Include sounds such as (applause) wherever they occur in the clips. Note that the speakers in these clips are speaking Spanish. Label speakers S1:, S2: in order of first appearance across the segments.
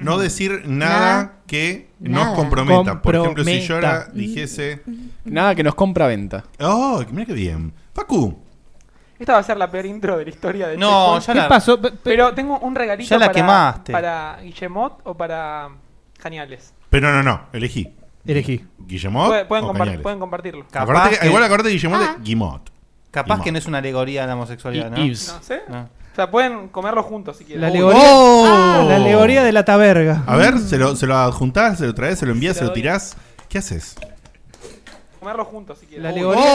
S1: no decir nada que nos comprometa. Por ejemplo, si yo ahora
S2: Comprometa.
S1: dijese.
S2: Nada que nos compra venta.
S1: ¡Oh, mira qué bien! Facu,
S3: Esta va a ser la peor intro de la historia de
S4: No,
S3: Checkpoint.
S4: ya
S5: ¿Qué
S4: la.
S5: pasó? Pe- pe-
S3: Pero tengo un regalito
S4: Ya la
S3: para,
S4: quemaste.
S3: para Guillemot o para Cañales.
S1: pero no, no, elegí.
S5: Elegí.
S1: Guillemot.
S3: Pueden, pueden
S1: o
S3: compar-
S1: Cañales.
S3: pueden compartirlo.
S4: Capaz
S1: Acordate que-
S4: que-
S1: Igual acordate de Guillemot
S6: Ah.
S1: de Guimot.
S4: Capaz
S1: Y
S4: que no es una alegoría a la homosexualidad, ¿no?
S2: Y- Yves.
S3: No sé.
S4: No.
S3: O sea, pueden comerlo juntos si quieren.
S5: La
S3: Uy,
S5: alegoría, Ah,
S1: ¡Oh!
S5: la alegoría de la taberga.
S1: A ver, se lo, se lo adjuntás, se lo traes, se lo envías, se lo tirás. ¿Qué haces?
S3: comerlo juntos si quieren.
S5: La
S3: Uy,
S5: alegoría.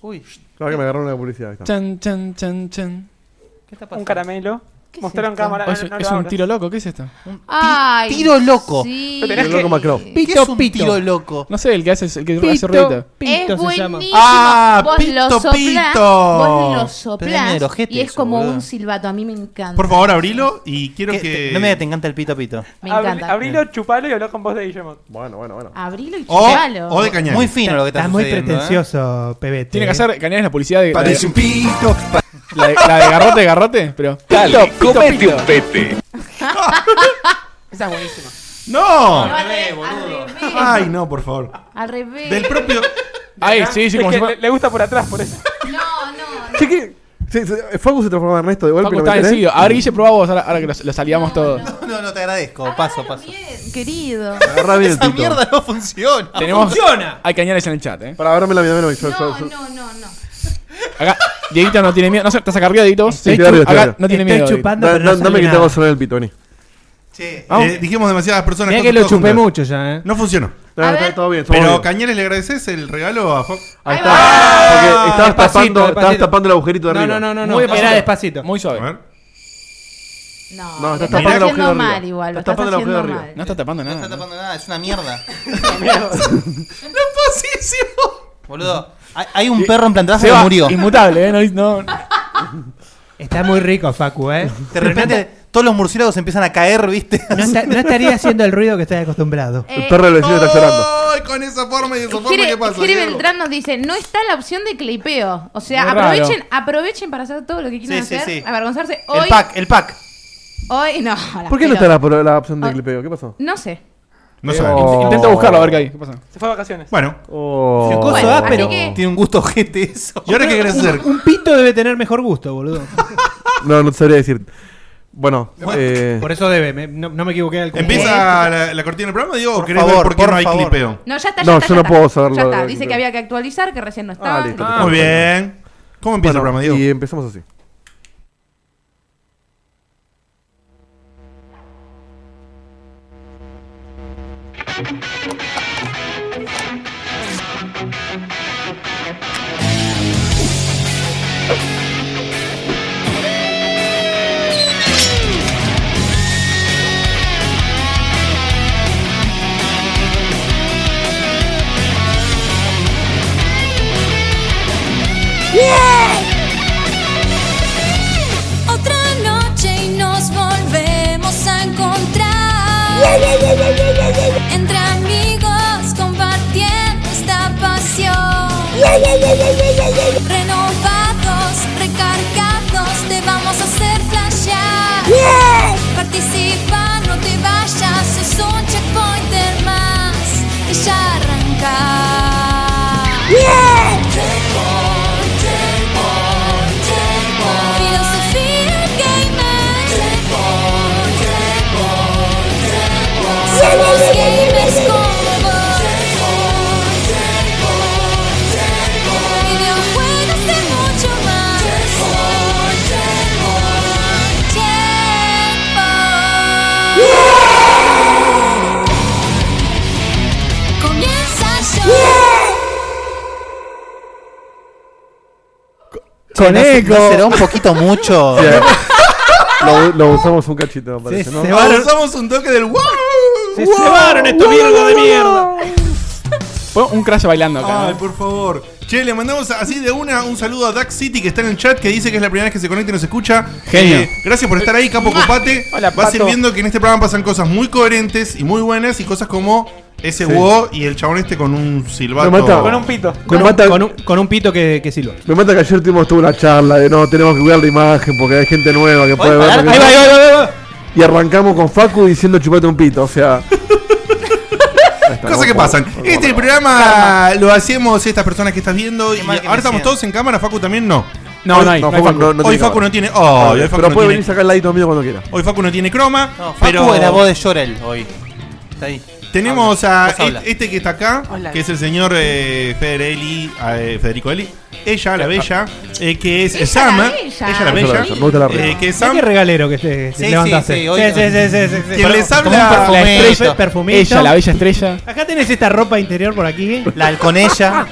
S4: Uy,
S7: Claro que me agarraron la publicidad. ahí está.
S2: Chan, chan, chan, chan.
S4: ¿qué está pasando?
S3: Un caramelo.
S6: ¿Qué es
S3: Mostraron
S6: esto?
S3: cámara.
S2: Oh, es,
S3: no, no lo
S2: es un
S3: abras.
S2: tiro loco, ¿qué es esto?
S6: Ay,
S4: tiro loco.
S6: sí.
S3: Lo tenés
S7: Tiro loco Macron.
S4: ¿Qué es un tiro loco?
S2: No sé, el que hace el que hace
S5: Pito,
S2: ruido.
S6: Es
S5: pito se llama.
S6: buenísimo.
S1: Ah,
S6: vos
S1: pito,
S6: lo soplás,
S1: pito.
S6: Vos lo
S4: Pero es
S6: soplás
S4: medio ojete
S6: y es
S4: eso,
S6: como
S4: boludo.
S6: un silbato. A mí me encanta.
S1: Por favor, abrilo y quiero
S4: ¿Qué-
S1: que.
S4: te- No me digas que te encanta el pito pito.
S6: Me
S3: Abri-
S6: encanta.
S3: Abrilo, chupalo y hablá con vos de Guillemot.
S7: Bueno, bueno, bueno.
S6: Abrilo y
S1: o,
S6: chupalo.
S1: o de Cañales.
S4: Muy fino lo que está
S5: Estás muy
S4: sucediendo, ¿eh?
S5: pretencioso, Pebete.
S2: Tiene que hacer Cañales la publicidad de.
S8: Parece un pito.
S2: La de, la de garrote, garrote, pero.
S8: Dale,
S2: Pito, pito,
S8: comete
S2: pito.
S8: un pete.
S3: Esa es buenísima.
S4: Oh.
S1: ¡No!
S6: Al revés, al revés.
S1: Ay, no, por favor.
S6: Al revés.
S1: Del propio.
S2: Ay, sí,
S3: Es
S2: sí, como
S3: que
S2: si fuera.
S3: le, le gusta por atrás, por eso.
S6: No, no, no.
S7: Sí, que. Sí, sí, Facu se transforma en Ernesto de golpe.
S2: Facu
S7: ¿lo
S2: está
S7: tenés?
S2: vencido. A ver, Guille, probá vos, ahora, ahora que lo, lo salivamos todos.
S4: No, Ah, no, te agradezco. Paso, paso.
S6: Bien, querido.
S7: Agarrá bien el
S4: Esa
S7: pito.
S4: mierda no funciona.
S2: Tenemos, ¡Funciona! Hay Cañales en el chat, eh.
S7: Para agarrarme la mierda. No, yo,
S6: No,
S7: yo, yo-
S6: no, no, no.
S2: Acá, Dieguito no tiene miedo. No sé, ¿estás acá arriba, Dieguito? vos?
S7: Sí,
S2: Estoy
S7: estoy arriba,
S2: chu-
S7: estoy
S2: acá
S7: arriba.
S2: no tiene
S5: Estoy
S2: miedo. Dieguito.
S5: chupando,
S7: Da-
S5: pero
S7: da-
S5: no
S7: dame
S5: sale
S7: que te hago
S5: nada.
S7: sonar el pito, vení.
S4: Che.
S2: Vamos.
S1: Eh, dijimos demasiadas personas.
S5: Mira
S1: cosas
S5: que lo
S1: todas
S5: chupé
S1: juntas.
S5: mucho ya, eh.
S1: No funcionó.
S7: No,
S6: A
S7: está
S6: ver.
S7: todo bien, somos
S1: Pero
S7: bien.
S1: Cañales le agradeces el regalo a Fox.
S7: Ahí
S6: Ahí
S7: está.
S6: va.
S7: Porque estabas,
S5: Despacito,
S7: tapando, estabas
S5: despacito.
S7: tapando el agujerito de
S5: No,
S7: arriba.
S5: no, no, no, no.
S2: Muy despacito.
S5: Era despacito.
S2: Muy
S1: A
S2: suave.
S1: ver.
S6: No,
S7: No,
S6: lo
S7: estás
S6: estás
S7: tapando el agujero
S6: haciendo
S7: de arriba.
S6: mal igual. Lo
S7: Estás
S6: estás
S7: tapando el
S6: haciendo
S7: agujero de
S6: mal.
S2: No está tapando
S4: No
S2: nada.
S4: está tapando nada, es (laughs) una mierda.
S1: ¡La
S9: (laughs)
S1: posición!
S4: Boludo, hay, hay un perro en plantazo que
S2: Seba,
S4: murió.
S2: Inmutable, eh. No, no-
S5: (laughs) Está muy rico, Facu, eh.
S4: De repente todos los murciélagos empiezan a caer, ¿viste?
S5: No, está- no estaría haciendo el ruido que estoy acostumbrado.
S6: Eh,
S7: El perro del vecino está llorando.
S1: ¡Ay, con esa forma y esa forma!
S6: Jere-
S1: ¿Qué pasa?
S6: Jere
S1: Diego?
S6: Beltrán nos dice, no está la opción de clipeo. O sea,
S2: Muy
S6: aprovechen, aprovechen para hacer todo lo que quieran
S4: Sí, sí,
S6: hacer,
S4: sí.
S6: avergonzarse
S4: El
S6: hoy.
S4: pack, el pack.
S6: Hoy no. la
S7: ¿Por qué no
S6: pelota.
S7: está la, la opción de
S6: Ah.
S7: clipeo? ¿Qué pasó?
S6: No sé.
S1: No
S2: Eh,
S1: sabemos.
S7: Oh.
S2: Intenta buscarlo a ver qué hay. ¿Qué pasa?
S3: Se fue a vacaciones.
S1: Bueno,
S7: Oh.
S4: Qué cosa,
S6: Bueno,
S4: ah,
S6: así
S4: pero
S6: que-
S4: tiene un gusto ojete eso.
S1: ¿y ahora qué querés hacer?
S5: Un pito debe tener mejor gusto, boludo.
S7: No, no te sabría decir. Bueno, eh,
S5: Por eso debe, me- no, no me equivoqué al
S1: ¿Empieza la, la cortina del programa, Diego? ¿O
S4: Por
S1: querés ver
S4: favor,
S1: por qué
S4: por
S1: no hay
S4: favor.
S1: clipeo?
S6: No, ya está, ya
S7: No,
S6: está,
S7: yo
S6: ya
S7: no
S6: está.
S7: puedo saberlo eh,
S6: Ya
S7: de-
S6: está,
S7: de
S6: dice
S7: clipeo.
S6: que había que actualizar, que recién no estaba.
S7: listo.
S6: Ah,
S1: Muy bien. ¿Cómo empieza
S7: bueno,
S1: el programa, Diego?
S7: y empezamos así.
S9: Otra noche y nos volvemos a encontrar. Entre amigos compartiendo esta pasión. Renovados, recargados, te vamos a hacer flashear. Participa, no te vayas, es un checkpointer más. Y ya arrancar. Filosofía gamer. Somos gamers como vos. Videojuegos y mucho más. Checkpoint. Comienza ya.
S4: Che,
S2: Con
S4: ¿no se-
S2: eco.
S4: ¿no será un poquito mucho. (laughs)
S7: Bien. lo, lo usamos un cachito,
S5: Se
S7: me parece, ¿no?
S5: cebaron,
S1: Usamos un toque del wow.
S5: se cebaron estos mierda de mierda.
S2: Pon un crash bailando
S3: Ah.
S2: acá.
S1: Ay,
S2: ¿no?
S1: por favor. Che, le mandamos así de una un saludo a Duck City que está en el chat, que dice que es la primera vez que se conecta y nos escucha. Eh,
S2: Genio.
S1: gracias por estar ahí, Capo Copate.
S3: Ah. Hola,
S1: Vas a ir
S3: Pato.
S1: viendo que en este programa pasan cosas muy coherentes y muy buenas y cosas como Ese
S7: Sí.
S1: hubo y el chabón este con un silbato.
S7: Me mata.
S3: Con un pito.
S5: Con,
S7: Me mata-
S5: un, con, un, con un pito que, que silba.
S7: Me mata que ayer tuvimos toda una charla de no, tenemos que cuidar la imagen porque hay gente nueva que puede
S4: pará,
S7: ver. lo
S5: Ahí
S7: que-
S5: va, ahí va, ahí va, ahí va.
S7: Y arrancamos con Facu diciendo chupate un pito, o sea.
S1: Cosas que pasan. Este programa lo hacemos estas personas que estás viendo. Y
S4: mal que me
S1: ahora estamos
S4: siento.
S1: todos en cámara, Facu también no.
S2: No, no hay.
S7: No,
S2: no hay
S7: Facu,
S2: Facu.
S7: no- no
S1: hoy
S7: tiene
S1: Facu
S7: cámara.
S1: no tiene. Oh, hoy Facu
S7: Pero
S1: no
S7: puede
S1: tiene.
S7: venir a sacar el ladito mío cuando quiera.
S1: Hoy Facu no tiene croma.
S4: No, Facu
S1: pero
S4: era voz de Llorel hoy. Está ahí.
S1: tenemos a
S4: Vos habla.
S1: e- este que está acá,
S3: Hola.
S1: que es el señor eh, Federelli, eh, Federico Eli. Ella, la bella, eh, que es
S6: Ella,
S1: Sam.
S6: la bella.
S1: Ella, la
S7: No te la
S1: bella.
S7: rayo, no te la rayo.
S1: eh, que es
S5: Mirá
S1: Sam.
S5: Qué regalero que te, te
S4: Sí,
S5: levantaste.
S4: sí, sí, hoy-
S5: sí, sí, sí.
S1: Quien les habla.
S5: La
S4: Perfumito.
S5: estrella, perfumito.
S2: Ella, la bella estrella.
S5: Acá tenés esta ropa interior por aquí.
S4: La halconella.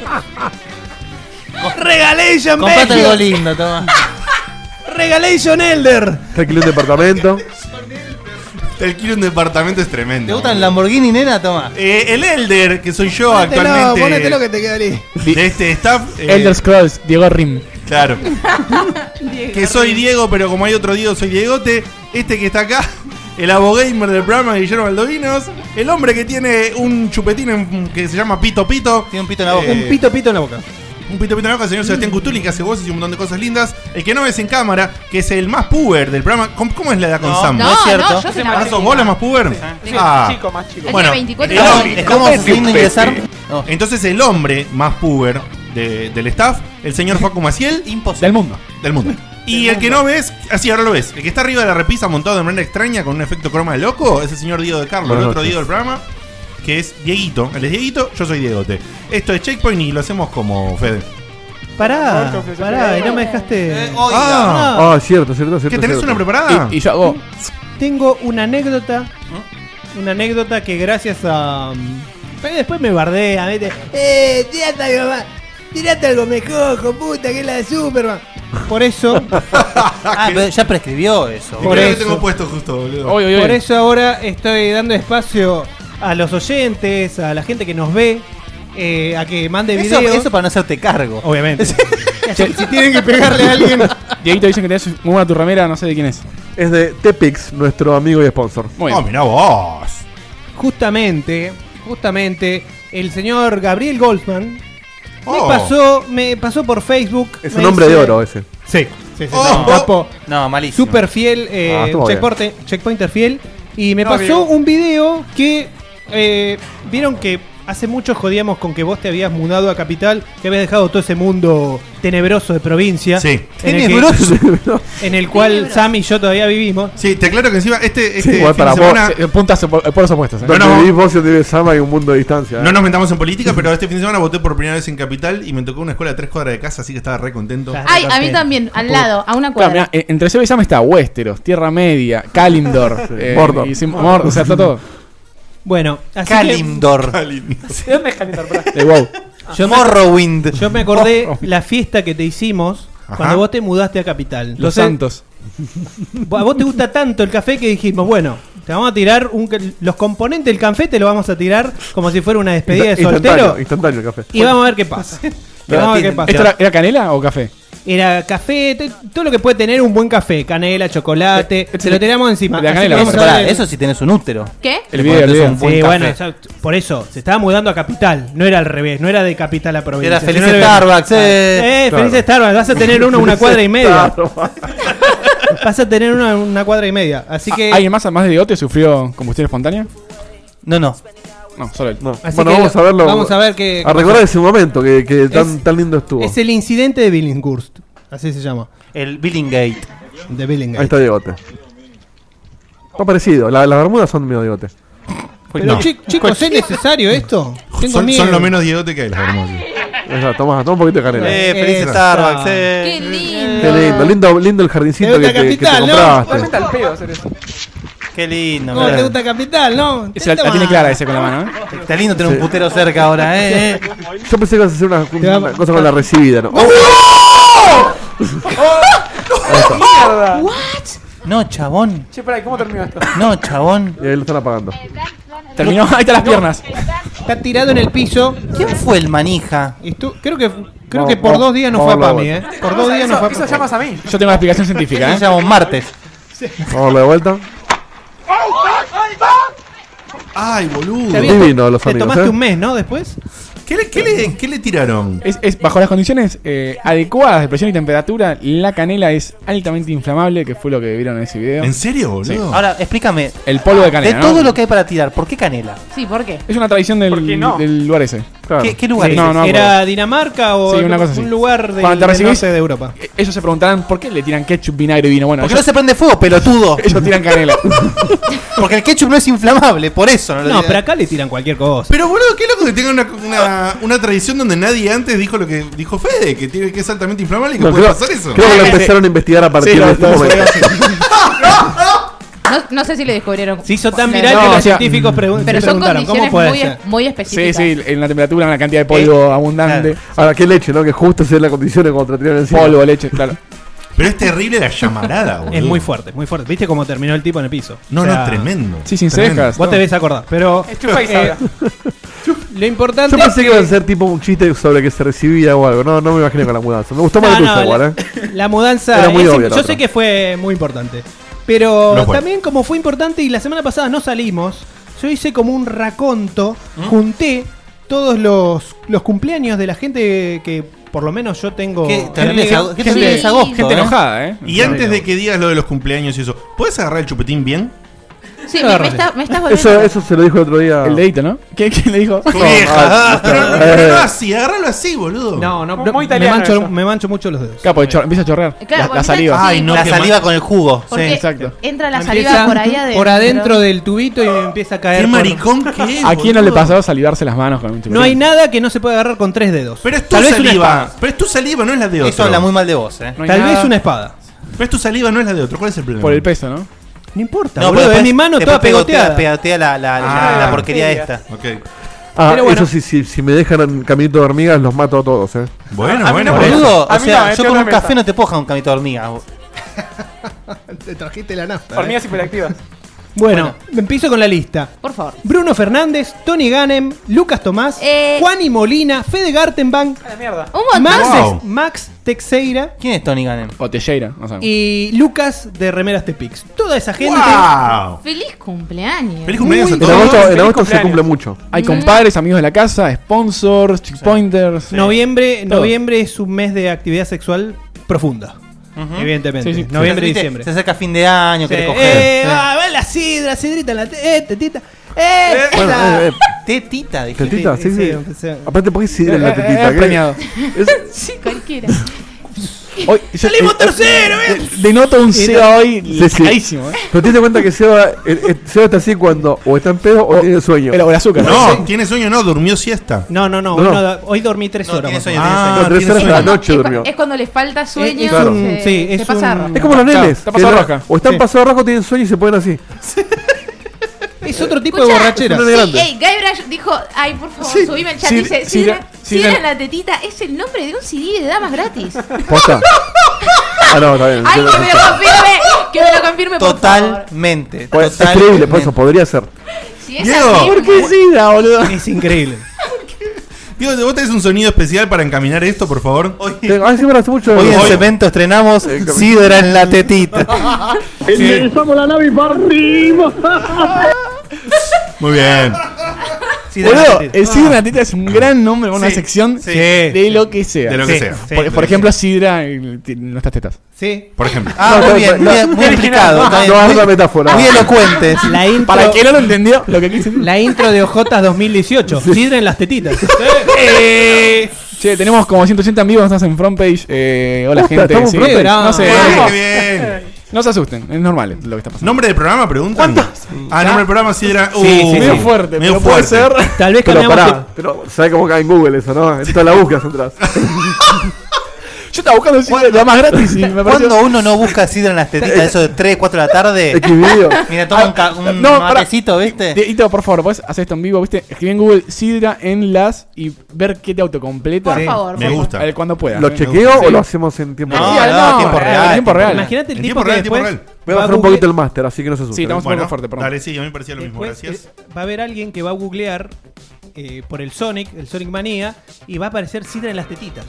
S5: Regalation
S4: Comprate algo
S5: Belgium.
S4: lindo, toma.
S5: Regalation Elder.
S7: Te alquilé un departamento.
S1: Te alquilo un departamento, es tremendo.
S4: ¿Te gustan Lamborghini, nena? Toma.
S1: Eh, el Elder, que soy yo actualmente.
S6: Eh,
S5: te queda
S6: (laughs)
S5: ahí.
S1: de este staff. eh,
S2: Elder Scrolls, Diego Rim.
S1: Claro. que soy Diego, pero como hay otro Diego, soy Diegote. Este que está acá, (laughs) el abogamer del programa, Guillermo Baldovinos. El hombre que tiene un chupetín en- que se llama Pito Pito.
S4: Tiene un pito en la boca.
S1: Eh,
S5: Un pito pito en la boca.
S1: Un pito pito en la boca, el señor Sebastián Cutuli, que hace voces y un montón de cosas lindas. El que no ves en cámara, que es el más puber del programa. ¿Cómo, cómo es la edad con
S4: No,
S1: Sam?
S6: No,
S4: es
S6: no,
S4: cierto.
S6: yo soy
S3: Ese
S6: la
S1: Ah,
S6: más
S1: ¿sos vos la más puber?
S3: Sí,
S1: Ah.
S3: Chico, más chico.
S6: Él
S1: Bueno,
S6: tiene 24
S1: el
S6: años.
S1: hombre-
S4: ¿Estamos sufriendo ingresar? No,
S1: Entonces el hombre más puber de- del staff, el señor Facu Maciel.
S4: imposible.
S2: Del mundo.
S1: Del mundo. Y el que no ves, así ahora lo ves. El que está arriba de la repisa montado de manera extraña con un efecto croma loco es el señor Diego de Carlos, el
S7: Buenas
S1: otro
S7: noches.
S1: Diego del programa, que es Dieguito. Él es Dieguito, yo soy Diegote. Esto es Checkpoint y lo hacemos como Fede. Este
S5: Pará, pará, y no me dejaste.
S4: Eh, oiga.
S1: Ah,
S7: Ah, cierto, cierto, cierto.
S1: ¿que tenés
S7: cierto.
S1: una preparada?
S2: Y, y yo hago.
S5: Tengo una anécdota.
S4: ¿Mm?
S5: Una anécdota que gracias a. mm, eh, Después me bardea,
S4: (laughs)
S5: ¿viste? ¡Eh! ¡Tirate algo más! ¡Tirate algo mejor, hijo puta! Que es la de Superman. Por eso,
S4: Ah, pero ya prescribió eso.
S1: Y
S5: por
S1: creo que
S5: eso.
S1: tengo puesto justo, boludo.
S2: Oy, oy, oy.
S5: por este eso ahora estoy dando espacio a los oyentes, a la gente que nos ve, eh, a que mande
S4: Eso,
S5: videos.
S4: eso para no hacerte cargo.
S2: (laughs)
S5: Obviamente.
S2: Che,
S5: (laughs) si tienen que pegarle a alguien.
S2: Dieguito dicen que tenés muy buena tu remera, no sé de quién es.
S7: Es de Tepix, nuestro amigo y sponsor.
S2: Muy
S1: Oh,
S2: bien.
S1: mirá vos.
S5: Justamente, justamente, el señor Gabriel Goldman
S1: Oh.
S5: me pasó, me pasó por Facebook.
S7: Es
S5: me
S7: un hombre de
S5: dice-
S7: oro ese.
S5: Sí, sí, sí.
S1: Oh.
S5: un capo,
S4: No, malísimo.
S5: Super fiel, eh,
S7: Ah, estuvo bien.
S5: checkporte- checkpointer fiel. Y me
S3: No,
S5: pasó
S3: Diego.
S5: un video que eh, vieron que hace mucho jodíamos con que vos te habías mudado a Capital, que habías dejado todo ese mundo tenebroso de provincia.
S1: Sí.
S5: En el, que- (laughs) en el cual
S6: Tenebroso.
S5: Sam y yo todavía vivimos.
S1: Sí, te aclaro que encima este, este
S7: Sí, igual
S1: fin
S7: para
S1: de semana-
S2: Se- puntas por, por los opuestos. eh.
S1: No,
S7: Donde
S1: no.
S7: vivís vos y donde vive Sama hay un mundo de distancia. ¿eh?
S1: No nos metamos en
S7: (laughs)
S1: política, pero este fin de semana voté por primera vez en Capital y me tocó una escuela a tres cuadras de casa, así que estaba re contento.
S5: Claro.
S6: Ay, a mí también, al lado, a una
S2: Claro,
S6: cuadra.
S2: mirá, en- entre Seba y Sam está Westeros, Tierra Media, Kalimdor, eh,
S7: Mordor.
S2: y sin- Mordor, o sea, está todo.
S5: Bueno, así que
S4: Kalimdor.
S3: ¿De dónde es Calendar?
S1: (laughs)
S3: Pará.
S2: De wow.
S5: (laughs) yo me-
S4: Morrowind.
S5: Yo me acordé la fiesta que te hicimos
S1: Ajá.
S5: cuando vos te mudaste a Capital.
S2: Los
S5: Entonces,
S2: Santos.
S5: a vos te gusta tanto el café que dijimos, bueno, te vamos a tirar un ca- los componentes del café te lo vamos a tirar como si fuera una despedida de
S7: Insta-
S5: soltero
S7: Instantáneo, instantáneo el café.
S5: y vamos a ver qué pasa. Y vamos a ver qué pasa.
S2: ¿Esto era, era canela o café?
S5: Era café, te- todo lo que puede tener un buen café, canela, chocolate,
S2: Eh,
S5: se lo tiramos encima.
S2: de la
S5: Así
S2: canela,
S5: que
S4: Eso,
S5: vamos a
S4: pará,
S5: ver-
S4: eso si tenés un útero.
S6: ¿Qué?
S2: El video, el
S4: Ponete
S2: video.
S4: un
S5: Sí,
S4: buen
S5: bueno,
S4: café.
S5: eso- por eso, se estaba mudando a Capital, no era al revés, no era de Capital a provincia.
S4: Era feliz
S5: sino al revés.
S4: Starbucks, eh.
S5: Eh,
S7: Claro.
S5: feliz Starbucks, vas a tener uno a una cuadra y media.
S7: Claro.
S5: Vas a tener una, una cuadra y media. Así que.
S2: Ah, ¿Alguien más, además de Diegote, sufrió combustión espontánea?
S4: No, no.
S2: No, solo él.
S7: No.
S5: Así
S7: Bueno,
S5: que
S7: vamos
S5: lo-
S7: a verlo.
S5: vamos a ver qué-
S7: A recordar ese momento que, que tan,
S5: Es-
S7: tan lindo estuvo.
S5: es el incidente de Billinghurst. Así se llama.
S4: El Billinggate.
S5: De
S7: Ahí
S5: Billinghurst.
S7: está Diegote. Está parecido. la- las bermudas son medio Diegote.
S5: Pero
S1: No.
S5: chi- chicos, ¿es necesario esto? Tengo
S1: Son,
S5: miedo.
S1: son lo menos diegote que hay, las hermosas.
S7: Exacto, Tomás, toma un poquito de canela.
S4: Eh, feliz
S5: Esa.
S4: Starbucks,
S6: Qué
S4: eh.
S6: lindo.
S7: Qué lindo, lindo, lindo el jardincito
S5: Te
S7: que
S5: gusta
S7: te, que te
S5: Capital, ¿no?
S7: compraste.
S3: Realmente al pedo hacer eso.
S4: Qué lindo,
S5: ¿Cómo
S4: mirá.
S5: te gusta Capital, no?
S2: Ese la, la tiene clara ese con la mano, ¿eh?
S4: Está lindo tener un putero cerca ahora,
S5: (laughs)
S4: eh.
S7: Yo pensé que ibas a hacer una, una
S5: vamos-
S7: cosa con la recibida, ¿no?
S4: ¡Oh!
S3: ¡Oh!
S6: ¡Oh!
S3: ¡Mierda!
S4: No, chabón.
S3: Che, pará, ¿y ¿cómo terminó esto?
S4: No, chabón.
S7: Y ahí lo están apagando.
S2: Terminó, ahí están las piernas.
S5: Está tirado en el piso.
S4: ¿Quién fue el manija?
S5: Y estu- Creo que, creo
S7: Vamos,
S5: que por
S7: vamos,
S5: dos días no fue
S7: vamos
S5: a
S7: a la
S5: Pami, ¿eh?
S7: vuelta.
S5: Por dos días no
S3: Eso,
S5: fue a
S3: eso llamas a mí.
S2: Yo tengo la explicación científica,
S4: Se
S2: ¿eh?
S4: llama un martes.
S7: Vamos a darle de vuelta.
S1: Ay, boludo.
S5: Te había-
S7: Divino, los
S5: te
S7: amigos,
S5: tomaste
S7: ¿eh?
S5: un mes, ¿no? Después.
S1: ¿Qué le, qué le- qué le tiraron?
S2: Es, es bajo las condiciones eh, adecuadas de presión y temperatura, la canela es altamente inflamable, que fue lo que vieron en ese video.
S1: ¿En serio, boludo?
S4: Ahora, explícame.
S2: El polvo de canela.
S4: de
S2: ¿no?
S4: todo lo que hay para tirar, ¿por qué canela?
S6: Sí, ¿por qué?
S2: Es una tradición
S3: ¿Por qué
S2: del,
S3: no?
S2: del lugar ese.
S7: Claro.
S4: ¿Qué, qué lugar
S2: Sí,
S4: es?
S2: no, no. me
S5: ¿Era
S2: acuerdo.
S5: Dinamarca o
S2: Sí, una cosa así.
S5: un lugar del,
S2: Cuando te
S5: del
S2: recibís-
S5: norte de Europa?
S2: Eh, Ellos se preguntarán por qué le tiran ketchup, vinagre y vino. Bueno,
S4: Porque
S2: ellos,
S4: no se prende fuego, pelotudo.
S2: (laughs) ellos tiran canela.
S4: (laughs) Porque el ketchup no es inflamable, por eso. No, lo
S5: No,
S4: tiran.
S5: pero acá le tiran cualquier cosa.
S1: Pero boludo, qué loco que tenga una, una, una tradición donde nadie antes dijo lo que dijo Fede, que tiene que es altamente inflamable y que
S7: No,
S1: puede
S7: creo,
S1: pasar eso.
S7: creo que lo empezaron a investigar a partir
S2: Sí, lo-
S7: de este
S2: lo-
S7: momento.
S6: No, no sé si le descubrieron.
S5: Se hizo tan
S6: Claro.
S5: viral
S2: No,
S5: que los
S2: o sea,
S5: científicos pregun-
S6: Pero
S5: se
S6: son
S5: preguntaron cómo
S6: condiciones
S5: puede
S6: muy,
S5: ser.
S6: muy
S2: sí,
S6: específicas.
S2: sí, en la temperatura, una cantidad de polvo
S4: Eh,
S2: abundante.
S7: Ahora, qué leche, ¿no? Que justo se den las condiciones cuando te tiran encima.
S2: Polvo, leche, claro.
S1: Pero es terrible la llamarada, boludo.
S5: (laughs) Es muy fuerte, muy fuerte. ¿Viste cómo terminó el tipo en el piso?
S1: No,
S5: O sea,
S1: no, tremendo.
S2: Sí, sin
S1: Tremendo.
S2: cejas.
S5: Vos te ves acordar, pero eh,
S3: Estufa y sabrá.
S5: (laughs) lo importante
S7: Yo
S5: es
S7: pensé que iba a ser tipo un chiste sobre que se recibía o algo. No, no me imaginé con la mudanza. Me gustó más
S5: No,
S7: el
S5: Ah, no,
S7: tuyo igual,
S5: la, (laughs)
S7: ¿eh?
S5: la mudanza
S7: Era muy
S5: es-
S7: obvio el
S5: yo
S7: otro.
S5: sé que fue muy importante
S1: Lo
S5: pero
S1: fue.
S5: también como fue importante y la semana pasada no salimos yo hice como un raconto
S1: ¿Mm?
S5: junté todos los, los cumpleaños de la gente que por lo menos yo tengo
S4: Qué terrible
S5: amiga-
S4: desago-
S5: gente-
S4: qué terrible
S6: sí,
S4: desagosto,
S2: Gente
S4: ¿eh?
S2: enojada, ¿eh?
S1: Y antes de que digas lo de los cumpleaños y eso, ¿puedes agarrar el chupetín bien?
S6: Sí, me, me está- me estás volviendo.
S7: Eso, eso se lo dijo el otro día.
S2: El dedito, ¿no? ¿Qué- ¿Quién le dijo?
S1: Tu vieja. pero (laughs) no,
S7: eh.
S1: pero no así, agárralo así, boludo.
S5: no no,
S3: Muy
S5: no, me,
S3: italiano
S5: mancho,
S3: eso.
S5: me mancho mucho los dedos
S2: Capo, chor- empieza a chorrear.
S6: Eh,
S2: la,
S6: claro,
S2: la
S6: porque
S2: saliva.
S6: está-
S1: Ay, no,
S4: la
S1: qué
S4: saliva con el jugo.
S6: Porque
S2: Sí, exacto.
S6: entra la
S5: Empieza
S6: saliva por ahí adentro.
S5: por adentro del tubito y me empieza a caer
S1: ¿Qué
S5: por-
S1: maricón que es?
S2: ¿A quién no le
S1: boludo?
S2: pasó salivarse las manos con un chupetín?
S5: no hay nada que no se pueda agarrar con tres dedos
S1: Pero es tu
S5: Tal vez una
S1: saliva.
S5: espada.
S1: Pero es tu saliva, no es la de otro.
S4: Eso habla muy mal de vos, eh.
S2: No hay
S5: tal
S2: nada
S5: vez una espada
S1: Pero es tu saliva, no es la de otro. ¿Cuál es el problema?
S2: Por el peso, ¿no?
S5: no importa
S4: pero
S5: boludo, es
S4: después-
S5: mi mano
S4: después
S5: toda pegoteada
S4: Pegotea la, la, la-
S1: Ah.
S4: la porquería esta.
S1: Ok.
S7: Ah,
S5: Pero bueno.
S7: eso sí, sí, si me dejan en caminito de hormigas, los mato a todos, ¿eh?
S1: Bueno,
S5: Ah,
S3: A mí
S1: bueno.
S3: no,
S1: bueno.
S4: Boludo,
S3: A
S4: o
S3: mí
S4: sea,
S3: no, eh,
S4: yo
S3: tengo
S4: con
S3: una
S4: un
S3: mesa.
S4: café no te puedo dejar un camito de hormiga.
S5: (laughs) te trajiste la nafta eh.
S3: Hormigas hiperactivas.
S5: Bueno, empiezo con la lista.
S6: Por favor.
S5: Bruno Fernández, Tony Ganem, Lucas Tomás,
S6: Eh.
S5: Juan y Molina, Fede Gartenbank,
S3: A la mierda.
S5: (laughs)
S6: Un montón.
S5: Max,
S1: Wow.
S5: Max Texeira
S4: ¿Quién es Tony Ganem?
S2: O Teixeira, no sabemos.
S5: y Lucas de Remeras Tepix. Toda esa gente.
S1: ¡Wow!
S6: Feliz cumpleaños.
S1: Feliz cumpleaños a
S7: En
S1: todos.
S7: agosto, en
S3: feliz
S7: agosto se
S3: cumpleaños.
S7: cumple mucho.
S5: Mm.
S6: Mm.
S2: Hay compadres, amigos de la casa, sponsors, checkpointers.
S5: Noviembre,
S2: Todos.
S5: noviembre es un mes de actividad sexual profunda. Evidentemente.
S2: Sí, sí.
S5: Noviembre y
S4: Viste,
S5: diciembre.
S4: Se acerca fin de año,
S5: Sí.
S4: querés coger.
S5: Eh,
S4: Sí.
S5: va, va la sidra, sidrita en la te- eh, tetita. Eh,
S7: Bueno,
S5: esa. (laughs)
S7: eh, eh,
S4: Tetita, dijiste.
S7: tetita, sí,
S5: sí,
S7: sí.
S5: sí.
S7: Aparte, ¿por qué sidra en
S2: Eh,
S7: la
S2: eh,
S7: tetita?
S2: eh,
S7: ¿Qué?
S2: premiado.
S7: Es-
S6: Sí, cualquiera.
S9: (laughs)
S6: (laughs)
S2: Hoy-
S5: Salimos
S2: eh,
S5: tercero,
S2: eh, Denoto un Seba hoy
S7: Sí, sí.
S2: carísimo, ¿eh?
S7: Pero te das cuenta que Seba, el- el- Seba está así cuando o está en pedo o, tiene sueño.
S2: El, el azúcar.
S1: No, tiene sueño, no, durmió siesta.
S5: No, no, no. oh,
S7: No, no.
S5: hoy no- Hoy dormí tres
S4: No,
S5: horas.
S4: tiene
S5: más o
S4: sueño, tiene
S1: Ah,
S4: sueño.
S7: No, tres
S1: tiene
S7: horas de la
S1: sueño.
S7: noche
S6: es, cu-
S7: durmió.
S6: es cuando les falta sueño. eh,
S5: es
S7: un-
S6: se,
S5: sí, es
S6: se pasa
S5: un-
S6: rosca.
S7: Es como los
S2: Claro,
S7: nenes.
S2: está
S7: que
S2: pasado
S7: de-
S2: roja.
S7: O están
S5: Sí.
S7: pasados rojo, tienen sueño y se ponen así.
S5: Es otro tipo de
S6: Escuchá,
S5: borrachera.
S7: Es una
S6: Sí, ey, Guybrush dijo, ay, por favor,
S2: Sí,
S6: subime el chat.
S2: sí,
S6: dice,
S2: sí,
S6: si
S2: la- sí, la-
S6: la tetita, es el nombre de un CD de damas
S5: (laughs)
S6: gratis.
S7: Posta. Ah, no, está bien.
S6: Ay, que me lo confirme, que me lo confirme, por favor.
S4: Totalmente.
S7: Pues, es
S4: totalmente.
S7: creíble, por eso podría ser.
S6: Si es
S1: Diego,
S6: así,
S1: ¿por
S6: bueno.
S2: sidra, boludo?
S5: Es increíble.
S1: (laughs) Digo, ¿vos tenés un sonido especial para encaminar esto, por favor?
S7: Tengo- Ah, sí, bueno, hace mucho.
S4: Hoy en
S7: Hoy-
S4: Cemento estrenamos Sidra en la tetita.
S5: (laughs)
S6: (laughs)
S1: Muy bien.
S2: Boludo, el sidra en la teta es un gran nombre para una
S1: Sí,
S2: sección
S1: sí,
S2: de lo que sea.
S1: De lo que sea.
S2: por, por ejemplo, sidra en en nuestras tetas.
S5: Sí.
S1: Por ejemplo.
S4: Ah, muy bien, muy, muy explicado. está bien,
S7: No hagas la
S4: muy-
S7: metáfora.
S4: Muy elocuente.
S5: La intro,
S2: Para quien no lo entendió, lo que quise decir.
S5: la intro de Ojotas 2018. Sidra en las tetitas.
S2: Eh, Che, tenemos como 180 amigos, estás en frontpage. Eh, hola,
S7: Posta,
S2: gente.
S7: estamos
S2: sí.
S7: en frontpage.
S2: no sé,
S1: Bien,
S2: no,
S1: qué bien.
S2: no se asusten, es normal lo que está pasando.
S1: ¿Nombre del programa, preguntan? Ah, nombre del programa sí era... Uh,
S2: sí, medio fuerte,
S1: medio
S2: pero puede
S1: fuerte.
S2: ser.
S5: Tal vez
S7: Pero
S5: cambiamos.
S7: pará, pero sabes cómo cae en Google eso, ¿no? En todas las búsquedas atrás.
S2: Yo estaba buscando el sidra, la más gratis y me pareció.
S4: Cuando uno no busca sidra en las tetitas, eso de 3, 4 de
S2: (laughs)
S4: la tarde,
S7: Xvideo.
S4: (laughs) mira, toma un,
S7: Ah,
S4: ca- un
S2: Ah, No, pará.
S4: matecito, ¿viste?
S2: Dieguito, por favor, puedes hacer esto en vivo, ¿viste? Escribí en Google sidra en las y ver qué te autocompleta.
S6: Por favor,
S1: Me
S6: por
S1: gusta.
S2: A ver, cuando pueda.
S7: ¿Lo chequeo o lo hacemos en tiempo
S4: No,
S7: real?
S4: no, tiempo
S2: eh,
S4: real,
S2: tiempo real.
S5: Imagínate el
S1: En
S5: tipo
S1: tiempo
S5: que
S1: real, en tiempo
S5: después.
S1: real.
S7: Voy a bajar un poquito el máster, así que no se
S2: Sí,
S7: asusten.
S2: estamos un
S1: Bueno,
S2: poco fuerte, perdón.
S1: dale, sí, a mí me parecía lo mismo,
S5: después,
S1: gracias.
S5: eh, va a haber alguien que va a googlear eh, por el Sonic, el Sonic Manía, y va a aparecer Sidra en las tetitas.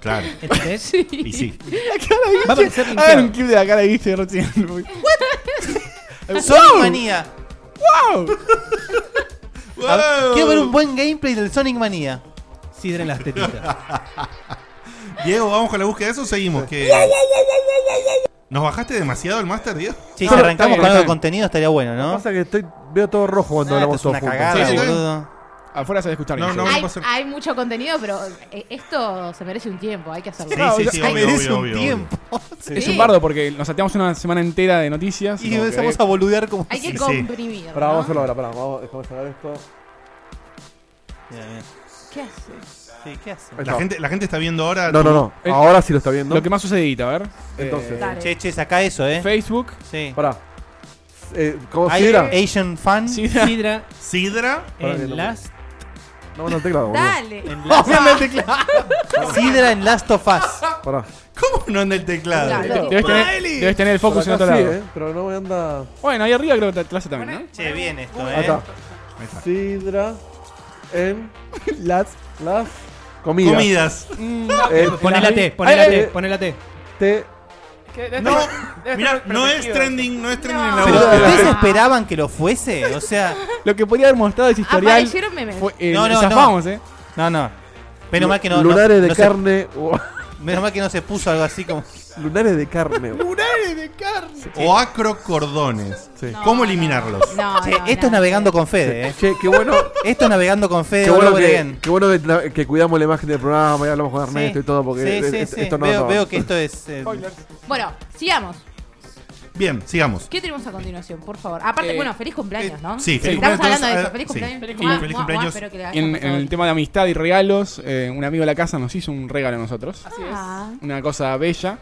S1: Claro,
S5: ¿Entendés?
S1: y
S2: (laughs)
S1: sí.
S5: Va a aparecer
S2: Hagan un
S5: limpiado.
S2: clip de la cara de
S4: (laughs)
S2: Guille recién.
S4: Sonic manía. (laughs) A ver, Quiero ver un buen gameplay del Sonic Manía.
S5: Sidra en las tetitas.
S1: Diego, vamos con la búsqueda de eso, seguimos. que- ¿Nos bajaste demasiado el Master, Diego?
S4: (laughs) Sí,
S2: No,
S4: si
S2: está
S4: arrancamos
S2: bien, está
S4: con algo de
S2: bien.
S4: contenido estaría bueno, ¿no?
S7: Pasa que estoy, veo todo rojo cuando
S4: Ah,
S7: hablamos
S4: esto es
S7: todos juntos.
S4: una cagada,
S1: Sí, sí, está
S4: boludo.
S2: Afuera se va a escuchar.
S1: No,
S2: bien.
S1: no,
S6: Hay,
S1: pasa-
S6: hay mucho contenido, pero eh, esto se merece un tiempo, hay que hacerlo.
S2: Sí, sí,
S1: sí,
S4: Ay,
S1: obvio,
S4: merece
S1: obvio,
S4: un
S1: obvio,
S4: tiempo.
S2: Es
S6: Sí.
S2: un bardo porque nos salteamos una semana entera de noticias.
S4: Y
S2: como que-
S4: empezamos a boludear como.
S6: Hay que
S1: Sí.
S6: comprimir. ¿no?
S7: Pará, vamos a hacerlo ahora, pará, vamos, dejamos cerrar esto.
S4: Mira,
S7: Eh,
S4: mira.
S6: ¿Qué haces?
S4: Sí, ¿qué hace?
S7: Ahí
S1: La
S7: está.
S1: gente, la gente está viendo ahora.
S7: No, no, no.
S2: Eh,
S7: Ahora sí lo está viendo.
S2: Lo que más sucedita, a ver.
S7: Entonces,
S2: Eh,
S6: Dale.
S4: Che, che, saca eso, eh.
S2: Facebook.
S4: Sí.
S7: Pará. Eh, ¿Cómo
S4: Hay
S7: se dirá?
S4: Asian fan.
S2: Sí,
S5: Sidra
S1: Sidra.
S7: Pará que
S5: en
S7: no-
S5: las.
S7: No, no, teclado, boludo.
S4: (laughs)
S6: Dale.
S4: Obviamente, claro. Sidra en Last of Us.
S7: Pará.
S1: ¿Cómo no anda el teclado?
S6: Claro.
S2: Debes tener, debes tener el
S7: Por
S2: focus en
S7: acá
S2: otro
S7: sí,
S2: lado.
S7: eh, pero no me anda.
S2: Bueno, ahí arriba creo que te te lo hace también, ¿no?
S4: Che, bien esto,
S7: Ahí
S4: eh.
S7: está. Sidra
S1: (laughs)
S7: en las. Las. Comidas.
S1: Comidas.
S2: Mm,
S7: Eh,
S5: Poné la T, poné
S7: Ay,
S5: la
S7: ay,
S5: T,
S7: ay.
S5: poné la T.
S7: T.
S1: No, mirá, no es trending, no es trending en la
S4: Pero
S1: búsqueda.
S4: ustedes esperaban que lo fuese, o sea,
S2: Lo que podría haber mostrado ese historial.
S6: Aparecieron Ah, memes.
S2: Fue, eh,
S4: No, no, no.
S2: zafamos, ¿eh?
S4: no, no. Menos mal que no, no-
S7: Lunares de
S4: no se-
S7: carne. o-
S4: (laughs) menos mal que no se puso algo así como
S7: lunares de carne.
S1: O acrocordones.
S7: Sí.
S6: No,
S1: ¿Cómo
S6: no.
S1: eliminarlos?
S6: No,
S4: Che,
S6: no,
S4: esto
S6: no.
S4: es navegando con Fede, eh.
S7: Che, qué bueno.
S4: Esto es navegando con Fede
S7: Qué bueno,
S4: all over
S7: que,
S4: again.
S7: qué bueno que, que cuidamos la imagen del programa y hablamos con Ernesto y todo, porque
S4: Sí, sí,
S7: es-
S4: sí.
S7: esto no
S4: veo,
S7: no.
S4: veo que esto es eh,
S6: Bueno, sigamos.
S1: Bien, sigamos.
S6: ¿Qué tenemos a continuación, por favor? Aparte,
S2: Eh,
S6: bueno, feliz cumpleaños, ¿no?
S1: Sí, feliz
S6: Ah. Estamos
S1: cumpleaños
S6: hablando de
S1: todos,
S6: eso.
S1: eh,
S6: Feliz
S1: sí.
S6: cumpleaños.
S1: Feliz
S6: Mua,
S1: cumpleaños.
S6: mua, mua, espero que la hayas
S2: En, en
S6: pasado
S2: el
S6: bien.
S2: tema de amistad y regalos, eh, un amigo de la casa nos hizo un regalo a nosotros.
S6: Ah,
S2: Una cosa bella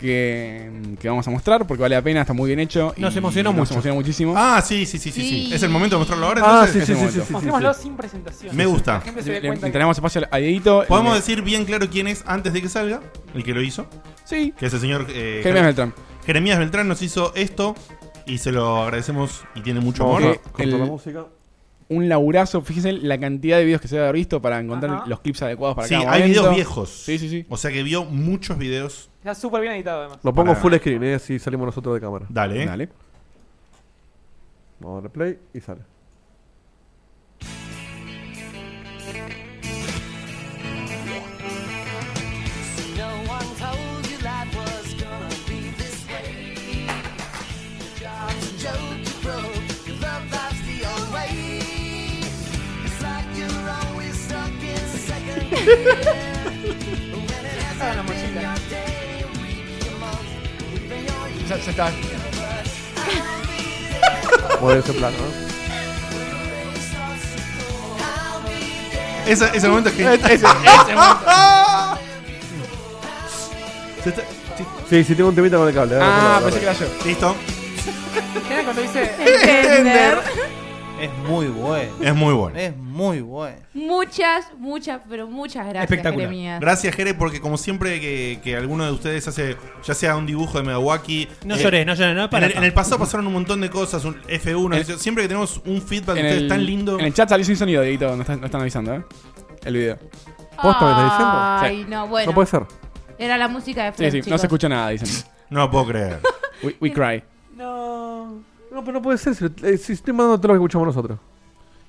S2: que, que vamos a mostrar porque vale la pena, está muy bien hecho. y
S5: Nos emocionó
S2: nos
S5: mucho.
S2: emocionó muchísimo.
S1: Ah, sí, sí, sí, sí, sí.
S6: Sí.
S1: ¿Es el momento de mostrarlo ahora
S7: Ah,
S1: entonces?
S7: sí, sí,
S2: en
S7: sí,
S2: ese
S7: sí, sí, sí,
S3: Mostrémoslo
S7: sí.
S3: sin presentación.
S1: Me gusta.
S3: La gente se
S2: Le,
S3: dé
S2: le-
S3: cuenta.
S2: le tenemos espacio a Dieguito.
S1: Podemos
S2: Le-
S1: decir bien claro quién es antes de que salga, el que lo hizo,
S2: Sí,
S1: que es el señor eh,
S2: Jeremías Beltrán.
S1: Jeremías Beltrán nos hizo esto y se lo agradecemos y tiene mucho
S7: Vamos
S1: amor.
S2: Porque
S7: a cortar la
S2: el-
S7: música.
S2: Un laburazo, fíjense la cantidad de videos que se debe haber visto para encontrar
S3: Ajá.
S2: los clips adecuados para
S1: Sí,
S2: cada
S1: hay
S2: momento.
S1: videos viejos.
S2: Sí, sí, sí.
S1: O sea que vio muchos videos.
S3: Está súper bien editado, además.
S7: Lo pongo
S1: Para-
S7: full screen, eh, si salimos nosotros de cámara.
S1: Dale, ¿eh?
S2: Dale.
S7: Vamos a darle play y sale.
S2: Ya, ya está.
S7: Mover ese plano, ¿no?
S1: Esa- ese momento es que. Se está- sí,
S7: Sí, sí, tengo un temita con el cable.
S2: Ah,
S7: ahora,
S2: pensé que
S7: ahora.
S2: era yo.
S1: Listo.
S3: Mira cuando
S1: (laughs) Este,
S3: dice.
S1: Entender.
S4: es muy bueno.
S1: Es muy bueno.
S4: Es muy bueno.
S6: Muchas, muchas, pero muchas gracias, eh.
S5: Espectacular.
S6: Jeremías.
S1: Gracias, Jere, porque como siempre que, que alguno de ustedes hace, ya sea un dibujo de Megawaki.
S5: No
S1: eh,
S5: llores, no llores, no
S1: En
S5: para.
S1: el, en el pasado pasaron un montón de cosas, un F1,
S2: En-
S1: siempre que tenemos un feedback de
S2: En
S1: ustedes
S2: el,
S1: tan lindo.
S2: en el chat salió sin sonido, Dieguito. No están, no están avisando, ¿eh? El video.
S7: ¿Posta me estás diciendo?
S6: Ay, no, bueno.
S7: No puede ser.
S6: Era la música de
S2: Sí,
S6: Fred,
S2: sí, no
S6: chicos.
S2: se escucha nada, dicen.
S1: No lo puedo
S2: (laughs)
S1: creer.
S2: We, we cry.
S7: No. No, pero no puede ser. Si, lo- eh, si estoy mandando todo lo que escuchamos nosotros.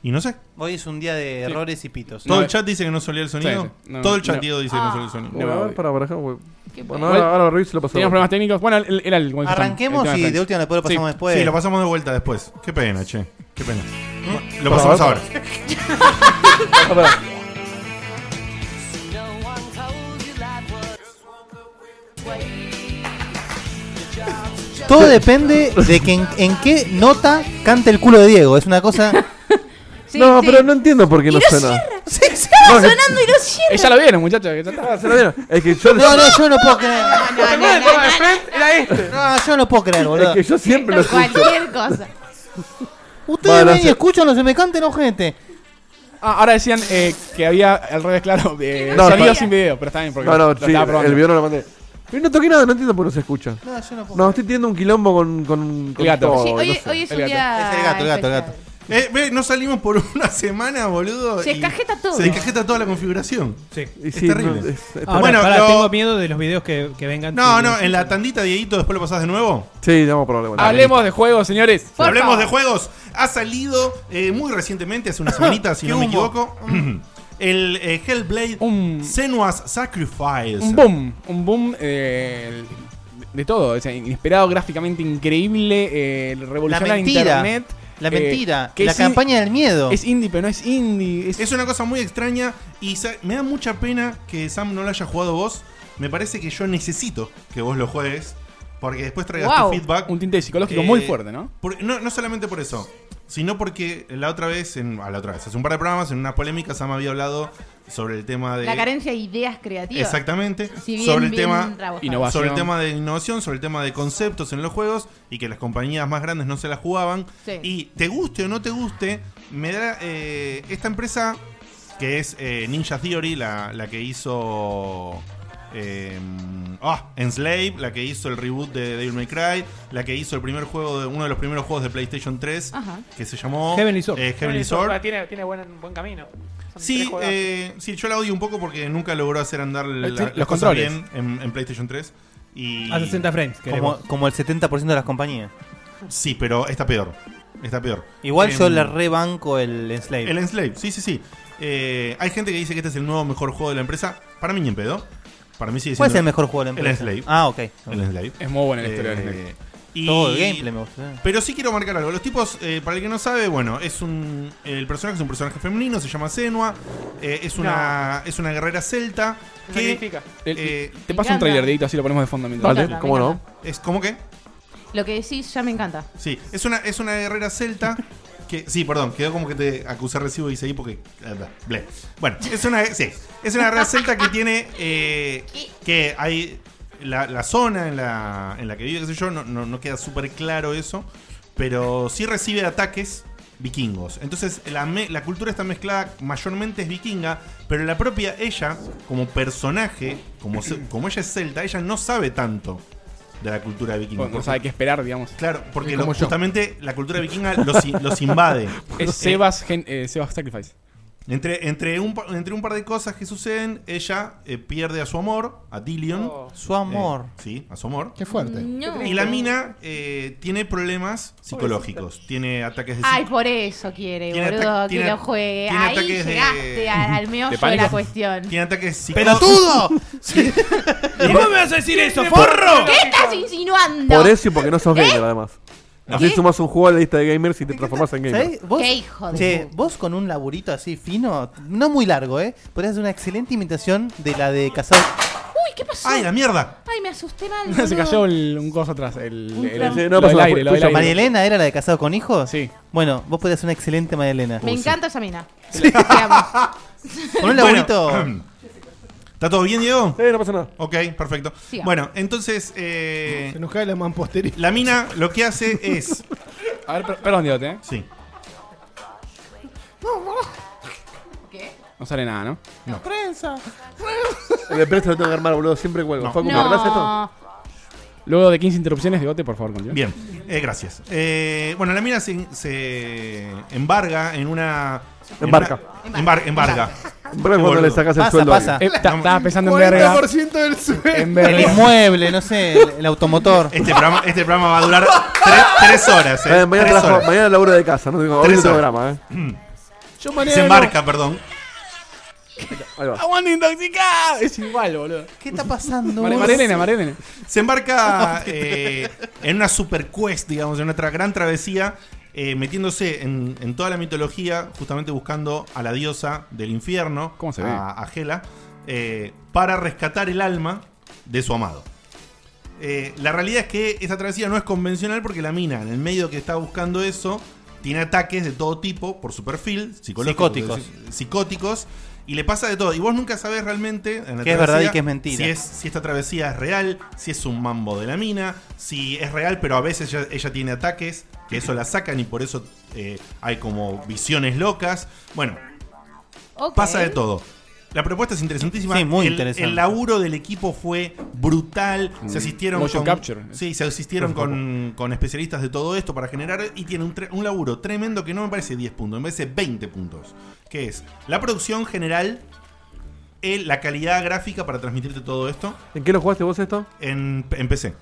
S1: Y no sé.
S4: Hoy es un día de
S2: Sí.
S4: errores y pitos.
S1: Todo
S2: No, eh.
S1: el chat dice que no solía el sonido.
S2: Sí, sí. No,
S1: Todo el chat
S2: no.
S1: Diego dice que no solía
S7: Ah,
S1: el sonido.
S2: No,
S7: Bueno, a
S2: obvio.
S7: ver, para, para acá, güey.
S6: Ah. Qué
S7: Bueno,
S6: pena.
S7: ahora, ahora lo reviso y lo pasamos.
S2: Teníamos problemas técnicos. Bueno, el- el- era el. bueno,
S4: Arranquemos
S2: el tema
S4: y de
S2: Friends.
S4: última después lo pasamos
S2: Sí.
S4: después.
S1: Sí, lo pasamos de vuelta después. Qué pena, che. Qué pena. Lo pasamos
S7: Para,
S1: ahora.
S7: para. Ah,
S1: (laughs)
S7: pará.
S4: Todo depende de que en, en qué nota cante el culo de Diego. Es una cosa.
S6: (laughs) Sí,
S7: no,
S6: sí.
S7: pero no entiendo por qué
S6: Y
S7: no
S6: no
S7: suena.
S6: cierra. Estaba sonando y no
S2: Eh,
S6: cierra.
S2: ya lo vieron, muchachos. que ya está.
S7: Ah, se lo dieron. Es
S2: (laughs)
S7: que yo,
S4: No, no, yo no
S7: (laughs)
S4: puedo creer.
S6: No, no, no, no,
S3: Era este.
S4: No, yo no puedo creer,
S7: es
S4: boludo.
S7: que yo siempre lo
S6: no,
S7: escucho.
S6: Cualquier cosa.
S4: Ustedes
S7: Bueno,
S4: ven y
S7: sí.
S4: escuchan los semejantes no gente.
S2: Ah, ahora decían eh, que había al revés, claro, eh,
S7: No,
S2: sonido
S7: para-
S2: sin video, pero está bien porque
S7: No,
S2: lo
S7: no,
S2: estaba
S7: sí,
S2: probando.
S7: el video no lo mandé. Pero no toqué nada, no entiendo por qué no se escucha.
S4: No, yo no puedo.
S7: No, estoy teniendo un quilombo con, con, con
S2: gato.
S7: todo,
S6: Sí,
S7: no
S6: hoy,
S7: sé.
S6: hoy es
S2: El
S6: un
S2: gato.
S6: día.
S4: Es el gato, el gato, el gato.
S6: especial.
S1: Eh, ve, no salimos por (laughs) una semana, boludo.
S6: Se
S1: y
S6: cajeta todo.
S1: Se cajeta toda la configuración.
S5: Sí.
S1: Es
S7: sí,
S1: terrible.
S7: no, es- es-
S5: Ahora,
S1: Bueno,
S5: pará,
S1: lo-
S5: tengo miedo de los videos que, que vengan.
S1: No, no, en la tandita, Dieguito, después lo pasás de nuevo.
S7: Sí, vamos por problema.
S2: Hablemos de juegos, señores.
S6: Por
S1: Hablemos
S6: favor.
S1: de juegos. Ha salido eh, muy recientemente,
S6: (coughs)
S1: hace una semanita, si no me equivoco, el eh, Hellblade
S2: Un-
S1: Senua's Sacrifice.
S2: Un boom, un boom eh, de todo. O sea, inesperado, gráficamente increíble, eh, revolucionario
S4: mentira.
S2: internet.
S4: La
S2: eh,
S4: mentira,
S2: que
S4: la
S2: es in-
S4: campaña del miedo.
S2: Es indie, pero no es indie. Es,
S1: Es una cosa muy extraña y sa- me da mucha pena que Sam no lo haya jugado vos. Me parece que yo necesito que vos lo juegues porque después traigas
S6: Wow.
S1: tu feedback.
S2: un tinte psicológico
S1: Eh,
S2: muy fuerte, ¿no?
S1: por- no, no solamente por eso, sino porque la otra vez, en, a la otra vez, hace un par de programas, en una polémica, Sam había hablado sobre el tema de.
S6: La carencia de ideas creativas.
S1: Exactamente.
S6: Si bien,
S1: sobre el
S6: bien
S1: tema.
S6: trabajado.
S2: Innova-
S1: Sobre el
S2: Innovación.
S1: tema de innovación, sobre el tema de conceptos en los juegos y que las compañías más grandes no se las jugaban.
S6: Sí.
S1: Y te guste o no te guste, me da eh, esta empresa que es eh, Ninja Theory, la, la que hizo eh, ah, Enslave, la que hizo el reboot de Devil May Cry, la que hizo el primer juego de uno de los primeros juegos de PlayStation 3
S6: Ajá.
S1: que se llamó
S5: Heavenly Sword.
S1: eh,
S3: Bueno,
S1: Heavenly
S3: eso,
S1: Sword.
S3: ah, Tiene, tiene buen, buen camino. Son tres
S1: Sí,
S3: juegazos.
S1: eh, sí, yo la odio un poco porque nunca logró hacer andar la-
S2: Eh, sí,
S1: las
S2: los
S1: cosas
S2: controles.
S1: bien en, en PlayStation 3. Y
S5: A 60 frames.
S4: como,
S5: Queremos.
S4: como el 70% de las compañías.
S1: Sí, pero está peor. Está peor.
S4: Igual yo
S1: Em,
S4: le rebanco el Enslave.
S1: El Enslave, sí, sí, sí. Eh, hay gente que dice que este es el nuevo mejor juego de la empresa. Para mí ni en pedo. Para mí sigue
S4: ¿Cuál
S1: siendo
S4: es el mejor juego de la
S1: El
S4: empresa?
S1: Enslave.
S4: Ah, ok.
S1: El Enslave.
S2: Es muy buena la historia.
S1: Eh,
S2: de Snake.
S1: y-
S4: Todo el gameplay me gusta. eh.
S1: Pero sí quiero marcar algo. Los tipos, eh, para el que no sabe, bueno, es un. El personaje es un personaje femenino, se llama Senua. eh, es una. Es una guerrera celta.
S3: Se
S1: Que.
S3: sacrifica.
S2: El-
S1: eh,
S2: Te paso un
S6: encanta.
S2: trailer, Deito, así lo ponemos de fondo. mientras-
S7: Vale,
S6: Me
S7: ¿cómo no?
S6: encanta.
S1: es como que.
S6: Lo que decís ya me encanta.
S1: Sí, es una, es una guerrera celta que. Sí, perdón, quedó como que te acusé recibo y seguí porque. ah, bla, ble. Bueno, es una, sí, es una guerrera celta que tiene. eh, que hay. La, la zona en la, en la que vive, qué sé yo, no, no- no queda súper claro eso. Pero sí recibe ataques vikingos. Entonces la, me- la cultura está mezclada, mayormente es vikinga, pero la propia ella, como personaje, como, ce- como ella es celta, ella no sabe tanto de la cultura vikinga.
S2: Bueno, no sabe qué esperar, digamos.
S1: Claro, porque
S7: Como
S1: lo-
S7: yo.
S1: justamente la cultura vikinga los, i- los invade.
S2: Es
S1: Eh,
S2: Sebas, Gen- eh, Sebas Sacrifice.
S1: entre, entre, un, pa- entre un par de cosas que suceden, ella eh, pierde a su amor, a Dillion.
S3: Oh.
S4: Su amor.
S1: Eh, sí, a su amor.
S8: Qué fuerte.
S6: Mm, No.
S1: Y la mina eh, tiene problemas psicológicos. Tiene ataques de
S6: Ay,
S1: psic-
S6: por eso quiere,
S1: Tiene
S6: boludo,
S1: ata-
S6: que
S1: tiene-
S6: lo juegue.
S1: tiene
S6: Ahí
S1: ataques de-
S6: llegaste al, al meollo de,
S2: pánico?
S6: la cuestión.
S1: Tiene ataques psicológicos. (laughs)
S4: ¡Pelotudo!
S5: ¿Cómo me vas a decir eso, forro?
S6: ¿Qué estás insinuando?
S7: Por e- eso y porque no sos
S6: ¿Eh?
S7: gamer, además. Así
S6: ¿Qué?
S7: sumás un juego a la lista de gamers y te transformás en gamer.
S4: ¿Sabés? ¿Vos?
S6: Qué hijo de
S4: Che,
S6: puta.
S4: vos con un laburito así fino, no muy largo, ¿eh? Podrías hacer una excelente imitación de la de Cazar.
S6: Uy, ¿qué pasó?
S1: ¡Ay, la mierda!
S6: Ay, me asusté
S4: (laughs)
S6: mal. (laughs)
S2: Se
S6: boludo.
S2: cayó el- un coso atrás. El, el, el-
S7: Sí, no
S2: lo
S7: pasa
S2: del
S7: nada,
S2: aire, lo
S7: fui
S2: del
S7: yo.
S2: aire.
S4: María Elena era la de Casado con Hijos.
S2: Sí. Uh,
S4: Bueno, vos podrías hacer una excelente María Elena.
S6: Me encanta esa
S2: (laughs)
S6: mina. Te
S1: (laughs)
S6: amo.
S4: Con un
S1: Bueno,
S4: laburito.
S1: (clears throat) ¿Está todo bien, Diego?
S7: Eh, no pasa nada.
S1: Ok, perfecto.
S6: Siga.
S1: Bueno, entonces eh,
S8: Se nos cae la mampostería.
S1: la mina lo que hace es.
S2: (laughs) A ver, per- perdón, Diote, ¿eh?
S1: Sí.
S6: ¿Qué?
S2: No sale nada, ¿no?
S7: El empresa lo tengo que armar, boludo. Siempre cuelgo.
S1: No.
S7: Facu, ¿me arreglás esto?
S6: No.
S9: Ah.
S2: Luego de 15 interrupciones, Diote, por favor, continúa.
S1: Bien, eh, gracias. Eh, bueno, la mina se, se embarga en una. en
S7: Embarca.
S1: una- embar- embarga.
S7: Pero es cuando le sacas el
S4: Pasa,
S7: sueldo. a alguien.
S4: pasa.
S2: Eh, ta-
S1: No,
S2: Estaba pensando en verga.
S8: 40% del
S2: En
S8: suelo.
S4: El
S2: verga.
S4: inmueble, no sé, el, el automotor.
S1: Este programa, este programa va a durar tres, tres horas. eh,
S7: Eh, mañana,
S1: tres
S7: trabajo-
S1: horas.
S7: mañana laburo de casa, no tengo, hoy
S1: Tres
S7: no tengo
S1: horas.
S7: grama, eh.
S2: (clears throat)
S8: Yo
S1: Se
S9: (laughs)
S1: embarca, perdón.
S7: Ahí va.
S2: ¡Aguante intoxicado! Es igual, boludo.
S4: ¿Qué está pasando?
S2: Mare-
S4: vos?
S2: María Elena, María Elena.
S1: Se embarca eh, en una super quest, digamos, en otra gran travesía, eh, metiéndose en, en toda la mitología, justamente buscando a la diosa del infierno,
S2: ¿Cómo se ve?
S1: a, a Hela, eh, para rescatar el alma de su amado. Eh, la realidad es que esta travesía no es convencional porque la mina, en el medio que está buscando eso, tiene ataques de todo tipo por su perfil, psicológicos,
S4: Psicóticos.
S1: psicóticos, y le pasa de todo. Y vos nunca sabés realmente en la
S4: ¿Qué es verdad
S1: travesía
S4: y qué es mentira?
S1: Si, es- si esta travesía es real, si es un mambo de la mina, si es real, pero a veces ella, ella tiene ataques, que eso la sacan y por eso eh, hay como visiones locas. Bueno,
S6: Ok.
S1: pasa de todo. La propuesta es interesantísima.
S4: Sí, muy
S1: El-
S4: interesante.
S1: El laburo del equipo fue brutal. Se
S4: Mm.
S1: asistieron
S4: Motion
S1: con,
S4: capture.
S1: Sí, se asistieron con, con especialistas de todo esto para generar. Y tiene un, tre- un laburo tremendo que no me parece 10 puntos, me parece 20 puntos. Que es la producción general, el- la calidad gráfica para transmitirte todo esto.
S7: ¿En qué lo jugaste vos esto?
S1: En, en PC.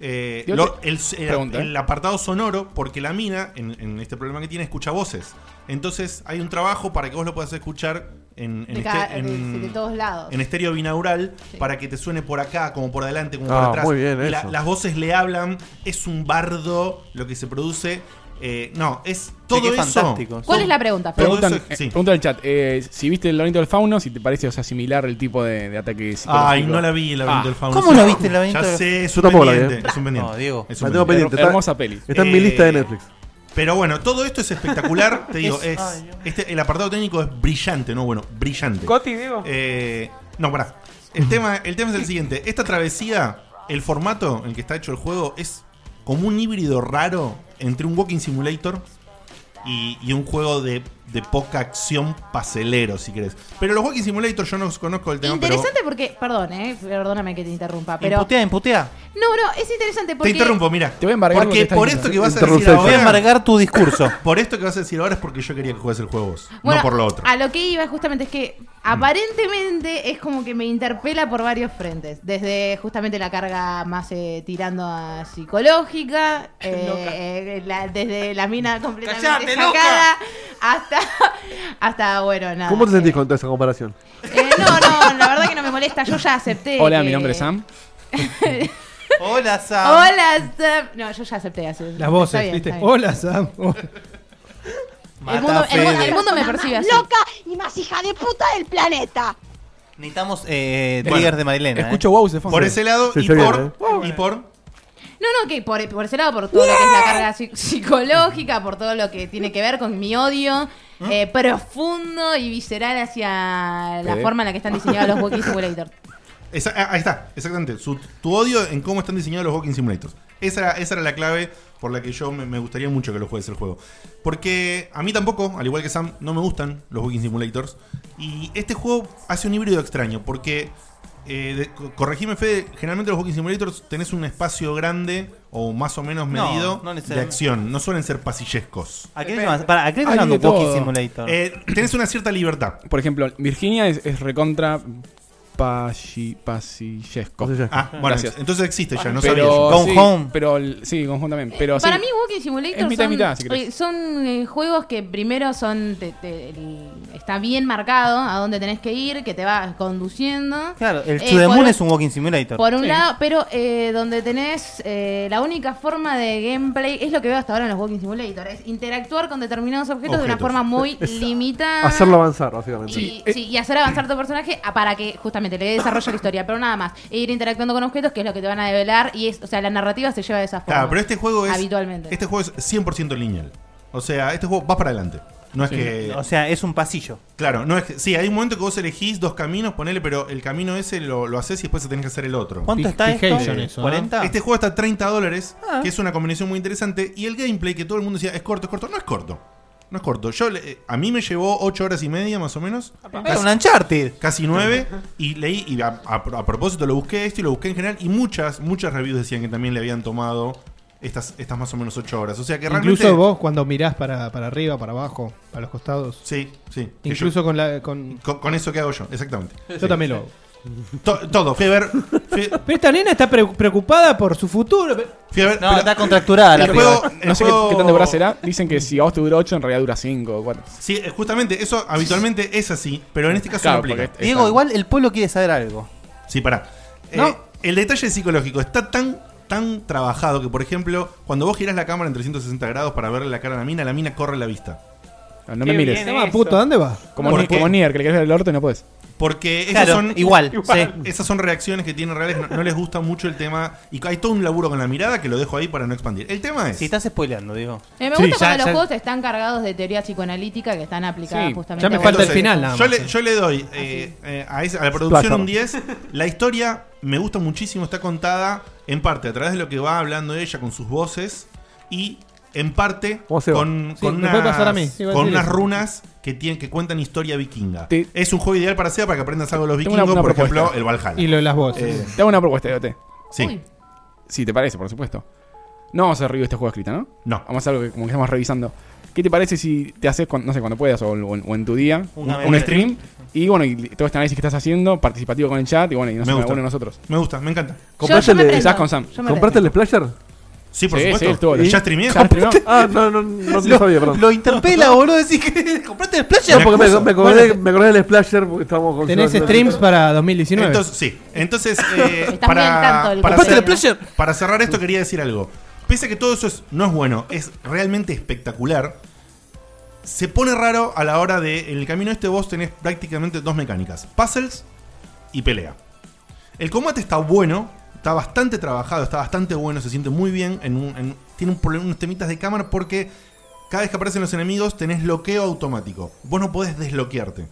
S1: Eh,
S7: Yo
S1: lo-
S7: te-
S1: el, el-
S7: pregunta, ¿eh?
S1: el apartado sonoro, porque la mina, en, en este problema que tiene, escucha voces. Entonces hay un trabajo para que vos lo puedas escuchar en,
S6: De,
S1: en este-
S6: cada- de-
S1: en-
S6: de todos lados.
S1: en este estéreo binaural para que te suene por acá, como por adelante, como
S7: Ah,
S1: por atrás.
S7: muy bien
S1: Y la-
S7: eso.
S1: las voces le hablan, es un bardo lo que se produce. Eh, no, es todo
S4: qué
S1: eso.
S4: fantástico.
S6: ¿Cuál es la pregunta? Fer?
S2: Preguntan,
S1: eso es-
S2: eh, preguntan en el chat, eh, si viste el laberinto del fauno, si te parece o sea, similar el tipo de, de ataque psicológico.
S1: Ay, no la vi, el laberinto
S2: Ah.
S1: del fauno.
S4: ¿Cómo la viste, el laberinto
S1: Ya
S4: del-
S1: sé, es
S7: Yo
S1: un
S7: tampoco la vi,
S1: pendiente.
S7: ¿eh?
S1: es un pendiente.
S4: No, Diego.
S1: Es
S7: La
S1: un
S7: tengo pendiente.
S2: Her- hermosa peli. Eh,
S7: Está en mi lista de Netflix.
S1: Pero bueno, todo esto es
S3: (laughs)
S1: espectacular. te digo,
S3: Es-
S1: es,
S3: ay, Dios.
S1: este, el apartado técnico es brillante, no bueno, brillante.
S3: Coti, Diego.
S1: Eh, no, pará. El tema, el tema es el siguiente. Esta travesía, el formato en el que está hecho el juego es como un híbrido raro entre un walking simulator y, y un juego de, de poca acción paselero, si querés. Pero los walking simulator yo no conozco el tema,
S6: Interesante porque, perdón, eh, perdóname que te interrumpa, pero...
S4: Imputea, imputea.
S6: No, no, es interesante
S1: pero... Te
S6: porque...
S1: interrumpo, mira.
S2: Te voy a embargar lo
S1: Porque
S2: que estás
S1: por
S2: diciendo.
S1: esto que vas a decir
S7: Interrupción.
S1: ahora...
S4: Voy a embargar tu discurso.
S1: (laughs) Por esto que vas a decir ahora es porque yo quería que juegues el juego vos,
S6: Bueno, ah,
S1: no por lo otro.
S6: A lo que iba justamente es que aparentemente es como que me interpela por varios frentes. Desde justamente la carga más eh, tirando a
S4: (laughs)
S6: psicológica, eh,
S3: Loca.
S6: eh, la- desde la mina completamente
S3: Cállate,
S6: sacada hasta, hasta, bueno, nada.
S7: ¿Cómo te sentís con toda esa comparación?
S6: Eh, no, no, la verdad que no me molesta, yo ya acepté.
S2: Hola,
S6: que-
S2: mi nombre es Sam.
S4: Hola, Sam.
S6: Hola, Sam. No, yo ya acepté. así- está
S5: Las voces,
S6: bien,
S5: ¿viste?
S6: está bien.
S5: Hola,
S6: (laughs)
S5: Sam.
S6: El mundo,
S4: Mata
S6: el mu- el
S4: Fede.
S6: mundo me percibe así.
S10: y más hija de puta del planeta.
S4: Necesitamos eh,
S1: Bueno,
S4: triggers de eh. Marilena.
S2: Escucho wow de
S1: Por ese lado
S7: Sí,
S1: y,
S7: está bien,
S1: por, y por...
S6: No, no, que por, por ese lado, por todo lo que es la carga psi- psicológica, por todo lo que tiene que ver con mi odio eh, profundo y visceral hacia la
S2: Fede.
S6: forma en la que están diseñados los Walking Simulators.
S1: Esa- ah, ahí está, exactamente. Su- tu odio en cómo están diseñados los walking simulators. Esa era, esa era la clave por la que yo me, me gustaría mucho que lo juegues el juego. Porque a mí tampoco, al igual que Sam, no me gustan los walking simulators. Y este juego hace un híbrido extraño, porque, eh, de- co- corregime Fede, generalmente los walking simulators tenés un espacio grande o más o menos
S4: No,
S1: medido
S4: no
S1: de
S4: necesariamente.
S1: acción. No suelen ser pasillescos.
S4: ¿A qué le llamas? Para, ¿a qué le
S2: Ay,
S4: llamas
S2: de
S4: Walking
S2: todo.
S4: Simulator?
S1: Eh, tenés una cierta libertad.
S2: Por ejemplo, Virginia es, es recontra pasi- pasillesco.
S7: No sé ya.
S1: Ah, bueno,
S2: Gracias.
S1: entonces existe ya, no sabía yo.
S2: pero,
S4: Gone
S2: sí,
S4: Home.
S2: Pero, el- sí, Gone Home también. Pero,
S6: Para
S2: sí,
S6: mí, Walking Simulator
S2: Es mitad y
S6: son,
S2: mitad, si querés.
S6: eh, son, eh, juegos que primero son te- te- el- está bien marcado a dónde tenés que ir, que te vas conduciendo.
S4: Claro, el
S6: Eh,
S4: Chudemun
S6: por un-
S4: es un Walking Simulator.
S6: Por un
S2: Sí.
S6: lado, pero eh, donde tenés eh, la única forma de gameplay, es lo que veo hasta ahora en los Walking Simulator, es interactuar con determinados objetos, de una
S1: Objetos.
S6: forma muy
S7: Es-
S6: limitada.
S7: Hacerlo avanzar, básicamente.
S6: Y, Eh, sí, y hacer avanzar tu personaje a- para que justamente le dé desarrollo a la historia, pero nada más. E ir interactuando con objetos, que es lo que te van a develar, y es, o sea, la narrativa se lleva de esa forma.
S1: Claro, pero este juego es.
S6: Habitualmente.
S1: Este juego es 100% lineal. O sea, este juego va para adelante. No es que.
S4: O sea, es un pasillo.
S1: Claro, no es que. Sí, hay un momento que vos elegís dos caminos, ponele, pero el camino ese lo, lo haces y después se tenés que hacer el otro.
S4: ¿Cuánto
S5: Pi-
S4: está esto? Ah.
S5: Pigation eso, ¿no?
S4: ¿40?
S1: Este juego está a 30 dólares, que es una combinación muy interesante. Y el gameplay que todo el mundo decía, es corto, es corto. No es corto. No es corto. Yo, le- eh, a mí me llevó 8 horas y media, más o menos.
S4: Era un Uncharted.
S1: Casi 9. Y leí, y a, a- a propósito lo busqué esto y lo busqué en general. Y muchas, muchas reviews decían que también le habían tomado estas, estas más o menos 8 horas. O sea que realmente.
S5: Incluso vos cuando mirás para, para arriba, para abajo, para los costados.
S1: Sí, sí. Que yo-
S5: Incluso con la. Con...
S1: Con, con eso que hago yo, exactamente.
S5: Yo también lo hago.
S1: To- todo, fui a ver. Fui,
S5: (laughs) Pero esta nena está pre- preocupada por su futuro.
S1: fui a ver.
S4: No,
S1: pero
S4: Ah, está contracturada la
S1: el juego,
S4: piba.
S1: el
S2: no sé qué,
S1: juego-
S2: qué tan de verdad será. Dicen que si a vos te dura 8, en realidad dura 5 o 4.
S1: Sí, eh, justamente, eso habitualmente es así, pero en este caso no aplica.
S4: Diego, igual el pueblo quiere saber algo.
S1: Sí, pará. Eh,
S4: No.
S1: El detalle psicológico está tan, tan trabajado que, por ejemplo, cuando vos girás la cámara en 360 grados para verle la cara a la mina, la mina corre la vista.
S2: No me
S3: Qué
S2: mires.
S3: bien, eh.
S5: Ah, puto, ¿a dónde va?
S2: Como,
S1: ¿Por
S2: Ni-
S1: qué?
S2: como Nier, que le querés ver el orto y no puedes.
S1: Porque esas
S4: Claro,
S1: son.
S2: (laughs)
S1: (laughs)
S4: igual, sí.
S1: Esas son reacciones que tienen reales, no, no les gusta mucho el tema. Y hay todo un laburo con la mirada que lo dejo ahí para no expandir. El tema es.
S4: Si estás spoileando, Diego.
S6: Eh, me
S5: Sí,
S6: gusta
S5: ya-
S6: cuando los
S5: ya-
S6: juegos están cargados de teoría psicoanalítica que están aplicadas
S2: Sí,
S6: justamente
S5: ya me
S6: a-
S5: falta el
S1: Entonces,
S5: final, nada
S1: Yo
S5: más.
S1: le, yo le doy
S7: Ah,
S1: eh, eh, a, esa- a la producción
S7: Splatter.
S1: un 10. La historia me gusta muchísimo, está contada en parte a través de lo que va hablando ella con sus voces y en parte
S7: se va?
S1: con,
S7: Sí,
S1: con
S7: me
S1: unas,
S7: puede pasar a mí, iba a
S1: con
S7: decir
S1: unas
S7: eso.
S1: runas que, tienen, que cuentan historia vikinga.
S2: Te-
S1: Es un juego ideal para SEA para que aprendas algo de los
S2: Tengo
S1: vikingos,
S2: una- una
S1: por
S2: propuesta.
S1: ejemplo, el Valhalla. Eh,
S2: Te hago una propuesta, Diote.
S1: Sí. Uy.
S2: Si te parece, por supuesto. No vamos a hacer review de este juego escrita, ¿no?
S1: No.
S2: Vamos a hacer algo que como que estamos revisando. ¿Qué te parece si te haces, cuando- no sé, cuando puedas o, o en- o en tu día, un,
S1: Una vez.
S2: un stream? Y bueno, y todo este análisis que estás haciendo, participativo con el chat y bueno, y no
S1: Me
S2: sé,
S1: gusta.
S2: alguno de nosotros.
S1: Me gusta, me encanta.
S2: ¿Compraste el- quizás con Sam.
S7: ¿Compraste el Splasher?
S1: Sí, por supuesto.
S2: todo lo-
S1: ¿Y ya streameé?
S2: Ya
S4: (laughs)
S2: streameó.
S7: (laughs) Ah, no, no, no
S2: Lo-
S7: lo sabía, perdón.
S4: Lo interpela, boludo, decís que (laughs) compraste el
S7: No,
S4: Splasher.
S7: porque me, me, acordé,
S4: Bueno,
S7: me acordé del Splasher porque estábamos con
S5: Tenés
S7: Sebastián.
S5: streams para 2019.
S1: Entonces, sí.
S6: (laughs)
S1: Entonces, eh,
S6: Estás muy al tanto
S1: para,
S6: del
S1: para,
S6: contenido.
S1: cerrar, para cerrar esto, quería decir algo. Pese a que todo eso es- no es bueno, es realmente espectacular. Se pone raro a la hora de. En el camino este, vos tenés prácticamente dos mecánicas: puzzles y pelea. El combate está bueno, está bastante trabajado, está bastante bueno, se siente muy bien. en un- en- tiene un problema, unos temitas de cámara porque cada vez que aparecen los enemigos tenés bloqueo automático. Vos no podés desbloquearte.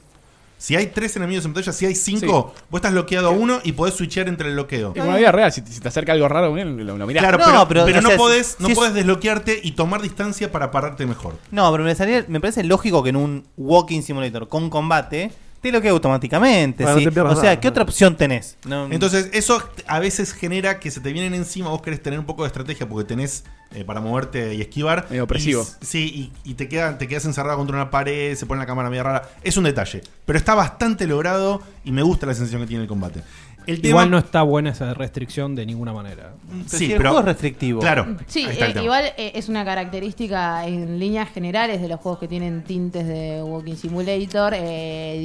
S1: Si hay tres enemigos en pantalla, si hay cinco, vos estás bloqueado a uno y podés switchear entre el bloqueo.
S2: Y como la vida real, si, te- si te acerca algo raro, bien, lo, lo mirás.
S1: Claro, pero, pero
S4: o
S1: no
S4: sea,
S1: podés,
S4: si
S1: no
S4: es-
S1: podés desbloquearte y tomar distancia para pararte mejor.
S4: No, pero me, salía- me parece lógico que en un walking simulator con combate te lo quede automáticamente.
S1: Bueno,
S4: ¿sí?
S1: no te pierdas
S4: O sea,
S1: nada.
S4: ¿qué otra opción tenés? No-
S1: Entonces, eso a veces genera que se te vienen encima, vos querés tener un poco de estrategia porque tenés eh, para moverte y esquivar.
S2: Medio opresivo.
S1: Y, sí, y, y te, quedan, te quedas encerrado contra una pared, se pone la cámara media rara. Es un detalle, pero está bastante logrado y me gusta la sensación que tiene el combate. El tema-
S5: Igual no está buena esa restricción de ninguna manera.
S1: Mm, Sí, si el pero- juego es restrictivo. Mm. claro.
S6: Sí,
S1: Ahí está el
S6: eh,
S1: tema.
S6: igual eh, es una característica en líneas generales de los juegos que tienen tintes de Walking Simulator, eh,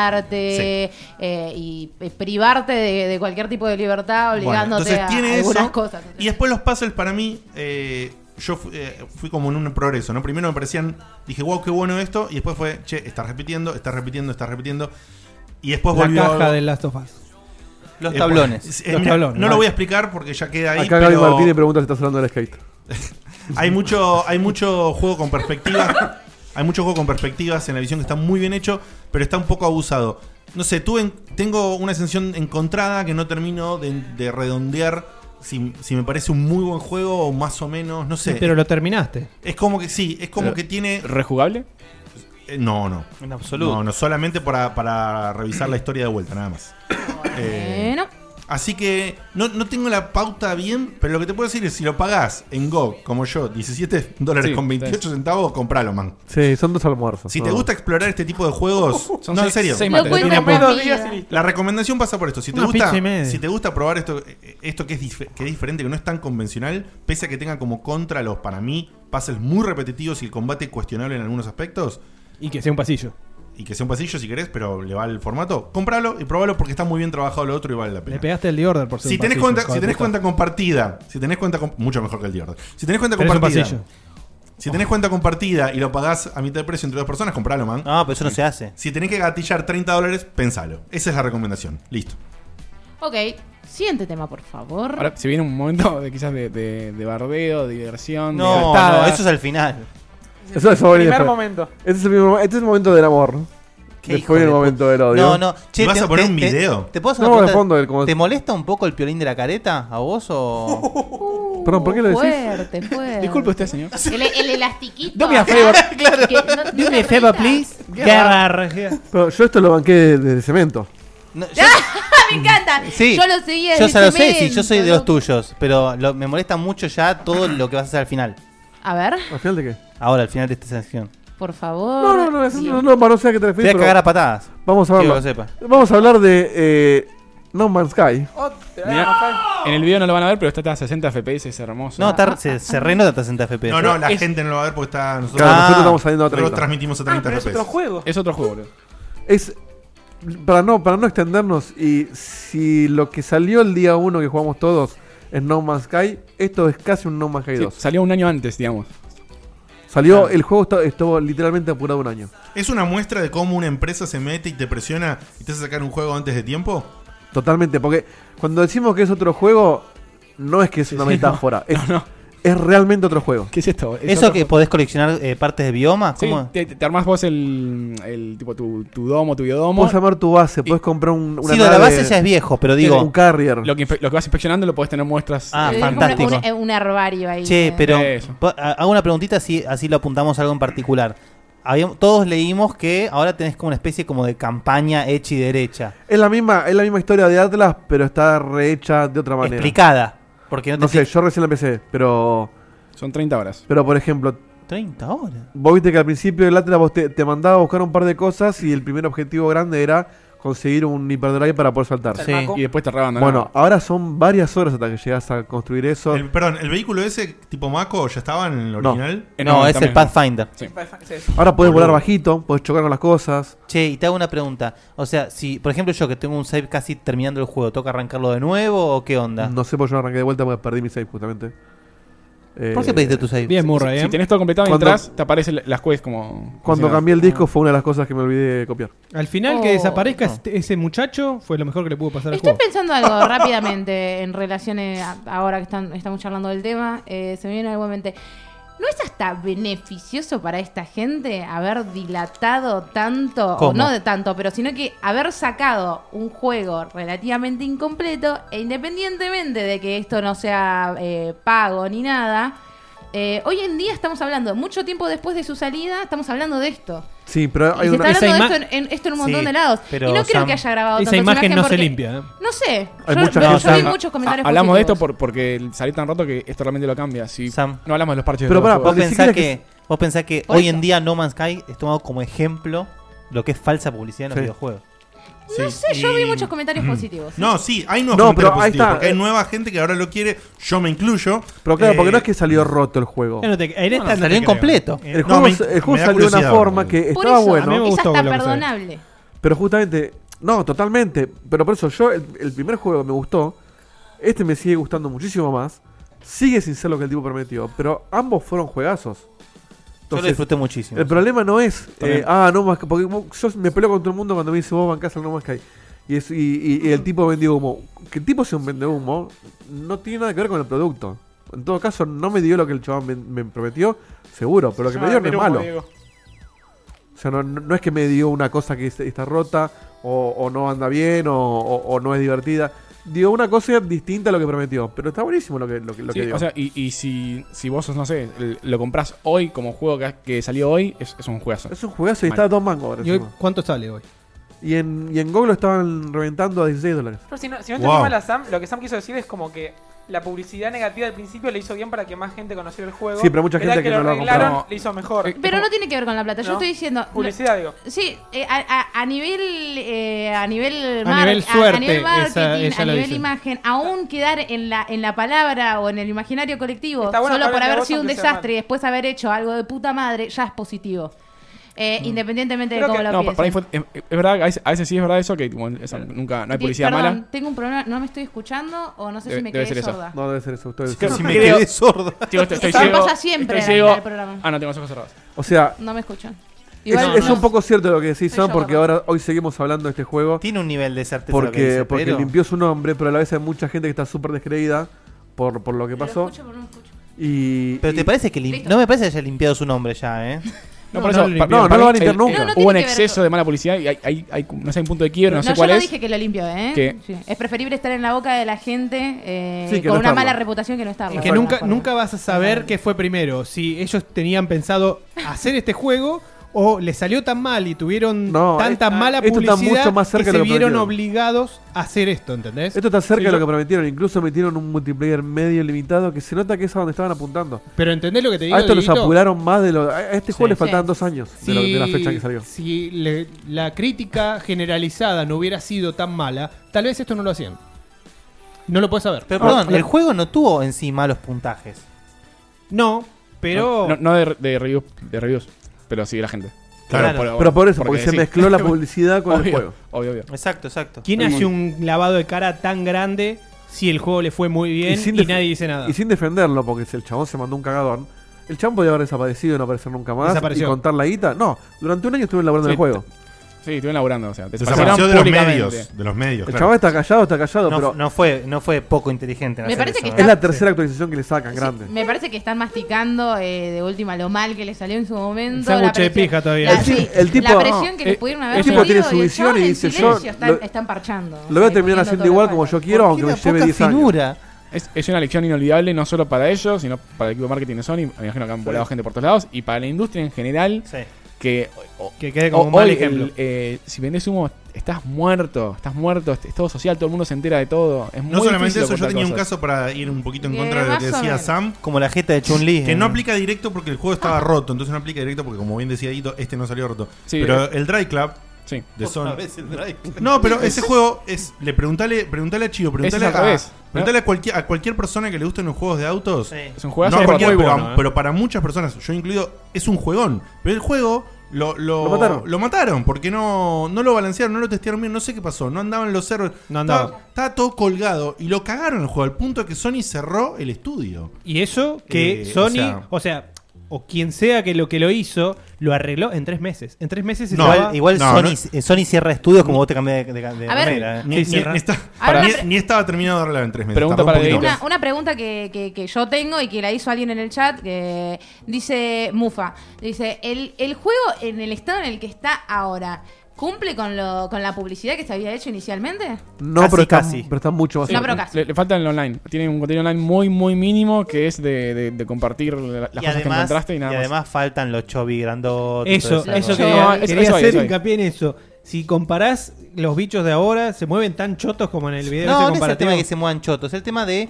S6: direccionarte eh, y eh, privarte de, de cualquier tipo de libertad obligándote
S1: Bueno,
S6: a
S1: entonces tiene
S6: algunas
S1: eso,
S6: cosas.
S1: Y después los puzzles para mí, eh, yo fu- eh, fui como en un progreso, ¿no? Primero me parecían, dije, wow, qué bueno esto, y después fue, che, estás repitiendo, estás repitiendo, estás repitiendo. Y después
S5: la
S1: volvió
S5: caja
S1: algo-
S5: de Last of Us.
S4: Los
S1: Eh,
S4: tablones.
S1: pues, eh,
S5: Los
S1: mira,
S5: tablones,
S1: No
S5: vale.
S1: lo voy a explicar porque ya queda ahí.
S7: Acá Gaby
S1: pero
S7: Martínez pregunta si estás hablando del skate.
S1: hay mucho, hay mucho juego con perspectivas. (laughs) Hay mucho juego con perspectivas en la visión que está muy bien hecho, pero está un poco abusado. No sé, tuve, tengo una sensación encontrada que no termino de, de redondear si, si me parece un muy buen juego o más o menos, no sé.
S5: Pero lo terminaste.
S1: Es como que sí, es como
S5: Pero,
S1: que tiene. Eh,
S2: ¿Rejugable?
S1: no, no.
S4: En absoluto.
S1: No, no, solamente para, para revisar la historia de vuelta, nada más. Eh,
S6: Bueno.
S1: Así que no, no tengo la pauta bien, pero lo que te puedo decir es: si lo pagás en Go, como yo, 17 dólares
S7: Sí,
S1: con 28
S7: tenés.
S1: centavos, compralo, man.
S7: Sí, son dos almuerzos.
S1: Si te gusta explorar este tipo de juegos,
S7: (laughs) Son
S1: no, en
S7: seis-
S1: serio.
S7: seis Lo mates. cuelgo
S1: Una
S7: en dos
S1: posta.
S7: días y listo.
S1: La recomendación pasa por esto. Si te
S7: Una
S1: gusta,
S7: pizza y media.
S1: si te gusta probar esto, eh, esto que es, dif- que es diferente, que no es tan convencional, pese a que tenga como contra los para mí pases muy repetitivos y el combate cuestionable en algunos aspectos.
S5: Y que sea un pasillo.
S1: Y que sea un pasillo si querés, pero le va el formato. Compralo y probalo porque está muy bien trabajado lo otro y vale la pena.
S5: Le pegaste el The Order por ser
S1: Si
S5: un
S1: tenés,
S5: pasillo,
S1: cuenta,
S5: hijo
S1: si
S5: de
S1: tenés
S5: puta.
S1: cuenta compartida, si tenés cuenta com- mucho mejor que el Diorder. Si tenés cuenta
S5: Tenés un
S1: compartida.
S5: pasillo.
S1: Si tenés cuenta compartida y lo pagás a mitad de precio entre dos personas, compralo, man.
S4: Ah, pero eso no se hace.
S1: Si tenés que gatillar 30 dólares, pensalo. Esa es la recomendación. Listo.
S6: Ok, siguiente tema, por favor.
S2: Ahora, si viene un momento de, quizás de, de, de bardeo, de diversión.
S4: No,
S2: de
S4: no,
S2: gastadas.
S4: eso es al final.
S7: Eso es
S2: Primer
S7: después.
S2: momento.
S7: Este es el, primer mo- este es el momento del amor.
S4: ¿Qué hijo
S7: después viene
S4: de
S7: el
S4: pu-
S7: momento del odio.
S4: No, no. Che, te- te- te- ¿Te, puedo hacer una
S7: No, de
S4: pregunta?
S7: fondo. del como-
S4: ¿Te molesta un poco el piolín de la careta a vos o...?
S7: Perdón, ¿por qué lo decís?
S6: Fuerte, fuerte.
S2: Disculpe usted, señor.
S6: El, el elastiquito.
S2: Do me a favor.
S6: Claro. Que no- no
S5: Do me a
S6: te
S5: favor,
S6: rías.
S5: please.
S6: Qué
S7: Pero yo esto lo banqué de, de cemento.
S6: Me encanta.
S4: Sí.
S6: Yo lo seguía
S4: Yo
S6: desde
S4: ya lo sé,
S6: cemento,
S4: sí, yo soy de los
S6: loco.
S4: tuyos, pero lo- me molesta mucho ya todo lo que vas a hacer al final.
S6: A ver,
S7: ¿Al final de qué?
S4: Ahora, al final de esta sección.
S6: por favor.
S7: No, no, no, eso
S6: Dios.
S7: no, no, no sé a qué te
S4: Te voy
S7: refieres.
S4: a cagar a patadas.
S7: Vamos a
S4: Quiero
S7: hablar.
S4: que lo sepa.
S7: Vamos a hablar de eh, No Man's Sky.
S2: Mirá, en el video no lo van a ver, pero está a 60 FPS, es hermoso.
S4: No, está- se, se renota hasta 60 FPS.
S1: No, no, la
S2: Es-
S1: gente no lo va a ver porque está. Nosotros,
S7: Claro, nosotros
S4: Ah.
S7: estamos saliendo a
S1: Nosotros
S7: 30.
S1: transmitimos a 30
S2: Ah, pero es
S1: FPS.
S2: otro juego. Es otro juego, boludo.
S7: Es. Para no, para no extendernos, y si lo que salió el día 1 que jugamos todos es No Man's Sky, esto es casi un No Man's Sky
S2: Sí,
S7: 2.
S2: salió un año antes, digamos.
S7: Salió, el juego estu- estuvo literalmente apurado un año.
S1: ¿Es una muestra de cómo una empresa se mete y te presiona y te hace sacar un juego antes de tiempo?
S2: (laughs)
S7: Totalmente, porque cuando decimos que es otro juego, no es que es una metáfora. es, es realmente otro juego.
S2: ¿Qué es esto?
S4: ¿Eso que podés coleccionar eh, partes de biomas?
S2: Sí,
S4: ¿Cómo?
S2: te, te armás vos el, el tipo tu, tu domo, tu biodomo.
S7: Puedes armar tu base, puedes comprar un, una
S4: Sí, lo de la
S7: nave-
S4: base ya es viejo, pero digo-
S7: Un carrier.
S2: Lo que, infe- lo que vas inspeccionando lo podés tener muestras.
S4: Ah,
S2: eh,
S6: Es como Un, un- un herbario ahí.
S4: Che,
S6: de-
S4: pero
S2: Eso.
S4: po- a- hago una preguntita si así lo apuntamos a algo en particular. Habíamos- todos leímos que ahora tenés como una especie como de campaña hecha y derecha.
S7: Es la misma, es la misma historia de Atlas, pero está rehecha de otra manera.
S4: Explicada, porque no
S7: sé,
S4: te
S7: yo recién la empecé, pero
S2: son 30 horas.
S7: Pero por ejemplo,
S4: 30 horas.
S7: vos viste que al principio del Atlas vos te, te mandaba a buscar un par de cosas y el primer objetivo grande era conseguir un hiperdrive para poder saltar.
S2: Sí. Y después te reabandonaban.
S7: Bueno, ahora son varias horas hasta que llegas a construir eso.
S1: El- perdón, ¿el vehículo ese tipo Mako ya estaba en el
S7: No.
S1: original?
S4: No, es el Pathfinder.
S7: Ahora podés volar bajito, podés chocar con las cosas.
S4: Che, y te hago una pregunta. O sea, si, por ejemplo, yo que tengo un save casi terminando el juego, ¿toca arrancarlo de nuevo o qué onda?
S7: No sé por qué yo arranqué de vuelta porque perdí mi save justamente. Eh,
S4: ¿Por qué pediste tu save? Bien, Murray,
S2: Si,
S4: ¿eh?
S2: si tenés todo completado y
S7: Cuando-
S2: entras, te aparecen las quests como.
S7: Cuando
S2: mencionadas.
S7: cambié el disco fue una de las cosas que me olvidé de copiar.
S5: Al final que
S6: Oh,
S5: desaparezca este- ese muchacho fue lo mejor que le pudo pasar al
S6: Estoy
S5: juego.
S6: pensando algo rápidamente en relación a- ahora que están, estamos charlando del tema. eh, se me viene algo en mente. ¿No es hasta beneficioso para esta gente haber dilatado tanto, o
S4: ¿Cómo?
S6: no de tanto, pero sino que haber sacado un juego relativamente incompleto e independientemente de que esto no sea eh, pago ni nada, eh, hoy en día estamos hablando, mucho tiempo después de su salida, estamos hablando de esto.
S7: Sí, pero
S6: Y
S7: hay
S6: se
S7: una.
S5: Esa
S6: está hablando de
S5: ima-
S6: esto en, en- esto en un montón
S4: Sí,
S6: de lados. Y
S4: pero,
S6: no creo
S4: Sam,
S6: que haya grabado
S5: esa
S6: tanto
S5: imagen
S6: personaje
S5: no se
S6: porque-
S5: limpia, ¿eh?
S6: No sé.
S7: Hay
S6: yo
S7: mucha
S6: yo
S7: gente-
S6: vi
S7: Sam,
S6: muchos comentarios
S2: Ah, hablamos de esto
S6: positivos.
S2: por- porque salió tan rato que esto realmente lo cambia. Si
S4: Sam.
S2: no hablamos de los parches
S7: Pero
S2: de los
S7: pará,
S2: juegos.
S4: ¿Vos
S7: Porque si
S4: pensás,
S7: querés
S4: que, vos pensás que
S6: Por
S4: hoy
S6: eso.
S4: en día No Man's Sky es tomado como ejemplo lo que es falsa publicidad en los
S7: Sí.
S4: videojuegos?
S6: No sé, yo vi muchos comentarios positivos.
S1: No, sí, hay nuevos
S7: No,
S1: comentarios
S7: pero ahí
S1: positivos,
S7: está.
S1: porque hay nueva gente que ahora lo quiere, yo me incluyo.
S7: Pero claro,
S1: Eh,
S7: porque no es que salió roto el juego.
S5: Ya no te- en esta no te
S4: salió
S5: creo.
S4: incompleto.
S5: Eh,
S7: El
S1: no,
S7: juego,
S1: me-
S7: el juego
S1: me da
S7: salió de una
S1: curiosidad,
S7: forma
S1: boludo.
S7: que
S6: Por
S7: estaba
S6: eso
S7: bueno.
S5: A mí me
S6: es
S5: gustó
S6: hasta
S5: lo que salió.
S6: perdonable.
S7: Pero justamente, no, totalmente. Pero por eso yo, el, el primer juego que me gustó, este me sigue gustando muchísimo más. Sigue sin ser lo que el tipo prometió, pero ambos fueron juegazos.
S4: Yo lo
S7: Entonces,
S4: disfruté muchísimo.
S7: el problema no es,
S2: También.
S7: eh, ah, no más, porque mo- yo me peleo con todo el mundo cuando me dice, vos bancás al No Man's Sky. Y, es, y, y- y el tipo vendió humo. Que el tipo sea un vende humo no tiene nada que ver con el producto. En todo caso, no me dio lo que el chabón me, me prometió, seguro, pero lo que
S2: Ah,
S7: me dio no es malo. O sea, no, no- no es que me dio una cosa que es- está rota o, o no anda bien o, o- o no es divertida. Dio una cosa distinta a lo que prometió. Pero está buenísimo lo que, lo que, lo
S2: Sí,
S7: que dio.
S2: o sea, y, y si, si vos sos, no sé, el- lo comprás hoy como juego que, que salió hoy, es, es un juegazo.
S7: es un juegazo y
S2: Mal.
S7: está a dos mangos ahora.
S5: ¿Y hoy
S7: encima.
S5: cuánto sale hoy?
S7: Y, en, y en Google lo estaban reventando a 16 dólares.
S3: Pero si no, si no
S1: Wow.
S3: entendí mal a Sam, lo que Sam quiso decir es como que la publicidad negativa al principio le hizo bien para que más gente conociera el juego.
S7: Sí, pero mucha gente
S3: Era
S7: que no
S3: lo
S7: lo ha
S3: arreglaron,
S2: comprado.
S3: le hizo mejor.
S2: Eh,
S6: Pero no tiene que ver con la plata. Yo
S3: No.
S6: estoy diciendo.
S3: Publicidad, digo.
S6: Sí, eh, a, a- a nivel eh, a nivel,
S5: A
S6: mar-
S5: nivel
S6: a-
S5: suerte,
S6: a nivel marketing,
S5: esa- ella
S6: a
S5: lo
S6: nivel
S5: dice.
S6: imagen, aún quedar en la en la palabra o en el imaginario colectivo
S3: Está bueno
S6: solo
S3: hablar
S6: por
S3: de
S6: haber
S3: vos
S6: sido un
S3: aunque sea
S6: desastre y después haber hecho algo de puta madre ya es positivo. Eh, Independientemente de
S3: Creo
S6: cómo
S3: que-
S6: lo
S2: No, pa-
S6: piensen.
S2: para mí fue- es, es verdad, que a veces, a veces sí es verdad eso, que tipo, esa- nunca, no hay
S6: Ti-
S2: publicidad
S6: Perdón,
S2: mala.
S6: Tengo un problema, no me estoy escuchando o no sé
S2: Debe-
S6: si me
S2: debe
S6: quedé
S2: ser eso.
S6: sorda.
S7: No debe ser eso. ustedes-
S2: Creo-
S1: Si me
S2: creo-
S6: (laughs)
S1: quedé sordo.
S2: Chicos, estoy, estoy
S6: Eso me
S2: ciego.
S6: pasa siempre
S2: estoy
S6: a la mitad
S2: ciego.
S6: del programa.
S2: Ah, no, tengo los ojos cerrados.
S7: O sea,
S6: No me escuchan.
S7: es,
S6: Igual
S7: es
S6: no.
S7: un poco cierto lo que decís,
S6: Soy
S7: Sam,
S6: yo,
S7: porque
S6: perdón.
S7: ahora hoy seguimos hablando de este juego.
S4: Tiene un nivel de certeza. lo que
S7: porque,
S4: dice,
S7: porque
S4: pero-
S7: limpió su nombre, pero a la vez hay mucha gente que está súper descreída por, por lo que
S6: Pero
S7: pasó.
S6: escucho, pero no escucho.
S7: Y,
S4: Pero te
S7: y-
S4: parece que lim-
S6: Listo.
S4: no me parece que haya limpiado su nombre ya, ¿eh?
S2: No,
S5: No,
S2: por
S5: no
S2: eso.
S5: lo
S2: pa-
S5: limpiaron.
S2: pa-
S7: No, no lo van a
S2: el-
S7: limpiar
S2: el-
S7: nunca. No,
S6: no
S2: Hubo un
S6: tiene que ver
S2: exceso
S6: con-
S2: de mala publicidad y hay, hay- hay- no sé, hay un punto de quiebre, no,
S6: No,
S2: sé
S6: yo
S2: cuál
S6: no
S2: es.
S6: dije que lo limpio, ¿eh?
S2: ¿Qué?
S6: Sí. Es preferible estar en la boca de la gente eh,
S7: Sí, que
S6: con
S7: no
S6: una
S7: estarlo.
S6: mala reputación que no estarlo.
S5: Es que
S6: de
S5: nunca,
S6: alguna forma.
S5: nunca vas a saber qué fue primero. Si ellos tenían pensado hacer este juego o le salió tan mal y tuvieron
S7: No,
S5: tanta
S7: es-
S5: mala
S7: esto está
S5: publicidad
S7: mucho más cerca
S5: que
S7: de
S5: se
S7: lo que
S5: vieron
S7: prometieron.
S5: obligados a hacer esto, ¿entendés?
S7: Esto está cerca
S5: Sí,
S7: de lo
S5: yo-
S7: que prometieron. Incluso metieron un multiplayer medio limitado que se nota que es a donde estaban apuntando.
S5: Pero ¿entendés lo que te digo?
S7: A esto los
S5: Dieguito?
S7: apuraron más de lo. A a este juego le faltaban
S6: Sí.
S7: dos años
S5: Si,
S7: de, lo- de la fecha que salió.
S5: si le- la crítica generalizada no hubiera sido tan mala, tal vez esto no lo hacían. No lo puedes saber.
S4: Pero perdón, el juego no tuvo en sí malos puntajes.
S5: No, pero...
S2: No, no de, de reviews, de reviews, pero sí de la gente.
S4: Claro.
S7: Pero por eso, porque, se
S2: sí.
S7: mezcló
S2: (laughs)
S7: la publicidad con el
S2: Obvio,
S7: juego.
S2: Obvio, obvio.
S4: Exacto, exacto.
S5: ¿Quién hace un lavado de cara tan grande si el juego le fue muy bien y,
S7: def-
S5: nadie dice nada?
S7: Y sin defenderlo, porque si el chabón se mandó un cagadón. El chabón podía haber desaparecido y no aparecer nunca más.
S5: Desapareció.
S7: Y contar la guita. No, durante un año estuve elaborando
S2: Sí,
S7: el juego.
S2: Sí, estuvieron laburando, o sea,
S1: Desapareció de los medios, de los medios,
S7: El chaval está callado, está callado,
S4: No-
S7: pero.
S4: no fue, no fue poco inteligente.
S6: en Me hacer parece eso, que ¿eh?
S7: es la
S6: está-
S7: tercera actualización que le sacan, grande.
S6: Me parece que están masticando eh, de última lo mal que le salió en su momento.
S5: sándwich de
S6: presión-
S5: pija todavía.
S6: La,
S5: El
S6: sí,
S5: ti- el
S6: la
S5: tipo-
S6: presión que le
S7: eh,
S6: pudieron
S7: el
S6: haber
S7: tipo
S6: metido
S7: tiene su
S6: y el
S7: visión
S6: chabón
S7: y
S6: en
S7: dice,
S6: silencio,
S7: yo
S6: Están,
S7: lo-
S6: están parchando.
S7: Lo voy a terminar
S6: Poniendo
S7: haciendo
S6: todo
S7: igual
S6: lo
S7: como
S6: cual.
S7: yo quiero, aunque me lleve 10 años.
S2: Es, es una lección inolvidable no solo para ellos, sino para el equipo de marketing de Sony. Me imagino que han volado gente por todos lados. Y para la industria en general. Que, o-
S5: Que quede como
S2: o-
S5: un mal
S2: hoy
S5: ejemplo.
S2: el, eh, si vendés humo, estás muerto. Estás muerto. Es, es todo social. Todo el mundo se entera de todo. Es muy
S1: No solamente
S2: difícil
S1: eso, yo
S2: ocultar
S1: tenía un
S2: cosas.
S1: caso para ir un poquito en
S2: Eh,
S1: contra de lo
S2: más
S1: que
S2: o
S1: decía
S2: menos.
S1: Sam.
S4: Como la jeta de Chun-Li.
S1: Que no aplica directo porque el juego estaba roto, entonces no aplica directo porque, como bien decía Hito, este no salió roto.
S2: Ah. Sí,
S1: pero
S2: eh.
S1: el Dry Club de
S4: Otra
S1: Sony.
S4: vez el Dry Club.
S1: No, pero ese juego es. Le preguntale, preguntale a Chivo, preguntale,
S2: Ese es
S1: a,
S2: al revés.
S1: preguntale a, cualquier, a cualquier persona que le gusten los juegos de autos.
S2: Es un juegazo,
S1: No a
S2: es
S1: cualquiera,
S2: muy
S1: pero,
S2: bueno, eh.
S1: pero para muchas personas, yo incluido, es un juegón. Pero el juego. Lo, lo,
S7: Lo mataron.
S1: lo mataron, porque no, no lo balancearon, no lo testearon bien, no sé qué pasó, no andaban los servers,
S5: No
S1: estaba,
S5: andaba.
S1: estaba todo colgado y lo cagaron el juego, al punto de que Sony cerró el estudio.
S5: Y eso que
S1: Eh, o
S5: Sony, o sea,
S1: sea-
S5: o quien sea que lo que lo hizo, lo arregló en tres meses. En tres meses
S4: No,
S5: estaba-
S4: igual, igual
S1: no,
S4: Sony,
S1: no.
S4: eh, Sony cierra estudios como vos te cambiás de, de, de
S6: A ver,
S4: remera, eh.
S1: Ni, ni- ni está-
S6: Ahora,
S1: ni-
S6: pre-
S1: ni estaba terminado de arreglar en tres meses.
S2: Pregunta
S1: tardó un
S2: para
S1: poquito
S2: Dieguito.
S1: más.
S6: Una, una pregunta que, que- que yo tengo y que la hizo alguien en el chat, que dice Mufa, dice, el, el juego en el estado en el que está ahora, ¿cumple con, lo, con la publicidad que se había hecho inicialmente?
S7: No,
S4: Casi,
S7: pero, está,
S4: casi.
S7: pero está mucho más.
S6: No, pero
S7: cerca.
S6: casi.
S2: Le, le falta el online. Tiene un contenido online muy, muy mínimo que es de, de- de compartir la- las
S4: Y
S2: cosas que
S4: además,
S2: encontraste y nada
S4: y
S2: más.
S4: además faltan los chobi grandotes.
S5: Eso,
S4: todo
S5: eso
S4: ¿no?
S6: Yo-
S5: quería,
S2: No, eso-
S5: quería
S2: eso hay,
S5: hacer
S2: eso hay.
S5: hincapié en eso. Si comparás los bichos de ahora, se mueven tan chotos como en el video ese
S4: No, no es el
S5: comparativo.
S4: tema de que se muevan chotos. El tema de.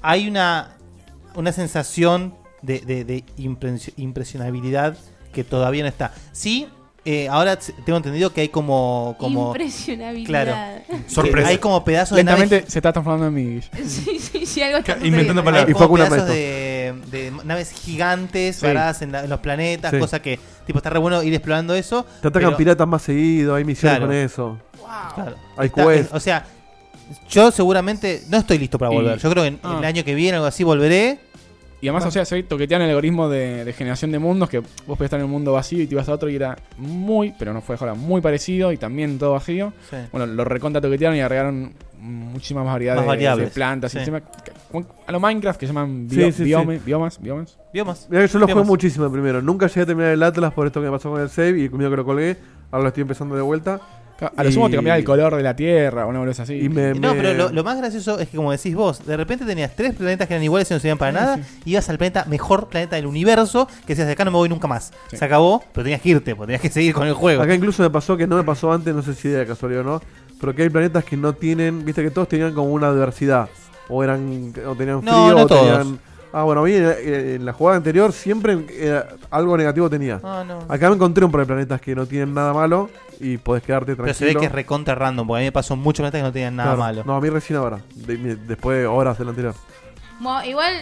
S4: Hay una, una sensación de, de- de impresio- impresionabilidad que todavía no está. Sí, eh, ahora t- tengo entendido que hay como. como
S6: Impresionabilidad. (laughs)
S4: que
S1: Sorpresa.
S4: Hay como pedazos de naves.
S2: Lentamente se está transformando en
S4: (laughs)
S2: mi
S6: Sí, sí, sí, algo está
S1: Ca- inventando
S6: sucediendo.
S1: palabras.
S4: Hay
S7: Y
S4: como
S7: Facu una
S4: pedazos
S7: maestro.
S4: de, de naves gigantes
S2: Sí.
S4: varadas en, la- en los planetas,
S7: Sí.
S4: cosa que tipo está re bueno ir explorando eso.
S7: Te atacan
S4: pero-
S7: piratas más seguido, hay misiones
S4: Claro.
S7: con eso.
S4: Claro.
S7: Hay
S4: Está-
S7: quests.
S2: eh,
S4: O sea, yo seguramente no estoy listo para
S2: Y-
S4: volver. Yo creo que en-
S2: Ah.
S4: el año que viene, algo así, volveré. Ah.
S2: Y además, o sea, se toquetean el algoritmo de, de generación de mundos que vos podías estar en un mundo vacío y te ibas a otro y era muy, pero no fue ahora, muy parecido y también todo vacío.
S4: Sí.
S2: Bueno, lo recontra toquetearon y agregaron muchísimas más variedades
S4: Más
S2: de-
S4: variables.
S2: de plantas. y
S4: Sí.
S2: encima- a lo Minecraft que llaman
S7: Sí,
S2: bio-
S7: sí, sí.
S2: biome- biomas, biomas.
S4: Biomas.
S7: Mira que yo lo jugué
S4: Biomas.
S7: muchísimo primero. Nunca llegué a terminar el Atlas por esto que me pasó con el save y conmigo que lo colgué. Ahora lo estoy empezando de vuelta.
S2: A lo sumo
S7: Y-
S2: te cambiaba el color de la tierra o una bolsa así.
S7: Y me,
S4: No,
S7: me-
S4: pero lo, lo más gracioso es que, como decís vos, de repente tenías tres planetas que eran iguales y no servían para nada. Ibas al planeta, mejor planeta del universo, que decías, de acá no me voy nunca más.
S2: Sí.
S4: Se acabó, pero tenías que irte, porque tenías que seguir con el juego.
S7: Acá incluso me pasó que no me pasó antes, no sé si era de casualidad o no, pero que hay planetas que no tienen, viste que todos tenían como una adversidad. O eran o tenían
S4: No,
S7: frío,
S4: no
S7: o
S4: todos.
S7: tenían. Ah, bueno, a mí eh, en la jugada anterior siempre eh, algo negativo tenía.
S4: No, Ah, no.
S7: Acá me encontré un par de planetas que no tienen nada malo y podés quedarte tranquilo.
S4: Pero se ve que es recontra random, porque a mí me pasó muchos planetas que no tenían nada
S7: Claro.
S4: malo.
S7: No, a mí recién ahora, de- mi- después de horas del anterior.
S6: Bueno, igual,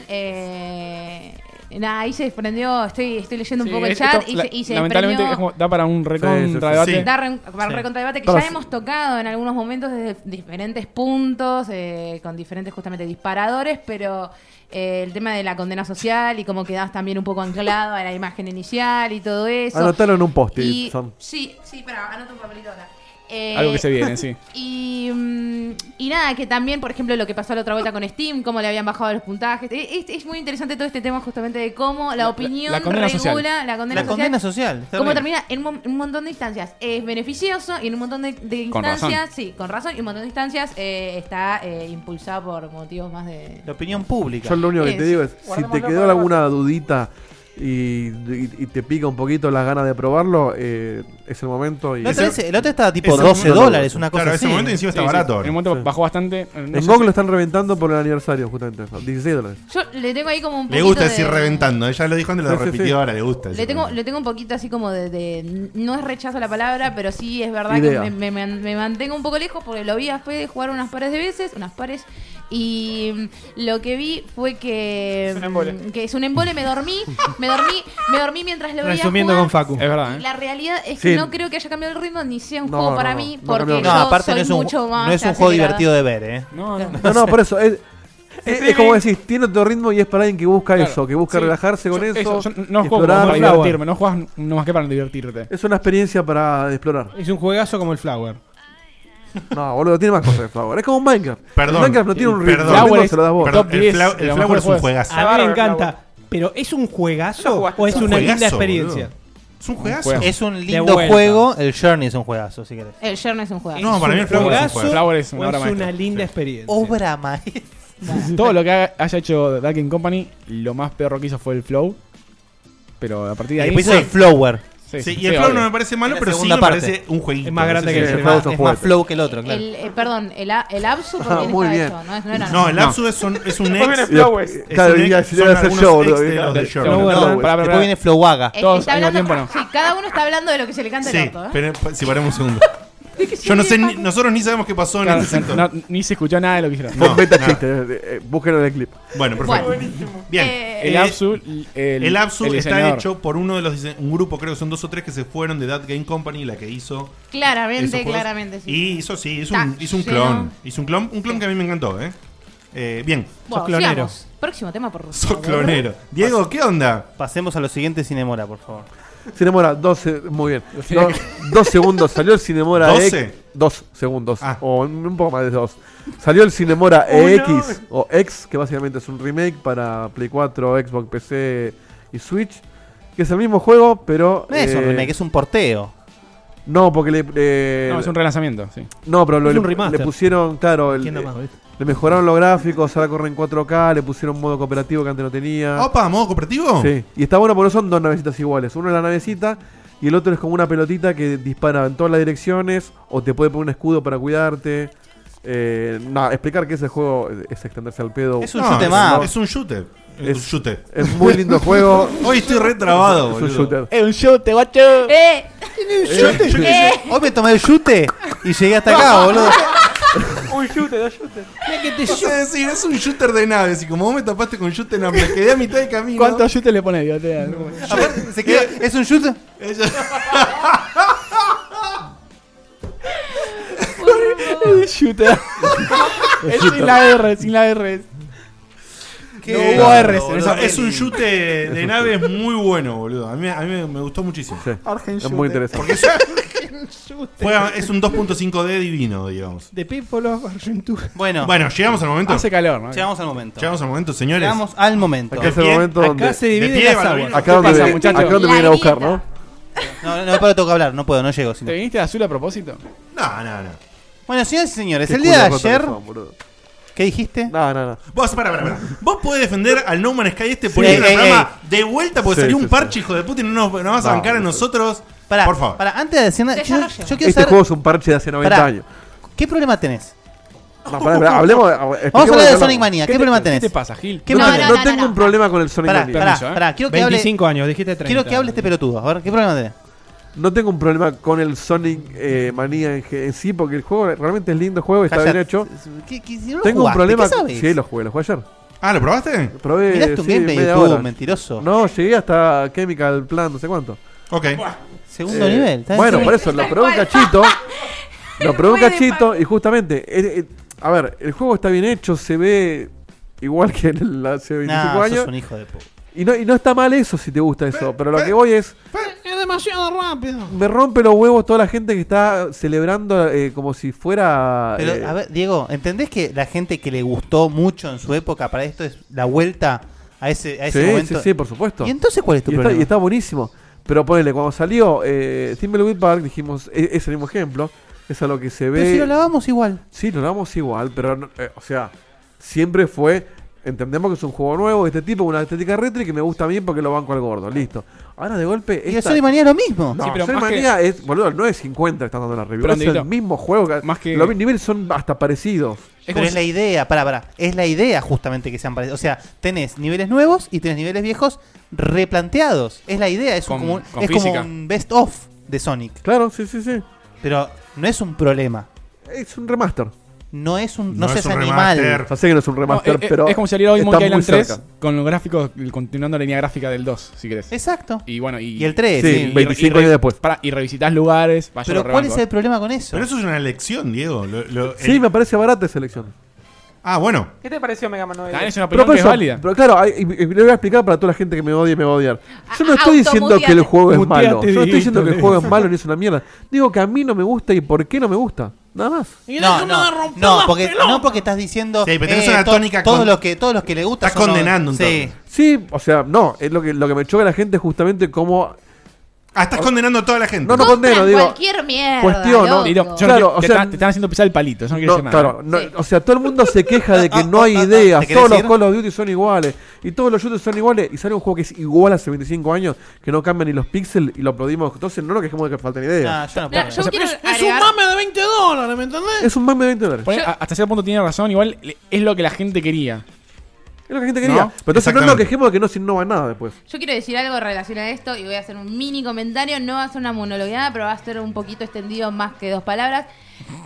S6: eh, nada, ahí se desprendió, estoy, estoy leyendo
S2: Sí,
S6: un poco el
S2: es-
S6: chat
S2: esto,
S6: y,
S2: la-
S6: se, y se
S2: lamentablemente
S6: desprendió-
S2: es como- da para un
S7: Sí, sí, sí.
S2: recontra debate.
S1: Sí.
S6: dar re- para un recontradebate que
S7: Todas-
S6: ya hemos tocado en algunos momentos desde diferentes puntos, eh, con diferentes justamente disparadores, pero eh, el tema de la condena social y cómo quedás también un poco anclado a la imagen inicial y todo eso.
S7: Anotalo en un post-it,
S6: Y-
S7: Sam.
S6: Sí, sí, pará, anota un papelito acá. Eh,
S2: Algo que se viene, sí.
S6: (laughs) y, mm, y nada, que también, por ejemplo, lo que pasó la otra vuelta con Steam, cómo le habían bajado los puntajes. E- Es, es muy interesante todo este tema justamente de cómo la, opinión
S2: la condena
S6: regula
S2: social.
S6: la condena social.
S4: La condena social. está
S6: Como
S4: bien.
S6: termina en mon- un montón de instancias. Es beneficioso y en un montón de, de
S2: Con
S6: instancias,
S2: razón.
S6: sí, con razón, y un montón de instancias eh, está eh, impulsado por motivos más de...
S4: La opinión pública.
S7: Yo lo único que
S6: Sí,
S7: te
S6: sí.
S7: digo es, si
S3: Guardémoslo
S7: te quedó
S3: para
S7: alguna dudita y, y- y te pica un poquito las ganas de probarlo, eh, es el momento. Y
S4: La otra, vez- la otra estaba tipo
S1: Ese
S4: 12
S7: momento-
S4: dólares, una cosa
S1: Claro, en ese
S4: así.
S1: momento encima está
S2: Sí, sí.
S1: barato
S2: En
S1: ahora.
S2: un momento
S7: Sí.
S2: bajó bastante. no sé
S7: en
S2: si-
S7: GOG lo están reventando por el aniversario, justamente. 16 dólares.
S6: Yo le tengo ahí como un poquito
S1: Le gusta
S6: de-
S1: decir reventando, ella lo dijo antes, lo
S7: Sí, sí, sí.
S1: repitió ahora, le gusta.
S6: Le
S1: decir
S6: tengo,
S1: reventando.
S6: le tengo un poquito así como de, de- No es rechazo la palabra, pero sí es verdad
S7: Idea.
S6: que me, me- me mantengo un poco lejos porque lo vi a Fede jugar unas pares de veces, unas pares. Y mm, lo que vi fue que.
S3: Es un embole.
S6: mm, Que es un embole, me dormí, me dormí, me dormí mientras lo veía.
S5: Resumiendo
S6: jugar.
S5: con Facu.
S2: Es verdad, ¿eh?
S6: La realidad es
S7: Sí.
S6: que no creo que haya cambiado el ritmo ni sea un
S7: No,
S6: juego
S7: no,
S6: para
S7: no,
S6: mí,
S7: no
S6: porque
S7: cambió
S6: yo
S7: el
S4: No, aparte no es
S6: soy
S4: un,
S6: mucho más
S4: no es un juego
S6: acelerada.
S4: divertido de ver, eh.
S2: No, no.
S7: No, no, por eso. Es, Es, es como decís, tiene otro ritmo y es para alguien que busca
S2: Claro.
S7: eso, que busca
S2: Sí.
S7: relajarse con
S2: Yo-
S7: eso.
S2: yo no juego
S7: explorar.
S2: para divertirme, no juegas no más que para divertirte.
S7: Es una experiencia para explorar.
S5: Es un juegazo como el Flower.
S7: No, boludo, tiene más cosas de Flower. Es como Minecraft.
S1: Perdón.
S7: Minecraft no tiene un ritmo.
S1: Perdón.
S7: el ritmo
S1: Flower
S7: se lo das vos.
S1: es- perdón, el Top Fla- 10 el de los Flower mejores es un juegos. juegazo.
S5: A mí
S3: Bárbaro,
S5: me encanta. Pero ¿es un juegazo
S3: jugaste
S5: o es
S3: todo.
S5: una linda
S1: Juegazo,
S5: experiencia?
S1: boludo. Es un juegazo.
S4: Es
S5: De
S4: un lindo
S5: vuelta.
S4: juego. El Journey es un juegazo, si querés.
S6: (laughs) El Journey es un juego.
S1: No, para mí el Flower es un juego.
S2: Flower es una
S5: O
S2: obra
S5: es
S2: maestra.
S5: una linda experiencia.
S4: Obra (laughs) maestra.
S2: Todo lo que haga- haya hecho Darkin Company, lo más perro que hizo fue el flow. Pero a partir de ahí.
S4: Después hizo el Flower.
S2: Sí,
S1: Sí,
S2: sí,
S1: y el Flow
S2: obvio.
S1: no me parece malo,
S4: Es la
S1: pero sí
S4: segunda
S1: me
S4: parte.
S1: parece un jueguito.
S5: Es más grande
S1: Ese
S5: que
S1: es
S5: el
S4: Es
S5: Flower.
S4: más,
S7: Flow
S4: es
S7: fue
S4: más
S7: otro.
S4: flow que el otro, claro.
S6: El, eh, perdón, el, a- el Absu, ¿por
S7: Ah,
S6: quién
S7: muy
S6: estaba
S7: bien.
S6: hecho? No, es- no era
S1: No, el
S2: No.
S1: Lapsus Ah. es un, es un
S3: Después
S1: ex.
S3: viene Flowers.
S6: eh.
S7: Y-
S1: Es
S7: Claro,
S1: un
S7: y ya-
S1: ex-
S7: ya
S1: son
S7: hace
S1: algunos
S7: yo,
S1: ex
S7: boludo.
S1: de
S7: y-
S1: los del
S7: claro.
S1: Journey.
S2: No,
S5: Flower.
S2: perdón, pará, pará,
S4: Después
S2: pará.
S4: viene Flowaga.
S6: Eh,
S2: Todos
S6: está
S2: al mismo
S6: hablando-
S2: tiempo,
S6: Sí, cada uno está hablando de lo que se le canta el
S1: Sí,
S6: orto, ¿eh?
S1: pero si paremos un segundo. Yo no sé, ni- nosotros ni sabemos qué pasó en
S2: Claro,
S1: este sector.
S2: no- ni se escuchó nada de lo que hicieron.
S7: Fue
S1: No,
S7: un beta
S1: no.
S7: chiste. eh, eh, Búsquenlo en el clip.
S1: Bueno, perfecto.
S6: Buenísimo.
S1: Bien.
S6: Eh,
S2: El
S1: Eh,
S2: Absu. El,
S1: El Absu
S2: el
S1: está
S2: diseñador.
S1: hecho por uno de los dise- un grupo, creo que son dos o tres que se fueron de That Game Company, la que hizo. esos
S6: Claramente,
S1: juegos.
S6: claramente, sí.
S1: Y hizo sí, hizo
S6: Está
S1: un, hizo un
S6: lleno.
S1: clon. Hizo un clon, un clon
S6: Sí.
S1: que a mí me encantó, eh. Eh, bien,
S6: Bueno,
S5: clonero.
S6: sigamos. Próximo tema, por
S1: sos
S6: favor. (laughs)
S1: clonero. Diego, ¿qué onda?
S4: Pasemos a lo siguiente Cinemora, por favor.
S7: Cinemora, 12, muy bien. No, dos
S1: (laughs)
S7: segundos, salió el Cinemora
S1: 12.
S7: X. Dos segundos,
S1: Ah.
S7: o un un poco más de dos. Salió el
S2: (laughs)
S7: Cinemora EX, o X, que básicamente es un remake para Play 4, Xbox, PC y Switch. Que es el mismo juego, pero.
S4: No es un
S7: eh,
S4: remake, es un porteo.
S7: No, porque le. eh,
S2: No, es un relanzamiento, sí.
S7: no, pero lo-
S5: es un
S7: le,
S5: remaster.
S7: le pusieron, claro, el-
S5: ¿Quién nomás, viste?
S7: le mejoraron los gráficos, ahora corre en 4K, le pusieron modo cooperativo que antes no tenía.
S1: Opa, modo cooperativo.
S7: Sí, y está bueno porque no son dos navecitas iguales. Uno es la navecita y el otro es como una pelotita que dispara en todas las direcciones o te puede poner un escudo para cuidarte. Eh, nada, explicar que ese juego es extenderse al pedo.
S4: Es
S7: Es,
S4: un
S1: No,
S4: shoot 'em
S1: es-
S4: up.
S1: Es un shooter. Es un shooter.
S7: muy lindo juego.
S1: (laughs) Hoy estoy re trabado,
S7: es un
S1: boludo.
S7: shooter.
S2: Es un shoot, guacho.
S6: Eh,
S1: Yo- yo-
S4: Hoy me tomé el chute y llegué hasta acá, boludo.
S3: (laughs) Un shooter, dos
S1: (laughs)
S3: shooters.
S5: Mira que te
S1: yo sé decir, es un shooter de naves. Y como vos me tapaste con shooter de naves, me quedé a mitad de camino.
S2: ¿Cuántos shoots le pones, Diego? Te dan.
S4: Aparte, se queda- ¿Es un shoot?
S1: Ella-
S2: El
S1: (laughs)
S2: shooter. Es sin la R, sin la R.
S1: No
S2: hubo Rs en esa
S1: Es un chute de naves muy bueno, boludo. A mí, a mí me- me gustó muchísimo.
S7: Sí, es muy interesante.
S1: Porque es,
S4: (laughs)
S7: (laughs)
S1: juega- es un 2.5D divino, digamos.
S5: De People of Argentina.
S4: Bueno,
S1: Bueno, llegamos al momento.
S2: Hace calor, ¿no?
S4: llegamos al momento.
S1: Llegamos al momento, señores.
S4: Llegamos al momento.
S7: Acá es el
S1: Bien,
S7: momento
S5: Acá
S7: donde.
S5: se
S1: de
S5: divide
S1: pie,
S5: las
S1: Balduino.
S5: aguas.
S7: Acá
S2: ¿Qué
S7: donde,
S2: pasa,
S7: me-
S2: muchacho?
S7: acá donde me viene a
S6: Larguita.
S7: buscar, ¿no?
S4: No, no, pero tengo que hablar, no puedo, no llego. si no.
S2: ¿Te viniste azul a propósito?
S1: No, no, no.
S4: Bueno, señores y señores,
S7: Qué
S4: el día de
S7: culo roto
S4: ayer,
S7: que son, boludo.
S4: ¿qué dijiste?
S7: No, no, no.
S1: Vos, para, para, para. Vos podés defender al No Man's Sky este por
S4: Sí, eh,
S1: ir al
S4: ey,
S1: programa de vuelta porque
S7: Sí,
S1: salió
S7: sí,
S1: un parche, hijo de puta, y no nos, no vas a
S7: No,
S1: bancar a
S7: no.
S1: nosotros.
S4: Pará,
S1: Por favor.
S4: pará, antes de decir nada, yo,
S6: Desarrollo.
S4: yo quiero
S7: Este
S4: saber
S7: juego es un parche de hace 90
S4: Pará.
S7: años.
S4: qué problema tenés.
S7: No, pará, pará, hablemos.
S4: (laughs)
S7: eh, expliquemos
S4: Vamos a
S7: lo
S4: hablar
S7: que
S4: de
S7: hablamos.
S4: Sonic Mania, ¿qué problema
S2: ¿Qué te
S4: tenés?
S2: pasa, Gil?
S4: ¿Qué
S7: No,
S4: problema
S7: tengo-
S6: no,
S7: no
S6: no,
S7: tengo
S6: no.
S7: un problema con el Sonic
S4: Pará,
S7: Mania.
S4: pará,
S2: Permiso, ¿eh?
S4: pará, quiero que hable,
S5: 25 años, dijiste 30.
S4: quiero que hable este pelotudo, a ver, ¿qué problema tenés?
S7: No tengo un problema con el Sonic eh, Manía en, ge- en sí, porque el juego realmente es lindo juego, está
S4: Callate.
S7: bien hecho.
S4: ¿Qué- qué- si no lo
S7: tengo
S4: jugaste,
S7: un problema.
S4: ¿qué sabes?
S7: Sí, lo jugué, lo jugué ayer.
S1: Ah, ¿lo probaste?
S7: Probé.
S4: Miraste un
S7: sí,
S4: gameplay de
S7: media
S4: YouTube,
S7: hora.
S4: mentiroso.
S7: No, llegué hasta Chemical Plan, no sé cuánto.
S1: Ok.
S4: Segundo
S7: Eh,
S4: nivel. ¿estás
S7: Bueno,
S4: en
S7: por
S4: serio?
S7: eso, lo probé un cachito. lo probé un cachito y justamente. eh, eh, a ver, el juego está bien hecho, se ve igual que en el hace 25
S4: Nah, sos
S7: años.
S4: un hijo de puta.
S7: Y no, y no está mal eso si te gusta eso, pero lo que voy es.
S5: Es demasiado rápido.
S7: Me rompe los huevos toda la gente que está celebrando eh, como si fuera.
S4: Pero,
S7: eh,
S4: a ver, Diego, ¿entendés que la gente que le gustó mucho en su época para esto es la vuelta a ese, a ese
S7: sí,
S4: momento?
S7: sí, sí, por supuesto.
S4: ¿Y entonces cuál es tu
S7: Y está,
S4: problema?
S7: y está buenísimo. Pero ponele, cuando salió eh, Thimbleweed Park, dijimos, e- es, el mismo ejemplo. Es a lo que se ve.
S4: Pero si lo lavamos igual.
S7: Sí, lo damos igual, pero, no- eh, o sea, siempre fue. Entendemos que es un juego nuevo de este tipo, una estética retro y que me gusta a mí porque lo banco al gordo. Listo. Ahora de golpe.
S4: Y el
S7: esta-
S4: Sonic Mania es lo mismo.
S7: No,
S2: Sí, pero
S7: Sonic
S2: más que-
S7: Mania es, boludo, no es 50 que están dando la review.
S2: Pero,
S7: es
S2: Andrito,
S7: el mismo juego. Que,
S2: más que-
S7: Los niveles son hasta parecidos.
S2: Es
S4: pero
S2: como
S4: es la idea, pará, pará. Es la idea justamente que sean parecidos. O sea, tenés niveles nuevos y tenés niveles viejos replanteados. Es la idea, es,
S2: Con-
S4: un- como, un-
S2: con
S4: es como
S2: física.
S4: un best of de Sonic.
S7: Claro, sí, sí, sí.
S4: Pero no es un problema.
S7: Es un remaster.
S4: No es un. No,
S1: No
S4: seas
S1: es un
S4: animal.
S1: remaster.
S7: Ya sé que no es un
S2: No,
S7: remaster,
S2: eh, eh,
S7: pero.
S2: es como si saliera hoy
S7: está
S2: Monkey
S7: muy
S2: Island 3
S7: cerca.
S2: con los gráficos continuando la línea gráfica del 2, si querés.
S4: Exacto. Y,
S2: Y bueno, y,
S4: el 3.
S7: Sí,
S4: sí.
S2: y-
S7: 25
S2: y-
S7: años después.
S2: Pará, y revisitas lugares, vaya
S4: Pero
S2: lo
S4: ¿cuál
S2: rebanco, eh.
S4: es el problema con eso?
S1: Pero eso es una elección, Diego. Lo- lo-
S7: Sí,
S1: el-
S7: me parece barata esa elección.
S1: Ah, bueno.
S3: ¿Qué te pareció Mega Man 9?
S7: Pero por eso- Pero claro, hay- y- y le voy a explicar para toda la gente que me odia y me va a odiar. Yo no estoy diciendo que el juego es
S5: Muteate,
S7: malo. Yo no estoy
S5: Dieguito,
S7: diciendo que el
S5: Diego.
S7: juego es malo ni es una mierda. Digo que a mí no me gusta y por qué no me gusta. Nada más.
S4: No, no, no, porque, no porque estás diciendo
S7: Sí, pero tenés
S4: eh,
S7: una tónica
S4: todos
S7: con-
S4: los que todos los que le gusta son los- sí.
S7: Sí, o sea, no. Es lo que, lo que me choca a la gente es justamente cómo.
S1: Ah, estás condenando a toda la gente.
S7: No, no condeno, digo.
S6: Cualquier mierda.
S7: Cuestiono.
S6: loco.
S7: Y no-
S2: Yo
S7: Claro,
S2: no quiero-
S7: o
S2: te,
S7: sea-
S2: están- te están haciendo pisar el palito, eso no quiero
S7: No,
S2: decir nada.
S7: claro, no, o sea, todo el mundo se queja de que no hay ideas,
S2: (laughs) ¿te
S7: todos
S2: querés
S7: los
S2: ir?
S7: Call of Duty son iguales, y todos los shooters son iguales, y sale un juego que es igual hace 25 años, que no cambia ni los píxeles, y lo aplaudimos, entonces no nos quejemos de que faltan ideas.
S4: Ah, yo no
S7: O sea,
S8: yo
S7: pero
S8: quiero
S7: es-
S8: es un mame de 20 dólares, ¿me entendés?
S7: es un mame de 20 dólares.
S2: Por ahí, a- Hasta cierto punto tiene razón, igual le- es lo que la gente quería.
S7: Es lo que la gente quería.
S2: ¿No?
S7: Pero entonces no nos
S2: Exactamente.
S7: quejemos de que no se innova nada después.
S6: Yo quiero decir algo en relación a esto y voy a hacer un mini comentario. No va a ser una monologueada, pero va a ser un poquito extendido más que dos palabras.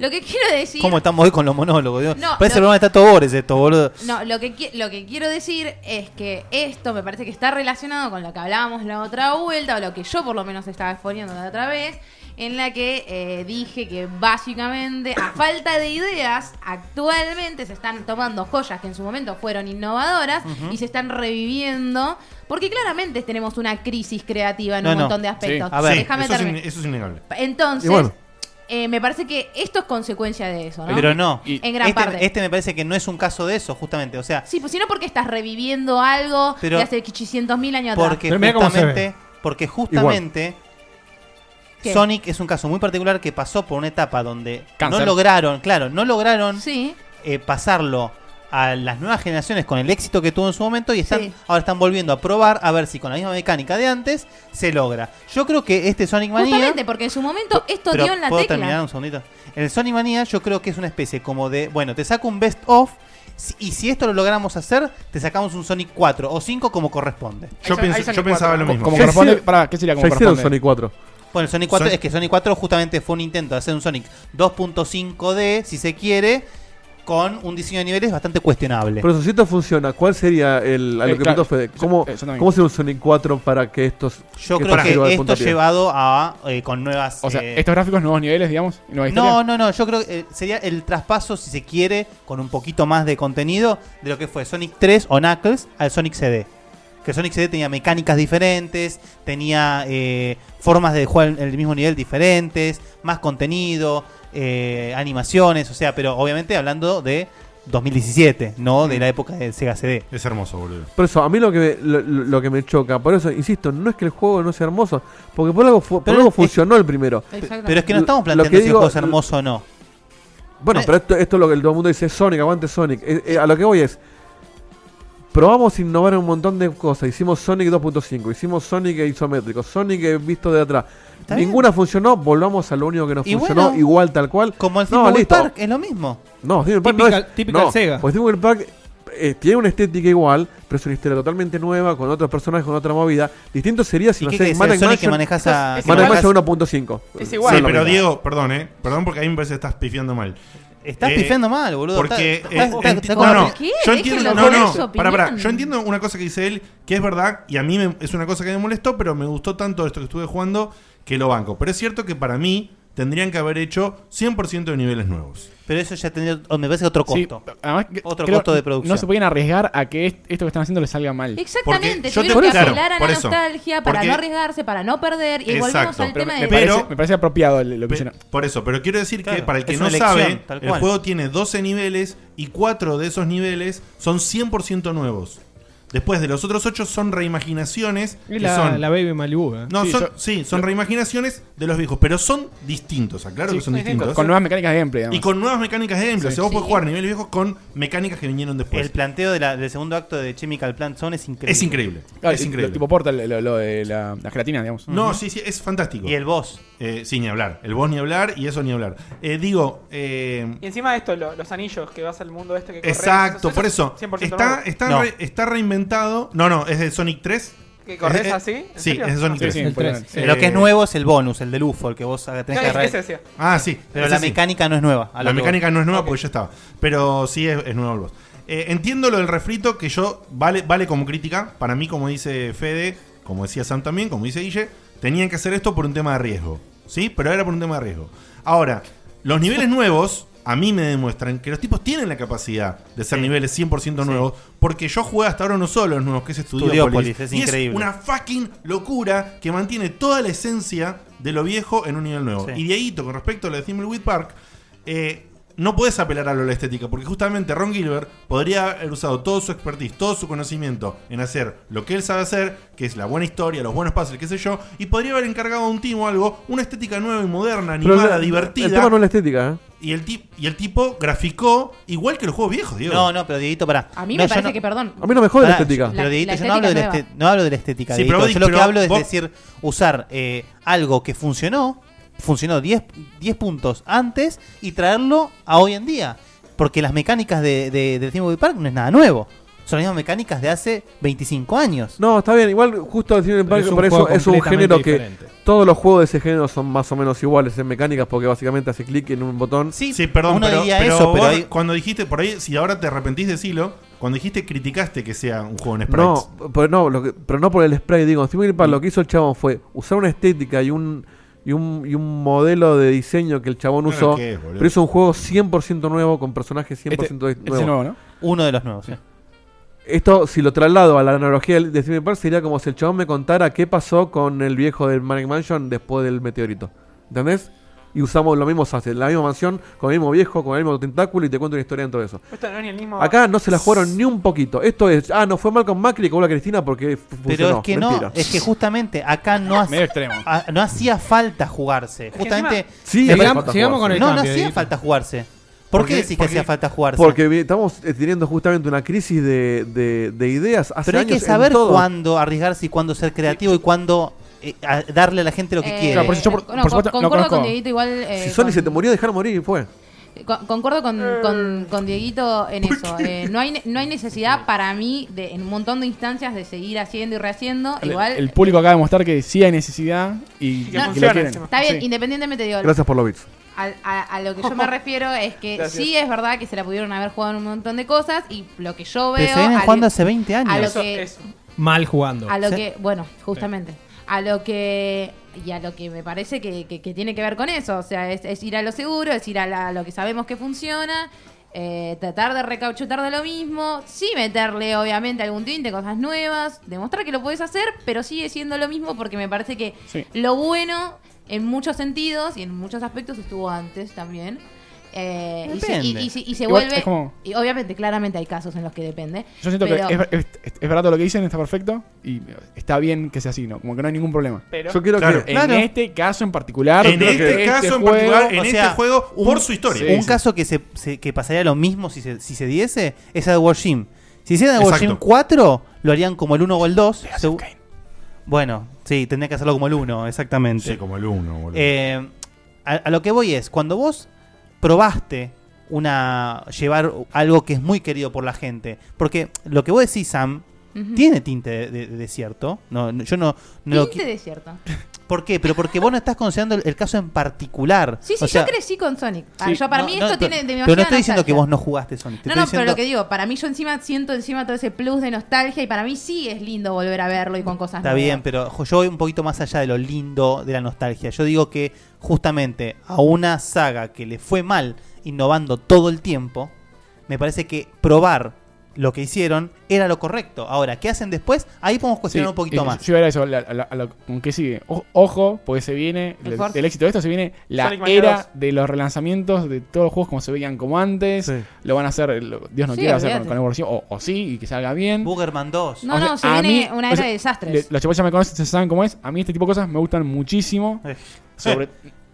S6: Lo que quiero decir.
S4: ¿Cómo estamos hoy con los monólogos? Dios?
S6: No,
S4: Parece el
S6: no.
S4: programa de Tato Bores esto, boludo.
S6: No, lo que, qui- lo que quiero decir es que esto me parece que está relacionado con lo que hablábamos la otra vuelta, o lo que yo por lo menos estaba exponiendo la otra vez, en la que eh, dije que básicamente, a falta de ideas, actualmente se están tomando joyas que en su momento fueron innovadoras
S11: Ujú.
S6: y se están reviviendo, porque claramente tenemos una crisis creativa en
S1: No,
S6: un
S1: no.
S6: montón de aspectos.
S1: Sí. A ver. Sí,
S6: Déjame
S1: eso es
S6: terminar.
S1: in- eso es innegable.
S6: Entonces,
S4: Y bueno.
S6: eh, me parece que esto es consecuencia de eso, ¿no?
S4: Pero no.
S6: En gran
S4: este,
S6: parte.
S4: este me parece que no es un caso de eso, justamente. O sea,
S6: Sí, pues sino porque estás reviviendo algo
S4: Pero-
S6: de hace 800 mil años atrás.
S4: porque justamente, porque justamente
S6: ¿Qué?
S4: Sonic es un caso muy particular que pasó por una etapa donde
S5: Cáncer.
S4: no lograron, claro, no lograron
S6: Sí.
S4: eh, pasarlo a las nuevas generaciones con el éxito que tuvo en su momento y están ahora están volviendo a probar a ver si con la misma mecánica de antes se logra. Yo creo que este Sonic Mania
S6: Justamente porque en su momento esto
S4: Pero
S6: dio en la
S4: ¿Puedo
S6: tecla.
S4: terminar un segundito? El Sony Manía yo creo que es una especie como de, bueno, te saco un best of si- y si esto lo logramos hacer, te sacamos un Sonic 4 o 5 como corresponde.
S1: Yo Ahí son- pienso- ahí son yo los pensaba cuatro. lo mismo.
S7: Como corresponde- pará, ¿qué sería como Ya hicieron corresponde? Sonic 4.
S4: Bueno, el Sonic 4
S7: Son-
S4: es que Sonic 4 justamente fue un intento de hacer un Sonic 2.5D, si se quiere, con un diseño de niveles bastante cuestionable.
S7: Pero eso, si esto funciona, ¿cuál sería el, a lo
S4: Eh,
S7: que preguntó
S4: claro.
S7: Fede? ¿Cómo,
S4: Eh, yo también.
S7: ¿Cómo sería un Sonic 4 para que estos
S4: yo creo que esto llevado a eh, con nuevas
S7: O sea,
S4: eh,
S2: Estos gráficos, nuevos niveles, digamos. y nueva historia.
S4: No, no, no, yo creo que eh, sería el traspaso, si se quiere, con un poquito más de contenido de lo que fue Sonic 3 o Knuckles al Sonic CD. Que Sonic CD tenía mecánicas diferentes, tenía eh, formas de jugar en el mismo nivel diferentes, más contenido, eh, animaciones, o sea, pero obviamente hablando de 2017, no
S2: Mm.
S4: de la época de Sega CD.
S1: Es hermoso, boludo.
S7: Por eso, a mí lo que, me, lo, lo- lo que me choca, por eso, insisto, no es que el juego no sea hermoso, porque por algo, fu- por
S4: Pero
S7: algo
S4: es-
S7: funcionó el primero.
S4: Exactamente. Pero es que no estamos
S7: Lo que
S4: planteando si el
S7: digo-
S4: juego es hermoso o no. Eh.
S7: Bueno, pero esto, esto es lo que todo el mundo dice, Sonic, aguante Sonic. Eh, eh, a lo que voy es, probamos innovar en un montón de cosas, hicimos Sonic 2.5, hicimos Sonic isométrico, Sonic eh, visto de atrás.
S4: Está
S7: Ninguna funcionó, volvamos a lo único que nos
S4: Y
S7: funcionó,
S4: bueno,
S7: igual, tal cual.
S4: Como el
S7: no,
S4: Steamboat
S7: listo.
S4: Park, es lo mismo.
S7: No, Steven Park no
S4: Typical-
S7: es.
S4: typical
S7: no,
S4: Sega.
S7: Pues Steven Park eh, tiene una estética igual, pero es una historia totalmente nueva, con otros personajes, con otra movida. Distinto sería si
S4: ¿Y
S7: no
S4: qué
S7: sé,
S4: querés,
S7: Man
S4: el
S7: and
S4: Sonic que
S7: Mansion-
S4: manejás a- Es
S7: Man and
S4: igual.
S7: Mansion 1.5.
S4: Es igual.
S7: No
S1: Sí,
S7: lo
S1: pero
S7: mismo.
S1: Diego, perdón, ¿eh? Perdón porque a mí me parece que estás pifiando mal. Eh,
S4: Estás pifiando mal, boludo.
S1: Porque.
S4: Está-
S1: eh,
S4: está- está-
S1: enti-
S4: está con
S1: no,
S4: la-
S1: no.
S4: ¿Qué?
S1: Yo
S4: Déjenlo
S1: entiendo. No,
S4: con su
S1: no.
S4: opinión.
S1: Pará, pará. Yo entiendo una cosa que dice él, que es verdad, y a mí me- es una cosa que me molestó, pero me gustó tanto esto que estuve jugando que lo banco. Pero es cierto que para mí tendrían que haber hecho 100% de niveles nuevos.
S4: Pero eso ya tendría, o me parece otro
S2: Sí,
S4: costo.
S2: además que-
S4: otro
S2: creo
S4: costo de producción.
S2: No se pueden arriesgar a que est- esto que están haciendo les salga mal.
S6: Exactamente,
S2: yo te-
S6: tuvieron que
S2: claro,
S6: apelar a
S2: por
S6: la
S2: eso.
S6: nostalgia para
S1: Porque-
S6: no arriesgarse, para no perder. Y volvemos al
S2: Pero
S6: tema
S2: me,
S6: de.
S2: me parece, me parece apropiado el- lo que hicieron.
S1: Por eso, pero quiero decir que
S2: Claro,
S1: para el que
S2: es
S1: no
S2: una elección,
S1: sabe,
S2: tal
S1: el
S2: cual.
S1: juego tiene 12 niveles y 4 de esos niveles son 100% nuevos. Después de los otros 8 son reimaginaciones.
S5: Y
S1: que
S5: la-
S1: son,
S5: la Baby Malibu, ¿eh?
S1: No,
S5: Sí,
S1: son,
S5: yo-
S1: sí, son reimaginaciones de los viejos, pero son distintos, aclaro
S2: Sí,
S1: que son
S2: con-
S1: distintos.
S2: con nuevas mecánicas de gameplay, además.
S1: Y con nuevas mecánicas de gameplay.
S4: Sí.
S1: O sea, vos
S4: Sí.
S1: podés jugar niveles viejos con mecánicas que vinieron después.
S4: El planteo de la- del segundo acto de Chemical Plant Zone es increíble.
S1: Es increíble.
S2: Ah,
S1: es
S2: y-
S1: increíble.
S2: lo tipo Portal, lo, lo de la, la gelatina, digamos.
S1: No, sí, sí, es fantástico.
S4: Y el boss.
S1: Eh, sí, ni hablar. El boss ni hablar y eso ni hablar. Eh, digo, eh,
S3: Y encima de esto, lo- los anillos que vas al mundo este que corres,
S1: Exacto, por eso.
S3: 100%
S1: Está,
S3: nuevo.
S1: está, re- está reinventado. No, no, es de Sonic 3.
S3: ¿Que corres
S1: Es de-
S3: así? ¿En
S1: Sí,
S3: serio?
S1: es de Sonic
S3: Ah, Sí,
S1: 3.
S3: sí, el tres.
S1: Eh,
S4: Lo que es nuevo es el bonus, el del UFO, el que vos tenés que
S1: Claro,
S4: agarrar.
S1: ese sí. Ah, sí.
S4: Pero
S1: ese
S4: la
S1: sí.
S4: mecánica no es nueva. a
S1: La
S4: lo que
S1: mecánica
S4: voy.
S1: no es nueva porque ya estaba. Pero sí es, es nuevo el boss. Eh, entiendo lo del refrito que yo vale, vale como crítica. Para mí, como dice Fede, como decía Sam también, como dice Guille, tenían
S4: (laughs)
S1: que hacer esto por un tema de riesgo. ¿Sí? Pero era por un tema de riesgo. Ahora, los niveles nuevos a mí me demuestran que los tipos tienen la capacidad de ser niveles 100% nuevos, porque yo jugué hasta ahora uno solo de los nuevos, que es Studiopolis.
S4: Studiopolis, es
S1: Y
S4: increíble.
S1: una fucking locura que mantiene toda la esencia de lo viejo en un nivel nuevo.
S4: Sí.
S1: Y de ahí, con respecto a lo de Thimbleweed Park, eh, no puedes apelar a lo de la estética, porque justamente Ron Gilbert podría haber usado todo su expertise, todo su conocimiento en hacer lo que él sabe hacer, que es la buena historia, los buenos puzzles, qué sé yo, y podría haber encargado a un team o algo, una estética nueva y moderna,
S7: Pero
S1: animada,
S7: el-
S1: divertida.
S7: El tema no es la estética, ¿eh?
S1: y, el tip- y el tipo graficó igual que los juegos viejos, Diego.
S4: No, no, pero Dieguito, pará.
S6: A mí
S4: No,
S6: me
S4: yo
S6: parece
S4: no-
S6: que, perdón.
S7: A mí no me jode la
S4: Pará,
S7: estética.
S4: Pero
S6: La-
S4: Dieguito,
S6: la
S4: yo no hablo, de la
S6: estética
S4: este- no hablo de la estética.
S1: Sí,
S4: Dieguito.
S1: pero
S4: yo
S1: vos-
S4: lo que
S1: pero
S4: hablo es
S1: vos-
S4: decir, usar eh, algo que funcionó, funcionó 10, 10 puntos antes y traerlo a hoy en día. Porque las mecánicas de, de, de Timothy Park no es nada nuevo. Son las mismas mecánicas de hace 25 años.
S7: No, está bien. Igual, justo decir en
S2: Pero es
S7: Park,
S2: un
S7: por eso
S2: juego
S7: es un
S2: completamente
S7: género que
S2: diferente.
S7: todos los juegos de ese género son más o menos iguales en mecánicas porque básicamente hace clic en un botón.
S4: Sí,
S1: Sí, perdón,
S4: uno
S1: pero,
S4: diría
S1: pero
S4: eso, pero
S1: vos
S4: hay-
S1: cuando dijiste, por ahí, si ahora te arrepentís, decilo, cuando dijiste criticaste que sea un juego en sprites.
S7: No, pero no, lo que- pero no por el spray, digo, en Steam
S2: Mm.
S7: Park lo que hizo el chabón fue usar una estética y un y un, y un modelo de diseño que el chabón
S1: Claro
S7: usó,
S1: que es, boludo.
S7: pero hizo un juego 100% nuevo con personajes 100%
S2: Este
S7: nuevos.
S2: es nuevo, ¿no?
S4: Uno de los nuevos. sí.
S7: Esto, si lo traslado a la analogía del- de Steam Park, sería como si el chabón me contara qué pasó con el viejo del Manic Mansion después del meteorito. ¿Entendés? Y usamos lo mismo, o sea, la misma mansión, con el mismo viejo, con el mismo tentáculo y te cuento una historia dentro de eso.
S3: Esto no es ni el mismo.
S7: Acá no se la jugaron ni un poquito. Esto es, ah, no fue mal con Macri y con la Cristina porque f-
S4: Pero
S7: funcionó.
S4: es que
S7: Mentira.
S4: no, es que justamente acá no, hace-
S2: Medio extremo.
S4: a- Ah, no hacía falta jugarse.
S3: que
S4: Justamente.
S3: encima-
S7: Sí,
S5: Sigamos-
S7: falta
S5: sigamos
S7: jugarse.
S5: con el
S4: no, no
S5: cambio,
S4: hacía
S5: Dieguito.
S4: falta jugarse. ¿Por,
S1: ¿Por
S4: qué
S1: qué?
S4: decís
S1: ¿Por
S4: que
S1: qué?
S4: hacía falta jugarse?
S7: Porque vi- estamos eh, teniendo justamente una crisis de, de- de ideas hace
S4: Pero hay que
S7: años en
S4: saber
S7: todo.
S4: cuándo arriesgarse y cuándo ser creativo y cuándo eh, a- darle a la gente lo que
S6: Eh,
S4: quiere.
S2: Claro, por eso yo por-
S6: no,
S2: por
S6: con-
S2: supuesto, no
S6: concuerdo con
S2: conozco.
S6: Dieguito igual. eh,
S7: Si Sony
S6: con-
S7: se te murió, dejar morir y fue.
S6: Con- concuerdo con, con, con Dieguito en eso. Eh, no, hay, ne- no hay necesidad para mí de, en un montón de instancias de seguir haciendo y rehaciendo.
S2: El,
S6: Igual.
S2: el público acaba de mostrar que sí hay necesidad y,
S3: que
S2: que- que
S3: funciona
S2: lo quieren.
S3: encima.
S6: está bien,
S2: Sí.
S6: independientemente, digo,
S7: Gracias por los bits.
S6: a, a- a lo que yo
S3: (laughs)
S6: me refiero es que
S3: Gracias.
S6: sí es verdad que se la pudieron haber jugado en un montón de cosas y lo que yo
S4: Pero
S6: veo.
S4: se vienen
S6: al-
S4: jugando hace 20
S6: a
S4: años.
S6: los-
S3: Eso,
S6: que-
S3: eso.
S5: Mal jugando.
S6: A lo
S4: Sí.
S6: que, bueno, justamente. A lo que. Y a lo que me parece que, que- que tiene que ver con eso. O sea, es, es ir a lo seguro, es ir a, la- lo que sabemos que funciona. eh, tratar de recauchutar de lo mismo. Sí, meterle, obviamente, algún tinte, cosas nuevas. Demostrar que lo puedes hacer, pero sigue siendo lo mismo porque me parece que
S2: Sí.
S6: lo bueno, en muchos sentidos y en muchos aspectos, estuvo antes también. Eh, y, se, y-
S4: Depende.
S6: y se- y se
S2: Igual
S6: vuelve.
S2: es como-
S6: Y obviamente, claramente hay casos en los que depende.
S2: Yo siento
S6: pero-
S2: que es, es, es- es verdad todo lo que dicen, está perfecto y está bien que sea así, ¿no? Como que no hay ningún problema.
S3: Pero.
S7: Yo quiero
S1: Claro.
S7: que.
S2: En este caso en particular,
S1: en
S2: creo que
S1: este caso en
S2: juego-
S1: particular, en
S4: o
S1: este
S4: sea,
S1: juego, por su historia.
S2: Sí,
S4: un
S2: sí.
S4: caso que se, se- que pasaría lo mismo si se, si se diese es Edward Jim. Si hicieran Edward Jim
S1: Exacto.
S4: 4, lo harían como el 1 o el 2. segu- Bueno, sí, tendría que hacerlo como el 1, exactamente.
S1: Sí, como el uno, boludo.
S4: Eh, a, a lo que voy es, cuando vos probaste una llevar algo que es muy querido por la gente, porque lo que vos decís, Sam,
S6: Ujú.
S4: tiene tinte de, de- de desierto. No, no, yo no, no lo
S6: Tinte
S4: qui-
S6: de cierto.
S4: ¿Por qué? Pero porque vos no estás considerando el, el caso en particular.
S6: Sí, sí,
S4: O sea,
S6: yo crecí con Sonic. Ah,
S2: Sí.
S6: yo, para
S4: no,
S6: mí
S4: no,
S6: esto
S4: pero-
S6: tiene
S4: Pero
S6: demasiada
S4: no estoy diciendo
S6: nostalgia.
S4: que vos no jugaste Sonic. te
S6: No,
S4: estoy
S6: no, pero
S4: diciendo-
S6: lo que digo, para mí yo encima siento encima todo ese plus de nostalgia y para mí sí es lindo volver a verlo y con cosas
S4: Está bien, pero jo- yo voy un poquito más allá de lo lindo de la nostalgia. Yo digo que justamente a una saga que le fue mal innovando todo el tiempo, me parece que probar lo que hicieron era lo correcto. Ahora, ¿qué hacen después? Ahí podemos
S2: Sí,
S4: cuestionar un poquito
S2: eh,
S4: más.
S2: Yo iba a eso, la- a la- a la- con qué sigue. O- ojo, porque se viene,
S6: El
S2: del-
S6: Forza.
S2: del éxito de esto, se viene la
S3: Sonic Mania
S2: era
S3: 2.
S2: de los relanzamientos de todos los juegos como se veían como antes.
S7: Sí.
S2: Lo van a hacer, lo- Dios no
S6: Sí,
S2: quiera, hacer con,
S6: olvídate.
S2: con el bolsillo, o, o sí, y que salga bien.
S4: Boogerman 2.
S6: No,
S2: O sea,
S6: no, se
S2: a
S6: viene
S2: mí-
S6: una
S2: o
S6: era
S2: sea,
S6: de
S2: le-
S6: desastres.
S2: los chavos ya me conocen, se saben cómo es. A mí este tipo de cosas me gustan muchísimo.
S4: Eh.
S1: (laughs)
S2: Sobre,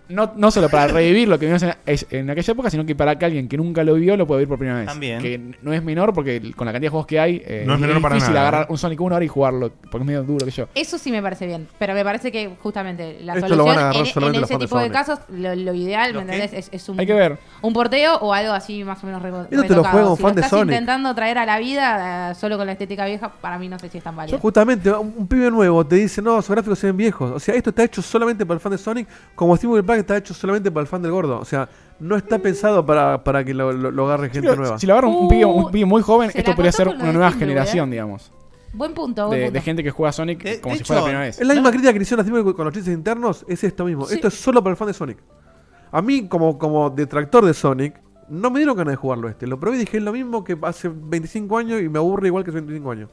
S2: no, no solo para revivir lo que vimos en, es- en aquella época, sino que para que alguien que nunca lo vio lo pueda ver por primera vez.
S4: También.
S2: Que no es menor porque el- con la cantidad de juegos que hay, eh,
S1: No es menor para
S2: difícil
S1: nada,
S2: agarrar
S1: ¿eh?
S2: un Sonic 1 ahora y jugarlo, porque es medio duro que yo.
S6: Eso sí me parece bien, pero me parece que justamente la
S7: Esto lo
S6: solución
S7: van a agarrar
S6: en- en,
S7: solamente los
S6: ese
S7: fans de
S6: tipo de
S7: Sonic.
S6: casos, lo, lo ideal,
S4: ¿Lo
S6: ¿me
S4: qué?
S6: entendés? Es, es un,
S2: Hay que ver.
S6: un porteo o algo así más o menos reco-
S7: te lo
S6: retocado.
S7: juega un
S6: si lo
S7: fan de
S6: estás
S7: Sonic.
S6: intentando traer a la vida eh, solo con la estética vieja, para mí no sé si es tan válido.
S7: Yo justamente, un, un pibe nuevo te dice, no, esos gráficos se ven viejos. O sea, esto está hecho solamente para el fan de Sonic, como Steam Park está hecho solamente para el fan del gordo. O sea, no está pensado para, para que lo, lo- lo agarre gente
S2: Creo que
S7: nueva.
S2: Si lo agarra un,
S6: Uh,
S2: pibe, un pibe muy joven,
S6: se
S2: esto
S6: la
S2: podría
S6: contó
S2: ser
S6: con lo
S2: una
S6: de
S2: nueva
S6: Kindle,
S2: generación, digamos.
S6: Buen punto, buen
S2: De,
S6: punto.
S2: de gente que juega a Sonic
S4: De-
S2: como
S4: de
S2: si fuera
S4: hecho,
S2: la primera vez.
S7: Es la misma crítica que le hicieron a Steam Park con los chistes internos, es esto mismo.
S6: Sí.
S7: Esto es solo para el fan de Sonic. A mí, como, como detractor de Sonic, No me dieron ganas de jugarlo este. Lo probé y dije es lo mismo que hace 25 años y me aburre igual que hace 25 años.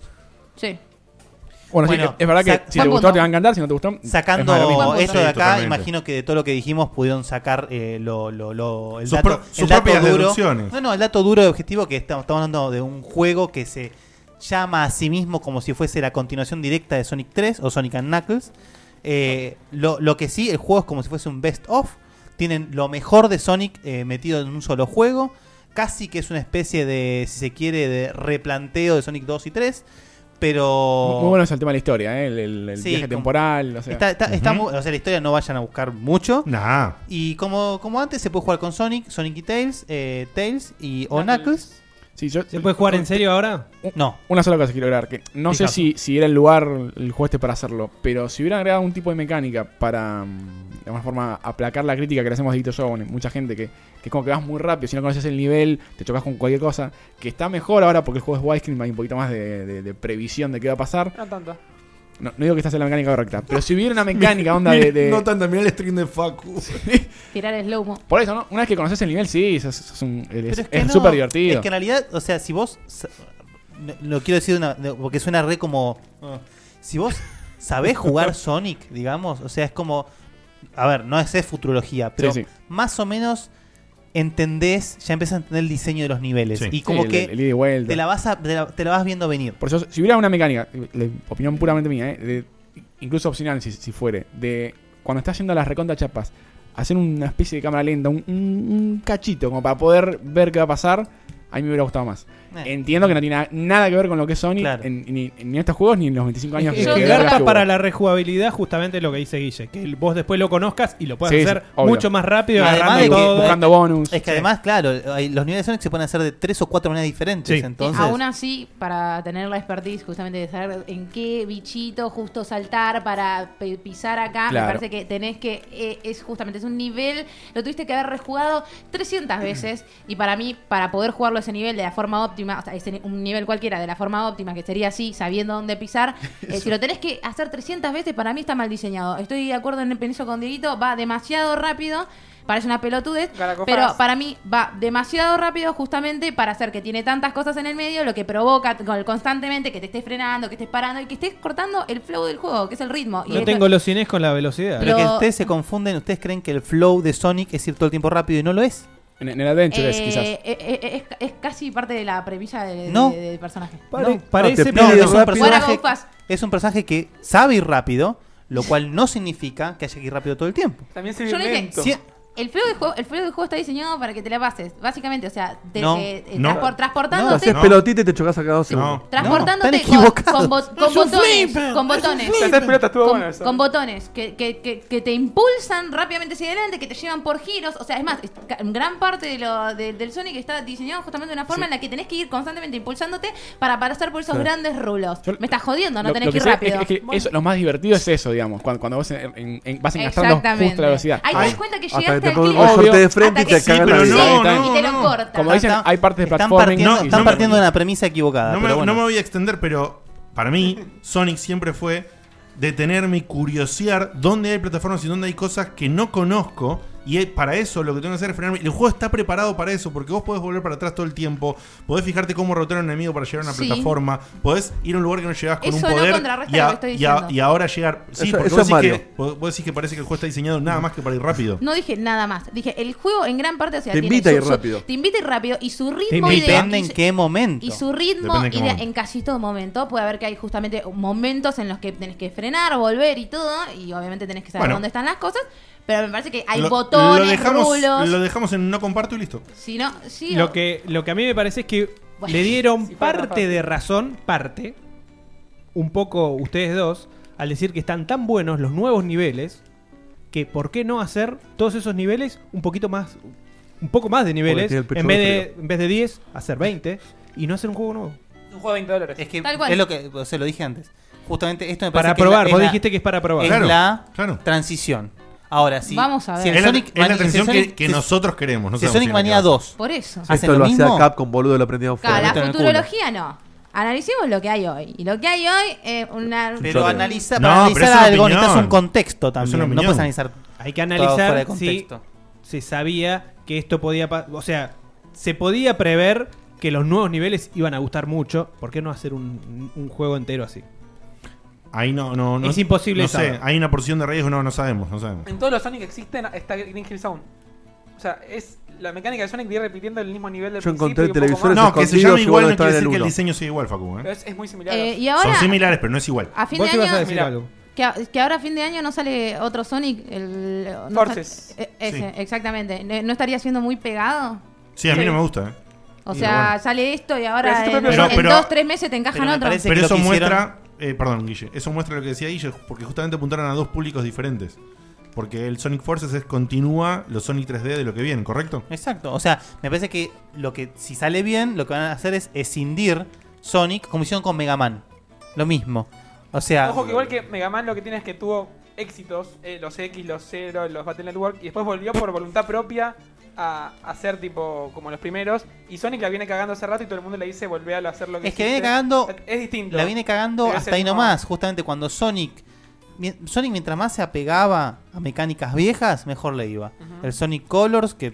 S6: Sí.
S2: Bueno, sí,
S4: Bueno,
S2: es verdad que
S4: sac-
S2: si te gustó te va a encantar, si no te gustó. es
S4: Sacando
S2: más de lo mismo.
S4: eso de acá, imagino que de todo lo que dijimos pudieron sacar eh, lo, lo- lo- el
S1: Sus
S4: dato,
S1: pro-
S4: el
S1: sus
S4: dato
S1: propias
S4: duro.
S1: deducciones.
S4: No, no, el dato duro de objetivo que estamos, estamos hablando de un juego que se llama a sí mismo como si fuese la continuación directa de Sonic 3 o Sonic and Knuckles. Eh, lo, lo que sí, el juego es como si fuese un best of. Tienen lo mejor de Sonic eh, metido en un solo juego. Casi que es una especie de, si se quiere, de replanteo de Sonic 2 y 3. Pero.
S2: Muy bueno es el tema de la historia, ¿eh? el, el- el
S4: Sí,
S2: viaje
S4: como-
S2: temporal. O sea.
S4: Está, está- está mu- o sea, la historia no vayan a buscar mucho. Y como, como antes, se puede jugar con Sonic, Sonic y Tails, eh, Tails y o Knuckles.
S5: ¿Se puede jugar en serio ahora?
S4: No.
S2: Una sola cosa quiero agregar, que no sé
S4: Picasso.
S2: si, si era el lugar, el juego este para hacerlo, pero si hubiera agregado un tipo de mecánica para, mm, de alguna forma, aplacar la crítica que le hacemos a Dito Shogun, mucha gente que, que es como que vas muy rápido, si no conoces el nivel, te chocas con cualquier cosa, que está mejor ahora porque el juego es widescreen, hay un poquito más de, de- de previsión de qué va a pasar.
S3: No tanto.
S2: No, no digo que esta sea la mecánica correcta, pero si
S7: (laughs)
S2: hubiera una mecánica onda de... de-
S1: (laughs) No tanto, mirá el stream de Facu.
S6: Tirar el slow
S2: Por eso, ¿no? Una vez que conoces el nivel, sí, es súper es,
S4: Pero que
S2: es
S4: no,
S2: súper divertido.
S4: Es que en realidad, o sea, si vos. sa- no- Lo quiero decir de una- de- porque suena re como. ah, Si vos
S2: (laughs)
S4: sabés jugar Sonic, digamos, o sea, es como. A ver, no es, es futurología, pero
S2: Sí, sí.
S4: más o menos entendés, ya empiezas a entender el diseño de los niveles.
S2: Sí.
S4: Y como
S2: Sí, el-
S4: que
S2: el ida y vuelta.
S4: te la vas a- te la- te la vas viendo venir.
S2: Por eso, si hubiera una mecánica, le- opinión puramente mía, ¿eh? de- incluso opcional si, si fuere, de cuando estás yendo a las recontas chapas, hacer una especie de cámara lenta, un, un- un cachito, como para poder ver qué va a pasar, a mí me hubiera gustado más. Entiendo que no tiene na- nada que ver con lo que es Sony, en- ni, ni en estos juegos, ni en los 25 años
S5: Es
S2: que,
S5: que
S2: que
S5: garpa
S2: hubo.
S5: para la rejugabilidad justamente es lo que dice Guille, que el- vos después lo conozcas y lo puedas
S2: Sí,
S5: hacer
S2: sí, obvio.
S5: mucho más rápido,
S4: Y
S5: agarrando todo.
S4: Es que
S5: Sí.
S4: además, claro, hay- los niveles de Sonic se pueden hacer de tres o cuatro maneras diferentes.
S5: Sí.
S4: Entonces,
S6: Aún así, para tener la expertise justamente de saber en qué bichito justo saltar para pe- pisar acá,
S4: Claro.
S6: me parece que tenés que, eh, es justamente, es un nivel, lo tuviste que haber rejugado 300 veces y para mí, para poder jugarlo a ese nivel de la forma óptima, o sea, ese ni- un nivel cualquiera de la forma óptima, que sería así, sabiendo dónde
S4: (laughs)
S6: pisar, eh, si lo tenés que hacer 300 veces, para mí está mal diseñado. Estoy de acuerdo en en eso con Dieguito, va demasiado rápido. Parece una pelotudez, pero
S3: Garacofaz.
S6: para mí va demasiado rápido justamente para hacer que tiene tantas cosas en el medio, lo que provoca con- constantemente que te estés frenando, que estés parando y que estés cortando el flow del juego, que es el ritmo. Y
S5: No
S6: esto-
S5: tengo los cines con la velocidad.
S4: pero que
S6: Pero-
S4: ustedes se confunden, ustedes creen que el flow de Sonic es ir todo el tiempo rápido y no lo es.
S2: En, el Adventure
S6: Eh, eh, eh, eh, es, es casi parte de la premisa de- de-
S4: No.
S6: de- del personaje.
S4: No,
S5: parece,
S4: no,
S5: pero
S4: es, un
S5: rápido.
S4: personaje,
S6: Guarda, Gofas.
S4: es un personaje que sabe ir rápido, lo cual no significa que haya que ir rápido todo el tiempo.
S3: También se
S6: Yo le dije,
S3: violento.
S4: Sí.
S6: el flow, del juego, el flow del juego está diseñado para que te la pases, básicamente. O sea, te-
S4: No.
S6: te- te
S7: No.
S6: transpor-
S7: Te
S6: transportándote.
S7: haces pelotita y te chocas a cada dos segundos.
S6: Transportándote
S4: están
S6: con-
S4: equivocados.
S6: con, bo- con
S8: Es un
S6: botones,
S8: flipper,
S6: con
S8: es un
S6: botones,
S8: flipper.
S3: Hacer pelota estuvo
S6: con,
S3: bueno eso.
S6: con botones que, que- que- que te impulsan rápidamente hacia adelante, que te llevan por giros. O sea, es más, es- ca- gran parte de lo, de- del Sonic está diseñado justamente de una forma en la que tenés que ir constantemente impulsándote para pasar por esos
S2: Sí.
S6: grandes rulos. Me estás jodiendo, no
S2: Lo-
S6: tenés
S2: lo
S6: que ir
S2: sé
S6: rápido.
S2: Es, es que eso, lo más divertido es eso, digamos, cuando, cuando vos en- en- en- vas encastrando
S6: Exactamente.
S2: justo la velocidad.
S6: Ahí te das cuenta que
S7: hasta que
S6: llegaste
S7: te
S6: al
S7: pongan
S6: clima.
S7: un corte de frente
S6: Hasta
S7: y te
S6: que-
S7: cagan Sí, la pero vida. no,
S1: no,
S6: y te lo
S1: no.
S6: cortan.
S2: Como dicen, hay partes de
S4: Están
S2: platforming.
S4: partiendo,
S2: No, y
S4: están
S2: no-
S4: partiendo de una premisa equivocada.
S1: No me,
S4: pero bueno.
S1: no me voy a extender, pero para mí, Sonic siempre fue detenerme y curiosear dónde hay plataformas y dónde hay cosas que no conozco. Y eh, para eso lo que tengo que hacer es frenarme. El juego está preparado para eso, porque vos podés volver para atrás todo el tiempo, podés fijarte cómo rotar a un enemigo para llegar a una
S6: Sí.
S1: plataforma, podés ir a un lugar que no llegás con
S6: Eso
S1: un
S6: no
S1: poder
S6: contrarresta
S1: y,
S6: lo
S1: a-
S6: que estoy
S1: y a-
S6: diciendo.
S1: y ahora llegar. Sí,
S7: Eso-
S1: porque
S7: eso
S1: vos
S7: es
S1: decís, que,
S7: Mario.
S1: vos- vos decís que parece que el juego está diseñado nada más que para ir rápido.
S6: No dije nada más. Dije, el juego en gran parte, o sea,
S1: Te
S6: tiene
S1: invita a
S6: su-
S1: ir
S6: su-
S1: rápido.
S6: Te invita a ir rápido y su ritmo y de-
S4: Depende
S6: y
S4: en
S6: su-
S4: qué momento.
S6: Y su ritmo,
S4: Depende en qué
S6: y de-
S4: momento.
S6: en casi todo momento, puede haber que hay justamente momentos en los que tenés que frenar, volver y todo, y obviamente tenés que saber
S1: Bueno.
S6: dónde están las cosas, pero me parece que hay
S1: Lo-
S6: botones,
S1: lo dejamos,
S6: rulos.
S1: lo dejamos en no comparto y listo.
S6: Si no, sí,
S5: Lo
S6: o-
S5: que, lo que a mí me parece es que
S6: Bueno,
S5: le dieron
S6: si fuera
S5: parte
S6: fácil.
S5: de razón, parte, un poco ustedes dos, al decir que están tan buenos los nuevos niveles, que por qué no hacer todos esos niveles un poquito más, un poco más de niveles,
S7: tiene el pecho
S5: en vez
S7: de
S5: de, en vez de 10, hacer 20 y no hacer un juego nuevo.
S3: Un juego de 20 dólares.
S4: Es que
S3: Tal cual.
S4: es lo que o sea, lo dije antes. Justamente esto me
S5: Para
S4: parece que es
S5: probar,
S4: la-
S5: vos
S4: es la-
S5: dijiste que es para probar.
S4: Es
S5: Claro,
S4: la
S1: claro.
S4: transición. Ahora sí.
S6: Vamos a ver.
S4: Si el
S1: Es la-
S4: Sonic
S1: es la
S4: Mani- si el
S1: transición
S4: Sonic-
S1: que- que
S4: si-
S1: nosotros queremos, no
S4: si
S1: sabemos
S4: Sonic
S1: si la
S4: Manía
S1: queremos.
S4: 2.
S6: Por eso.
S7: Esto
S4: ¿Hacen
S7: lo,
S4: lo
S7: hacía
S4: mismo?
S7: Capcom, boludo, lo aprendían
S6: claro,
S7: fuera.
S6: la futurología no. Analicemos lo que hay hoy. Y lo que hay hoy es una.
S4: Pero analiza,
S1: No,
S4: para
S1: pero es
S4: analizar
S1: una
S4: algo
S1: opinión.
S4: necesitas un contexto
S1: Es una
S4: también. No
S1: opinión.
S4: puedes analizar.
S5: Hay que
S4: todo fuera de
S5: analizar si
S4: contexto.
S5: se sabía que esto podía pasar. O sea, se podía prever que los nuevos niveles iban a gustar mucho. ¿Por qué no hacer un, un juego entero así?
S1: Ahí no, no, no.
S5: Es imposible
S1: No sé,
S5: saber.
S1: hay una porción de riesgo, no, no sabemos, no sabemos.
S3: En todos los Sonic existen está Green Hill Zone. O sea, es la mecánica de Sonic de ir repitiendo el mismo nivel del
S1: Yo
S3: principio
S1: encontré
S3: y un poco
S1: televisores
S3: más.
S1: No, que se escondidos llame que igual vos no no quiere estabas en decir el que el uno. diseño sea igual, Facu, ¿eh?
S3: Pero Es, es muy similar.
S6: Eh, y ahora-
S1: Son similares, pero no es igual.
S6: A fin
S3: Vos
S6: de
S3: ibas
S6: año,
S3: a decir
S6: Mirá,
S3: algo.
S6: Que, a- que ahora a fin de año no sale otro Sonic. El, no
S3: Forces.
S6: sa- eh, ese,
S1: Sí.
S6: exactamente. ¿No no estaría siendo muy pegado?
S1: Sí, a mí
S6: Sí.
S1: no me gusta, ¿eh?
S6: O
S1: Pero
S6: sea,
S1: bueno.
S6: sale esto y
S3: Pero
S6: ahora
S3: es tu
S6: en,
S3: propio
S6: en
S1: Pero- pero-
S6: dos, tres meses te encajan
S1: pero
S6: otro.
S1: Pero
S4: que
S1: eso
S4: lo que
S1: muestra. eh, perdón, Guille. Eso muestra lo que decía Guille, porque justamente apuntaron a dos públicos diferentes. Porque el Sonic Forces es continúa los Sonic 3D de lo que viene, ¿correcto?
S4: Exacto. O sea, me parece que lo que si sale bien, lo que van a hacer es escindir Sonic como hicieron con Mega Man. Lo mismo. O sea,
S3: Ojo que igual que Mega Man lo que tiene es que tuvo éxitos, eh, los X, los Zero, los Battle Network, y después volvió por voluntad propia a hacer tipo como los primeros. Y Sonic la viene cagando hace rato y todo el mundo le dice volvé a hacer lo que
S4: es que viene
S3: hiciste".
S4: cagando.
S3: Es distinto.
S4: La viene cagando
S3: Pero es
S4: hasta ahí
S3: el mismo-
S4: nomás. Justamente cuando Sonic. mi- Sonic, mientras más se apegaba a mecánicas viejas, mejor le iba. El Sonic Colors, que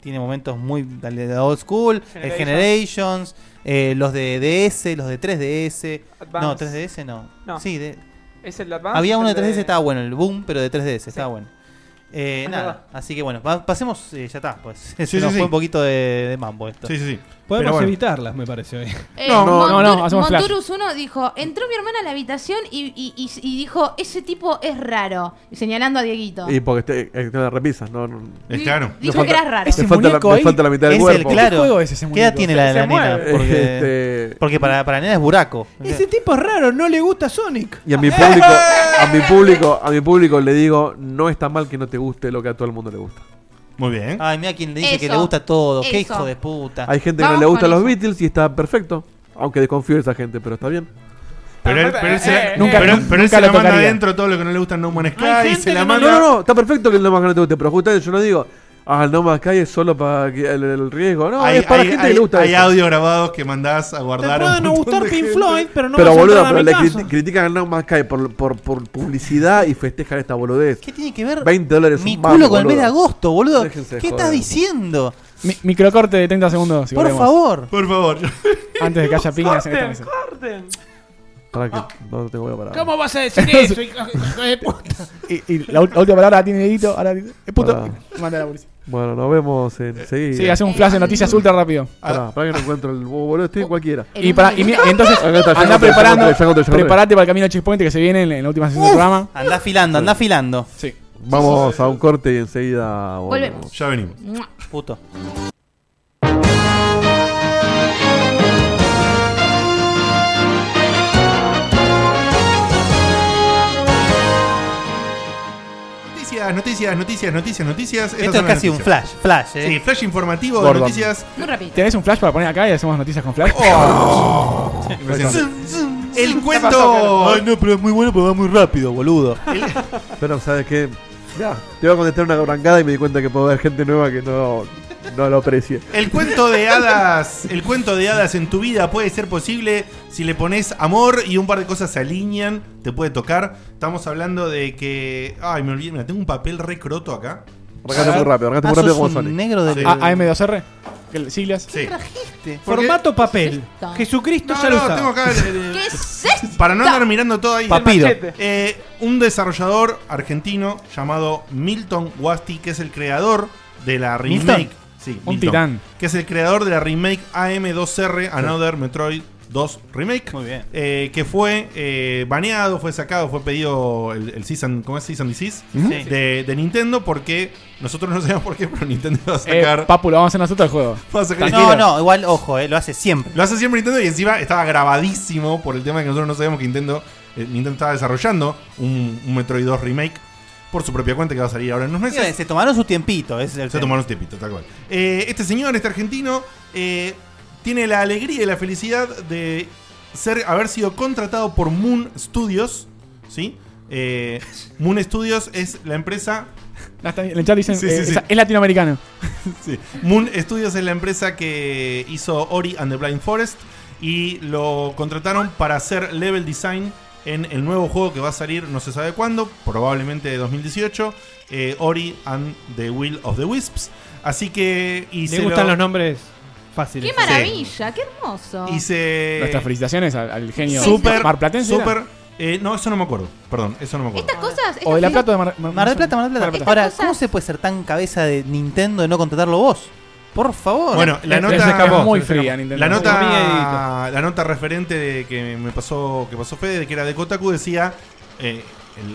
S4: tiene momentos muy de la old school. El Generations, eh, los de DS, los de 3DS. No,
S3: Advance.
S4: 3DS no.
S3: No.
S4: Sí, de,
S3: Es el Advance.
S4: Había
S3: es
S4: uno de
S3: el
S4: 3DS, estaba bueno, el Boom, pero de 3DS, estaba bueno. Eh,
S3: Es
S4: nada,
S3: verdad.
S4: así que bueno, pa- pasemos, eh, ya está, pues. (laughs) Se
S2: Sí,
S4: nos
S2: sí, sí.
S4: fue un poquito de, de mambo esto.
S1: Sí, sí, sí.
S5: Podemos evitarlas, me parece hoy.
S6: Eh,
S4: No, no,
S6: Montur-
S4: no, no, hacemos flash.
S6: Monturus 1 dijo, entró mi hermana a la habitación y, y- y- y dijo, ese tipo es raro, y señalando a Dieguito.
S7: Y porque te, eh, te la repisas, no, no.
S1: Es
S6: claro. dijo que era raro.
S7: Le
S6: Ese
S7: falta, la,
S6: muñeco
S7: le
S6: ahí
S7: falta la mitad del
S4: es
S7: cuerpo. Eh,
S4: El, claro. ¿Qué edad tiene la, la nena? Porque,
S7: este,
S4: porque para, para la nena es buraco.
S8: Ese tipo es raro, no le gusta Sonic.
S7: Y a mi público,
S5: Eh,
S7: a mi público, a mi público le digo, no está mal que no te guste lo que a todo el mundo le gusta.
S1: Muy bien.
S4: Ay, mira quien le dice que
S7: Eso,
S4: le gusta todo. Qué
S7: eso.
S4: hijo de puta.
S7: ¿Eh? Hay gente que no le gustan los Beatles y está perfecto. Aunque desconfío de esa gente, pero está bien.
S1: Pero él, pero él
S4: eh,
S1: se, la-
S7: Nunca-
S1: pero,
S7: nunca
S1: pero él se
S7: lo
S1: la manda
S7: tocaría.
S1: adentro todo lo que no le gusta a No Man's Sky y se la
S7: No,
S1: manda.
S7: no, no, está perfecto que el No Man's Sky no te guste, pero justamente yo no digo, ah, el No Man's Sky es solo para que- el, el riesgo. No,
S1: hay
S7: es para gente
S1: hay-
S7: que le gusta
S1: hay
S7: eso.
S1: audio grabados que mandás a guardar. a un
S8: no
S1: montón
S8: gustar
S1: de
S8: Pink
S1: gente.
S8: Floyd, pero no
S7: pero
S8: vas a
S7: boludo,
S8: entrar a mi
S7: pero le
S8: casa.
S7: criti- critican al No Man's Sky por, por, por publicidad y festejan esta boludez. ¿Qué
S4: tiene que ver
S7: 20 dólares
S4: mi
S7: un
S4: culo
S7: mango,
S4: con el mes de
S7: boludo.
S4: agosto, boludo?
S7: Déjense
S4: ¿Qué
S7: joder.
S4: estás diciendo?
S2: Mi- microcorte de 30 segundos. si
S4: Por
S2: queremos.
S4: favor.
S1: Por
S4: (laughs)
S1: favor.
S2: Antes de que haya piñas en este esta mesa.
S3: ¡Corten!
S7: Para que no tengo que parar.
S8: ¿Cómo vas a decir
S2: (laughs)
S8: eso, hijo hijo de puta?
S2: Y, y la, ul- la última palabra la tiene Dieguito. Ahora dice, "Eh, puto.
S7: Pará.
S2: Manda a la policía.
S7: Bueno, nos vemos enseguida.
S2: Sí, hace un flash de noticias ultra rápido.
S7: Pará, pará que no encuentro el boludo, estoy en cualquiera.
S2: Y, para, y mira, entonces
S7: Acá está, ya
S2: anda
S7: encontré, ya
S2: preparando.
S7: encontré, ya encontré, ya encontré.
S2: preparate para el camino a Checkpoint que se viene en, la- en la última sesión del programa.
S4: Anda afilando, anda afilando.
S2: Sí.
S7: Vamos a un corte y enseguida volvemos.
S6: Volvemos.
S1: Ya venimos.
S4: Puto.
S1: Noticias, noticias, noticias, noticias, noticias. Esas
S4: Esto
S1: son
S4: es
S1: las
S4: casi un
S1: noticias.
S4: flash, flash, eh.
S1: Sí, flash informativo de
S2: Gordon.
S1: noticias.
S6: Muy rápido.
S2: ¿Tenés un flash para poner acá y hacemos noticias con flash?
S4: Oh.
S1: Impresionante. El
S4: pasó,
S1: cuento.
S4: Carlos?
S7: no, pero es muy bueno, pero va muy rápido, boludo. pero, ¿sabes qué? Te iba a contestar una brancada y me di cuenta que puedo ver gente nueva que no, no lo aprecie.
S1: El cuento de hadas, el cuento de hadas en tu vida puede ser posible si le pones amor y un par de cosas se alinean, te puede tocar. Estamos hablando de que, ay, me olvidé, mira, tengo un papel recroto acá.
S7: Arrancate muy rápido, arrancate
S4: Ah,
S7: muy
S2: Ah,
S7: rápido como Sonic.
S1: Sí.
S8: Ah,
S2: A- AM2R. que- Siglas.
S1: Sí.
S8: Formato papel. Jesucristo
S1: No,
S8: ya lo
S1: no,
S8: usaba.
S1: tengo acá el- el-
S6: ¿Qué es esto?
S1: Para no andar mirando todo ahí.
S4: Papiro.
S1: El machete. Eh, un desarrollador argentino llamado Milton Wasti, que es el creador de la remake.
S2: ¿Milton?
S1: Sí,
S2: Un titán.
S1: Que es el creador de la remake AM2R, Another Metroid 2 Remake.
S4: Muy bien.
S1: Eh, que fue eh, baneado, fue sacado, fue pedido el, el season, ¿cómo es? Season disease
S2: Sí.
S1: de, de Nintendo porque nosotros no sabemos por qué, pero Nintendo va a
S2: Eh,
S1: sacar.
S2: Papu, lo vamos a hacer nosotros el juego.
S1: va a sacar-
S4: No, no, igual, ojo, eh, lo hace siempre.
S1: lo hace siempre Nintendo y encima estaba grabadísimo por el tema de que nosotros no sabíamos que Nintendo, eh, Nintendo estaba desarrollando un, un Metroid 2 Remake por su propia cuenta que va a salir ahora en unos
S4: Mira,
S1: meses.
S4: Se tomaron su tiempito. Es el
S1: Se tomaron un tiempito, tal cual. Eh, este señor, este argentino, eh, tiene la alegría y la felicidad de ser, haber sido contratado por Moon Studios. ¿sí? Eh, Moon Studios es la empresa
S2: Ah, está bien, En el chat dicen,
S1: Sí, sí,
S2: eh,
S1: sí.
S2: esa-
S7: (laughs)
S2: es latinoamericano.
S1: Sí. Moon Studios es la empresa que hizo Ori and the Blind Forest y lo contrataron para hacer level design en el nuevo juego que va a salir no se sabe cuándo, probablemente de 2018, eh, Ori and the Will of the Wisps. Así que... Y
S8: Le
S1: se
S8: gustan
S1: lo-
S8: los nombres Fácil.
S6: ¡Qué maravilla! ¡Qué hermoso!
S1: Y se.
S2: Nuestras felicitaciones al, al genio
S1: Super.
S2: marplatense. era?
S1: Super. eh, no, eso no me acuerdo. Perdón, eso no me acuerdo.
S6: Estas cosas.
S2: O de La
S6: estas-
S2: Plata o de Mar, Mar-
S4: Mar del Plata, Mar del Plata.
S6: Estas
S4: Ahora,
S6: cosas-
S4: ¿cómo se puede ser tan cabeza de Nintendo de no contratarlo vos? Por favor.
S1: Bueno, la
S2: Se
S1: nota.
S2: escapó, muy
S8: se le
S2: fría
S8: escapó.
S2: Nintendo.
S1: La nota,
S8: Amiguito.
S1: la nota referente de que me pasó que pasó Fede, que era de Kotaku, decía, eh,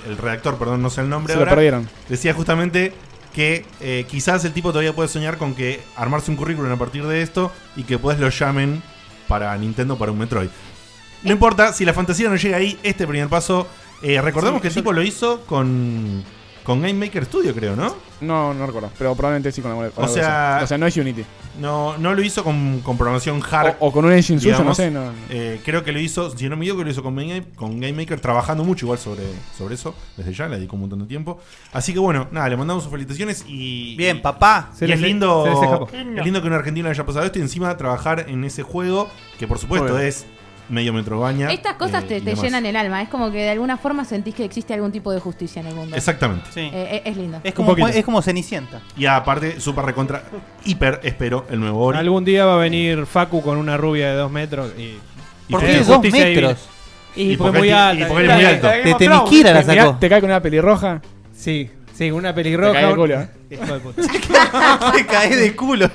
S1: el, el redactor, perdón, no sé el nombre
S2: Se lo
S1: ahora,
S2: perdieron.
S1: decía justamente que eh, quizás el tipo todavía puede soñar con que armarse un currículum a partir de esto y que después lo llamen para Nintendo para un Metroid. No importa, si la fantasía no llega ahí, este primer paso, eh, recordemos que el tipo lo hizo con, con Game Maker Studio, creo, ¿no?
S2: No, no recuerdo. Pero probablemente sí con la moneda.
S1: O sea-
S2: o sea, no es Unity.
S1: No, no lo hizo con, con programación hard.
S2: O, o con un engine suyo, no
S1: digamos,
S2: sé. No,
S1: eh, creo que lo hizo, si no me equivoco, lo hizo con, Game- con Game Maker, trabajando mucho igual sobre, sobre eso. Desde ya, le dedicó un montón de tiempo. Así que bueno, nada, le mandamos sus felicitaciones y.
S4: Bien, papá.
S1: y es
S8: se les
S1: lindo,
S8: escapó.
S1: es lindo que un argentino haya pasado esto y encima trabajar en ese juego, que por supuesto
S7: Bueno.
S1: es medio eh, metrobaña.
S6: Estas
S4: Eh,
S6: cosas te, te llenan el alma. Es como que de alguna forma sentís que existe algún tipo de justicia en el mundo.
S1: Exactamente.
S4: Sí.
S6: Eh, eh, es lindo.
S4: es, como,
S2: poquito.
S4: es como Cenicienta.
S1: Y aparte, super recontra, hiper espero el nuevo Ori.
S8: Algún día va a venir Facu con una rubia de dos metros y. y
S1: ¿Por
S8: te
S1: qué
S8: hace
S1: dos
S8: justicia
S4: metros?
S8: Y,
S1: Y
S8: porque
S1: porque
S8: es muy
S1: él-
S8: alta.
S1: y porque él es muy alto.
S8: La de Game
S4: De
S8: of Thrones.
S4: Temisquira la
S2: Te mirá-
S4: sacó.
S2: Te cae con una pelirroja.
S8: Sí, sí, una
S2: Te cae
S8: pelirroja.
S2: el culo, eh.
S8: (laughs) Hijo de puta.
S4: Te caes de culo.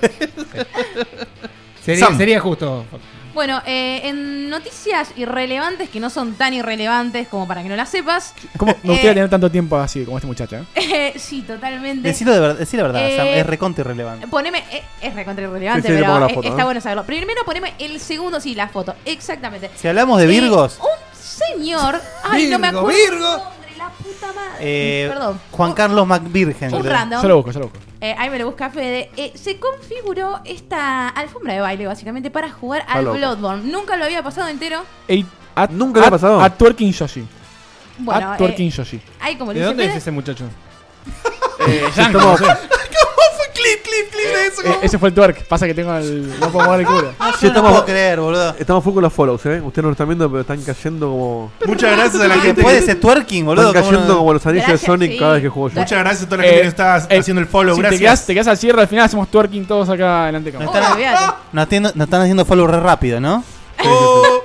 S8: Sería,
S1: Sam.
S8: sería justo. Facu.
S6: Bueno, eh, en noticias irrelevantes que no son tan irrelevantes como para que no las sepas. (laughs)
S2: ¿Cómo me gustaría
S6: Eh.
S2: tener tanto tiempo así como este muchacho? eh?
S6: eh, sí, totalmente.
S4: Decilo de verdad, decí la verdad,
S6: Eh,
S4: Sam, es recontra irrelevante.
S6: Poneme, eh, es recontra irrelevante,
S7: Sí, sí, le pongo
S6: pero
S7: la
S6: eh,
S7: foto,
S6: está
S7: ¿no?
S6: bueno saberlo. Primero poneme el segundo, sí, la foto, exactamente.
S4: Si hablamos de Virgos,
S6: Eh, un señor, ay, no me
S8: Virgo,
S6: acuerdo.
S8: Virgo.
S6: el nombre, la puta madre.
S4: eh,
S6: Perdón. Oh.
S4: Juan Carlos McVirgen.
S6: Un
S4: creo.
S6: random.
S2: Yo lo busco, yo lo busco.
S6: Eh, ahí me lo busca Fede. Eh, se configuró esta alfombra de baile, básicamente, para jugar al
S7: loco.
S6: Bloodborne. Nunca lo había pasado entero.
S2: Eight- at-
S7: Nunca le ha
S2: at-
S7: pasado.
S2: At Twerking Yoshi.
S6: Bueno,
S2: at
S6: eh,
S2: Twerking Yoshi.
S6: ahí como le
S8: ¿De
S6: dice
S8: dónde es
S6: Fede,
S8: ese
S6: (laughs)
S8: muchacho?
S2: (laughs)
S7: Estamos-
S2: Eh, ese fue el twerk. Pasa que tengo el. No puedo mover el culo.
S4: Ah, yo no puedo creer, boludo.
S7: Estamos full con los follows, ¿eh? Ustedes no lo están viendo, pero están cayendo como.
S1: Muchas gracias a la
S4: Que
S1: gente.
S4: puede
S1: que-
S4: ser twerking, boludo.
S7: Están
S4: ¿cómo no?
S7: cayendo como los anillos de
S6: Gracias,
S7: Sonic
S6: sí.
S7: cada vez que juego yo.
S1: Muchas gracias a toda la gente
S2: Eh,
S1: que está
S2: eh,
S1: haciendo el follow.
S2: si te
S1: gracias.
S2: quedas, te quedás al cierre, al final hacemos twerking todos acá delante de
S4: No
S2: cámara.
S4: están-
S6: olvídate.
S4: no tienen- no están haciendo follow re rápido, ¿no?
S1: Oh,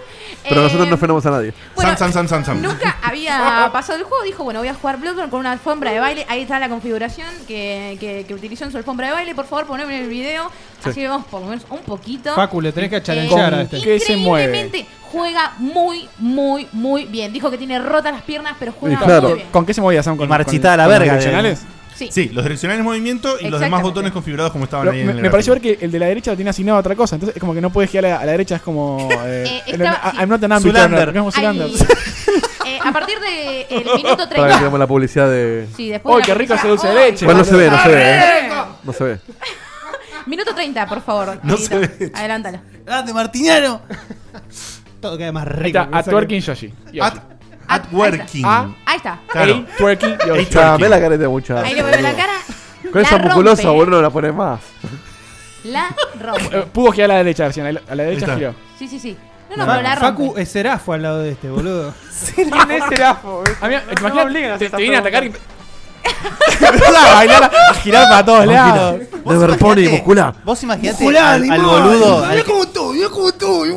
S7: Pero nosotros
S6: eh,
S7: no frenamos a nadie.
S6: bueno,
S1: Sam, Sam, Sam,
S7: (laughs)
S1: Sam, Sam.
S6: Nunca había pasado el juego, dijo, bueno, voy a jugar Bloodborne con una alfombra de baile. Ahí está la configuración que, que, que utilizó en su alfombra de baile. Por favor, poneme en el video. Así vemos por lo menos un poquito.
S8: Facu, le tenés
S6: eh,
S8: que
S2: Con-
S8: achalanchar a este.
S2: ¿Qué se
S6: Increíblemente juega muy, muy, muy bien. Dijo que tiene rotas las piernas, pero juega
S7: Sí, claro.
S6: muy
S2: ¿Con,
S6: bien.
S2: con qué se movía Sam? ¿Con,
S4: Marchitada
S2: con-
S4: la
S2: con los
S4: verga,
S2: direccionales?
S6: Sí.
S1: Sí, los direccionales movimiento y los demás
S6: Exactamente.
S1: botones configurados como estaban
S2: Pero
S1: ahí
S2: me,
S1: en el
S2: me pareció
S1: gráfico.
S2: ver que el de la derecha lo tiene asignado a otra cosa. Entonces es como que no puedes girar a la, a la derecha. Es como. Eh,
S6: Eh,
S2: el-
S6: estaba-
S2: a-
S6: sí.
S2: I'm not an
S4: Zoolander.
S2: ambulance, no es como
S6: Ahí-
S2: Zoolander.
S6: eh, a partir del minuto
S7: Para que
S6: 30.
S7: tengamos la publicidad de.
S6: Sí, después
S2: ¡Uy,
S6: de la Oh,
S2: qué rico ese
S6: publicidad.
S2: dulce de
S6: Ay,
S2: leche!
S7: Bueno, no se ve, no se ve, ¿eh? No se ve.
S6: Minuto 30, por favor.
S1: No
S6: Dieguito.
S1: se ve.
S6: Adelántalo.
S4: ¡Grande, Martiniano!
S8: Todo queda más
S2: Ahí
S8: rico.
S2: está, a twerking Yoshi.
S4: Ah.
S2: Yoshi.
S1: At, at
S6: At-
S1: working.
S2: Ah.
S6: Ahí está.
S2: (laughs)
S1: Claro.
S2: Eight twerking Yoshi.
S1: Eight
S7: Ya, Ah, ve la careta de mucha.
S6: Ahí le veo la cara.
S7: Con
S6: la
S7: esa musculosa,
S6: rompe.
S7: boludo, no la pones más.
S6: La
S5: (laughs)
S6: rompe.
S2: Eh, Pudo girar a la derecha recién. ahí lo- A la
S1: Ahí
S2: derecha
S1: está.
S2: giró.
S6: Sí, sí, sí. No, no, pero la
S8: Fa- Facu
S6: rompe.
S8: es serafo al lado de este,
S2: (laughs)
S8: boludo.
S3: ¿Quién es Serafo?
S2: A mí,
S3: No me
S2: imagínate,
S3: obliguen a hacer
S2: te,
S3: esta
S2: te viene a atacar y.
S3: pregunta.
S2: a bailar, a girar para todos lados.
S7: De Berponi,
S4: imaginate-
S7: muscular.
S4: Vos imaginate al, al boludo. al-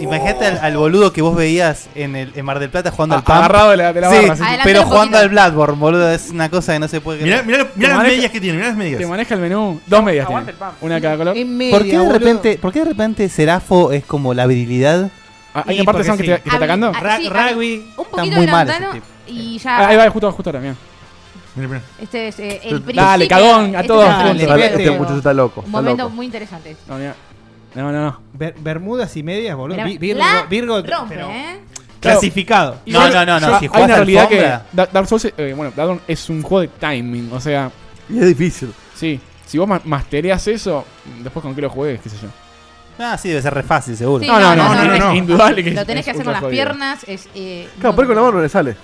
S4: Imaginate al, al boludo que vos veías eh, en, el, en Mar del Plata jugando
S2: A-
S4: al PAM.
S2: Ah, agarrado de la- de la
S4: Sí,
S2: barra, sí.
S6: Adelantale
S4: pero
S6: un
S4: jugando
S6: poquito.
S4: al Bloodborne, boludo. Es una cosa que no se puede
S1: Mirá,
S4: creer.
S1: mirá, mirá las
S2: maneja-
S1: medias que tiene, mirá las medias.
S2: Te maneja el menú. Dos medias.
S3: Aguante
S2: tiene.
S3: el pan.
S2: Una de cada color.
S4: ¿Por qué, de repente, ¿Por qué de repente Serafo es como la virilidad?
S2: Ah, ¿Hay
S8: Y
S2: una parte de
S8: porque
S2: Sam que
S8: sí.
S2: te- que te está atacando?
S6: Ah,
S4: Ra-
S6: sí, ah,
S4: rugby.
S6: Un
S4: Está
S6: poquito
S4: muy mal ese
S6: adelantado
S4: tipo.
S6: y
S2: Ah,
S6: ya.
S2: Ahí va, justo, justo ahora, bien.
S1: Mirá, mirá.
S6: Este es eh, el principio.
S2: Dale, cagón, a
S6: este
S2: todos
S6: es el
S2: juntos.
S6: principio
S7: Este
S6: de-
S7: muchacho está loco,
S6: Un
S7: está
S6: momento
S7: loco.
S6: muy interesante.
S2: No, mira. No, no, no.
S8: Ver- Bermudas y medias, boludo.
S6: Mirá,
S8: Vi- Virgo,
S6: la
S8: Virgo,
S6: rompe,
S8: pero
S6: ¿eh?
S8: clasificado.
S4: No, no, no, no.
S2: Yo-
S4: si
S2: hay
S4: jugás
S2: una
S4: al
S2: realidad que
S4: Fombra,
S2: Da- Dark Souls, eh, bueno, Bloodborne es un juego de timing, o sea,
S7: Y es difícil.
S2: sí, si vos ma- mastereás eso, después con qué lo juegues, qué sé yo.
S4: Ah, sí, debe ser re fácil, seguro.
S6: Sí, no, no, no,
S2: es
S1: no.
S2: indudable que
S6: Lo
S2: es-
S6: tenés que
S2: es
S6: hacer con las
S2: ultra jodido.
S6: piernas. Es, eh,
S7: Claro, pero con la mano no le sale.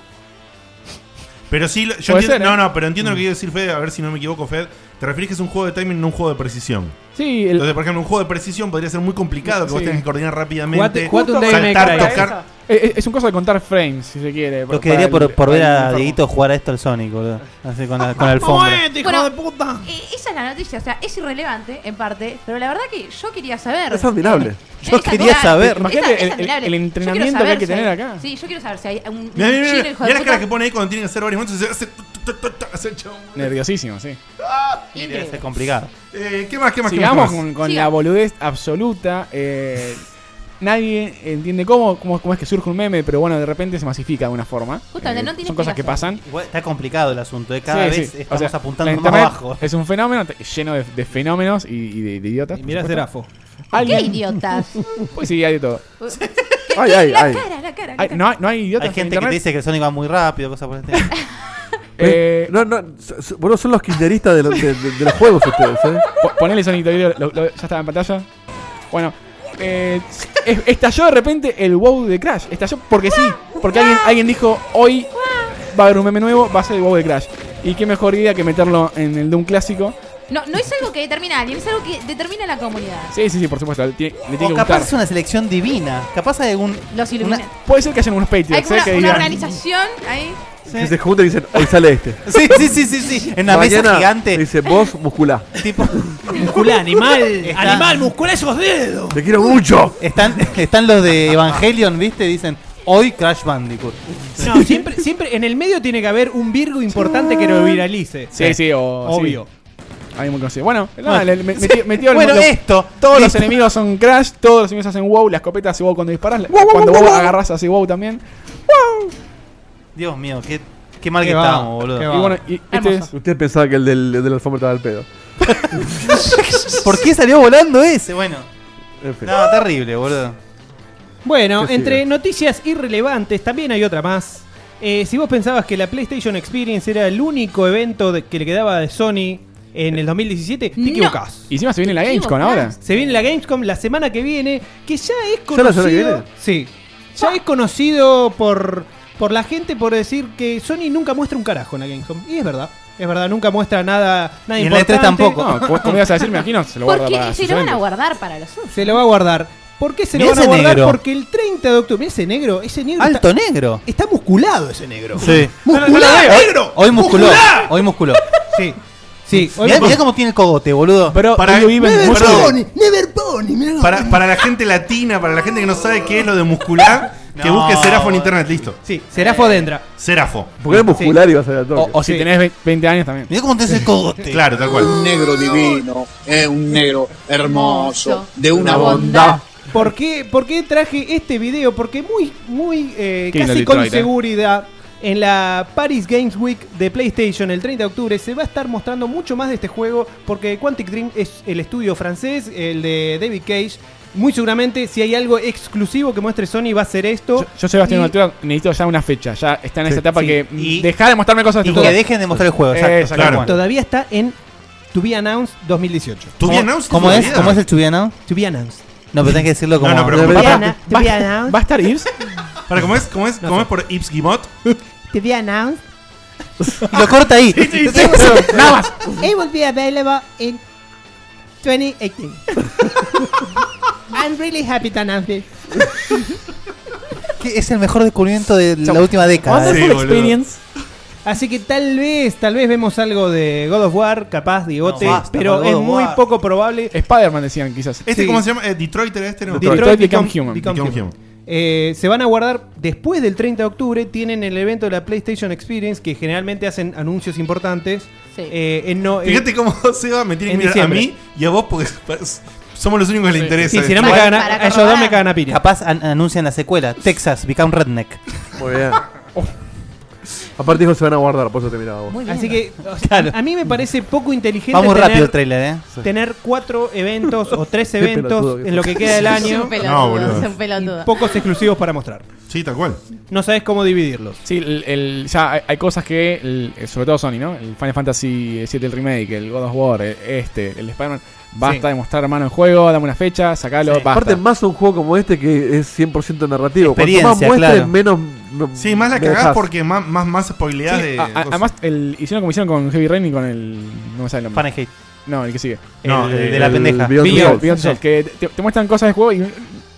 S1: Pero sí, lo- yo
S2: Puede
S1: entiendo,
S2: ser, ¿eh? Mm.
S1: no, no, pero entiendo lo que quiere decir Fed, a ver si no me equivoco, Fed, Te referís que es un juego de timing, no un juego de precisión.
S2: Sí, el-
S1: Entonces, por ejemplo, un juego de precisión podría ser muy complicado, que vos
S2: Sí.
S1: tengas que coordinar rápidamente,
S2: Jugate- jugate un Devil May
S1: saltar,
S2: Cry.
S1: tocar.
S2: Eh, eh, es un caso de contar frames, si se quiere.
S4: Lo que diría por, por ver a
S2: Diego
S4: Dieguito jugar a esto al Sonic, boludo. Así con la,
S1: (laughs)
S4: con la alfombra.
S6: Bueno, eh, esa es la noticia, o sea, es irrelevante en parte, pero la verdad que yo quería saber.
S7: Es admirable.
S4: Yo quería saber.
S2: Imagínate el- el-
S6: entrenamiento
S2: el entrenamiento que hay que tener acá.
S6: Sí, yo quiero saber si hay un, un
S1: Mirá, mirá, mirá,
S6: chino hijo de
S1: mirá las
S6: puta.
S1: caras que pone ahí cuando tienen que hacer varios momentos. Se hace, tu, tu, tu, tu, hace el chabón.
S2: Nerviosísimo, sí.
S4: Debe ser
S6: Increíble.
S4: complicado.
S1: Eh, ¿Qué más? ¿Qué más? qué más,
S2: Sigamos
S1: qué más?
S2: con, con
S6: Siga.
S2: la boludez absoluta. eh, nadie entiende cómo, cómo, cómo es que surge un meme, pero bueno, de repente se masifica de una forma. Eh,
S6: Justamente, no tiene
S2: son cosas que
S6: explicación.
S2: pasan.
S4: Igual está complicado el asunto, ¿eh? cada
S2: Sí,
S4: vez
S2: sí. O
S4: estamos
S2: sea,
S4: apuntando
S2: la
S4: más
S2: internet
S4: abajo.
S2: Es un fenómeno te- lleno de, de fenómenos y, y de, de idiotas.
S8: Y
S2: por
S8: mirá Serafo.
S2: supuesto.
S6: ¿Qué
S2: Alguien- (laughs)
S6: idiotas?
S2: Pues sí, hay de todo.
S7: Ay, ay,
S6: la
S7: ay.
S6: cara, la cara. la
S2: Hay-
S6: cara.
S2: no, hay- no hay idiotas
S4: Hay
S2: en
S4: gente que te
S2: internet.
S4: dice que el Sonic va muy rápido, cosas por el estilo.
S2: Eh,
S7: No, no, so- so- boludo, son los
S2: (laughs)
S7: kirchneristas de, los- de- de- de los juegos ustedes, ¿eh?
S2: Po- Ponele sonido, lo- lo- lo- ya estaba en pantalla. Bueno, eh, es- estalló de repente el wow de Crash. Estalló porque sí, porque alguien, alguien dijo hoy va a haber un meme nuevo, va a ser el wow de Crash. Y qué mejor idea que meterlo en el Doom clásico.
S6: No, no es algo que determina alguien, es algo que determina la comunidad.
S2: Sí, sí, sí, por supuesto, le tiene, le tiene
S4: O
S2: que
S4: capaz
S2: gustar.
S4: es una selección divina. Capaz hay algún.
S6: Los
S4: una-
S6: iluminan.
S2: Puede ser que hayan unos
S6: Hay
S2: Patriots,
S6: como
S2: eh, que
S6: una, una
S2: digan,
S6: organización ahí.
S7: Que se juntan y dicen, hoy sale este.
S4: (laughs) Sí, sí, sí, sí, sí. En una mesa
S7: Mañana
S4: gigante.
S7: Dice, vos musculá.
S4: Tipo,
S5: Musculá, animal.
S4: Está-
S5: Animal, musculá esos dedos.
S7: Te quiero mucho.
S4: están, están los de Evangelion, ¿viste? Dicen, hoy Crash Bandicoot.
S5: No, siempre, siempre en el medio tiene que haber un Virgo importante que lo viralice.
S2: Sí, sí, o.
S5: Obvio.
S2: sí, alguien muy conocido. Bueno, nada, le- me- metió, metió el-
S4: Bueno,
S2: los-
S4: esto.
S2: Todos los
S4: Listo.
S2: enemigos son Crash, todos los enemigos hacen wow, la escopeta hace wow cuando disparas, cuando wow, agarras hace wow también.
S4: Dios mío, qué, qué mal
S8: Qué
S4: que
S8: va,
S4: estábamos, boludo.
S8: qué
S2: Y bueno, y este es,
S6: Hermoso.
S7: Usted pensaba que el del, de la alfombra estaba al pedo.
S4: ¿Por qué salió volando ese? Bueno,
S7: En fin.
S4: no, terrible, boludo.
S5: Bueno,
S7: Que
S5: entre
S7: siga.
S5: noticias irrelevantes también hay otra más. Eh, si vos pensabas que la PlayStation Experience era el único evento de- que le quedaba de Sony en el 2017, te
S6: No.
S5: equivocás.
S2: Y encima se viene la
S6: Equivocaste.
S2: Gamescom ahora.
S5: Se viene la Gamescom la semana que viene, que ya es
S7: ¿Ya la semana que
S5: conocido.
S7: viene?
S5: Sí.
S6: Ah.
S5: Ya es conocido por, por la gente por decir que Sony nunca muestra un carajo en la Gamescom. Y es verdad. Es verdad, nunca muestra nada, nada
S4: Y
S2: E
S4: en la
S5: importante.
S4: E3 tampoco.
S5: (laughs)
S2: No, como- como ibas a decir, me imagino, se lo guarda
S6: Porque
S2: para
S6: se lo
S2: sus
S6: van a
S2: eventos.
S6: guardar para los suyos.
S5: Se lo va a guardar. ¿Por qué se lo
S4: Mirá
S5: van a
S4: ese
S5: guardar?
S4: negro.
S5: Porque el 30 de octubre. Mirá ese negro, ese negro. está-
S4: Alto negro.
S5: Está musculado ese negro.
S4: Sí.
S5: ¡Musculado, negro!
S4: Hoy musculó. Hoy musculó.
S5: Sí. Sí, hoy
S4: Mirá,
S5: me-
S4: mirá cómo tiene el cogote, boludo.
S2: Pero
S1: Para-
S2: ellos viven
S1: Never
S2: mucho-
S1: Pony,
S5: Never Pony, mirá cómo-
S1: Para, para la gente latina, para la gente que no sabe qué es lo de muscular, que
S4: No.
S1: busque Serafo en internet, listo.
S5: Sí, será
S6: Eh.
S5: Fodendra.
S1: Serafo.
S7: Porque era muscular y iba a salir al toque.
S2: o, o si
S5: Sí.
S2: tenés ve- 20 años también.
S4: Mirá cómo tiene ese cogote.
S1: Claro, tal cual.
S11: negro divino, es un negro hermoso, de una
S6: Una bondad.
S11: bondad.
S5: ¿Por qué, por qué traje este video? Porque muy, muy, eh,
S2: Qué lindo
S5: casi
S2: Detroit,
S5: con
S2: eh.
S5: seguridad, en la Paris Games Week de PlayStation el 30 de octubre se va a estar mostrando mucho más de este juego porque Quantic Dream es el estudio francés, el de David Cage. Muy seguramente, si hay algo exclusivo que muestre Sony, va a ser esto.
S2: Yo, yo, Sebastián
S5: Y-
S2: Altura, necesito ya una fecha. Ya está en esa etapa
S5: sí.
S2: que mm,
S4: Y-
S2: dejá de mostrarme cosas de
S4: Y
S2: este
S4: que
S2: juego.
S4: dejen de mostrar el juego, exacto.
S2: Exacto.
S4: Tal cual.
S5: Todavía está en To Be Announced 2018.
S1: ¿Tú bien,
S4: ¿Cómo,
S1: Naus?
S4: cómo
S1: ¿Tu
S4: es?
S1: vida?
S4: ¿Cómo es el Chubianao?
S5: To Be Announced.
S4: No, pero tenés que decirlo como.
S1: no, pero-
S7: De verdad,
S2: Diana, ¿Va, ¿Va a
S5: (laughs)
S2: estar Ives?
S1: Para, ¿Cómo es? ¿Cómo es? ¿Cómo es por Ips Guimot?
S5: To Be Announced.
S4: Lo
S1: (laughs)
S4: corta ahí. (laughs)
S2: Nada más.
S5: It will be available in 2018. (laughs) I'm really happy to announce it.
S4: Que Es el mejor descubrimiento de la última década.
S1: Sí,
S2: Wonderful
S1: boludo.
S2: experience.
S5: Así que tal vez, tal vez vemos algo de God of War, capaz, digote,
S4: No, basta
S5: pero
S4: con God
S5: es
S4: of
S5: muy
S4: War.
S5: poco probable.
S2: Spider-Man decían, quizás.
S1: ¿Este
S5: Sí.
S1: cómo se llama? Eh, ¿Detroit era este? No.
S2: Detroit. Become Human.
S1: Become
S5: Eh, se van a guardar después del 30 de octubre. Tienen el evento de la PlayStation Experience, que generalmente hacen anuncios importantes.
S6: Sí.
S5: Eh, en no, eh,
S1: Fíjate cómo (laughs) Seba me tiene que
S5: en
S1: mirar a mí
S5: diciembre.
S1: y a vos porque somos los únicos que le interesa.
S5: sí, si no me
S6: Para-
S5: cagan a,
S6: para
S5: a esos
S6: corroborar.
S5: dos me cagan a piña.
S4: Capaz an- anuncian la secuela: Texas Become Redneck.
S7: Muy bien. (laughs) Aparte dijo se van a guardar, por eso te miraba vos.
S6: Muy bien.
S5: Así que o sea,
S4: Claro.
S5: a mí me parece poco inteligente
S4: Vamos
S5: tener,
S4: rápido el trailer, ¿eh?
S5: tener cuatro eventos o tres
S7: pelotudo
S5: eventos
S7: que
S5: en lo que queda del
S6: Es
S5: año
S6: un pelotudo,
S1: No, boludo.
S6: es un pelotudo.
S5: y pocos exclusivos para mostrar.
S1: Sí, tal cual.
S5: No sabes cómo dividirlos.
S2: Sí, el, el- ya hay, hay cosas que, el- sobre todo Sony, ¿no? El Final Fantasy VII el Remake, el God of War, el- eh, este, el Spider-Man. Basta de mostrar mano en juego, dame una fecha, sacalo, basta.
S7: Aparte, más un juego como este que es 100% narrativo. Cuanto más
S2: Experiencia,
S7: muestres,
S2: claro.
S7: menos.
S1: Sí, más la
S7: me
S1: cagás
S7: dejás.
S1: porque más, más, más spoileás
S2: Sí,
S1: de.
S2: a- a-
S1: cosas.
S2: además, el, hicieron como hicieron con Heavy Rain y con el. No me sale el nombre.
S4: Fahrenheit.
S2: No, el que sigue.
S4: No, eh, el de la pendeja.
S2: Beyond,
S4: Beyond
S2: Beyond
S4: Souls.
S2: Souls, Que te, te muestran cosas del juego y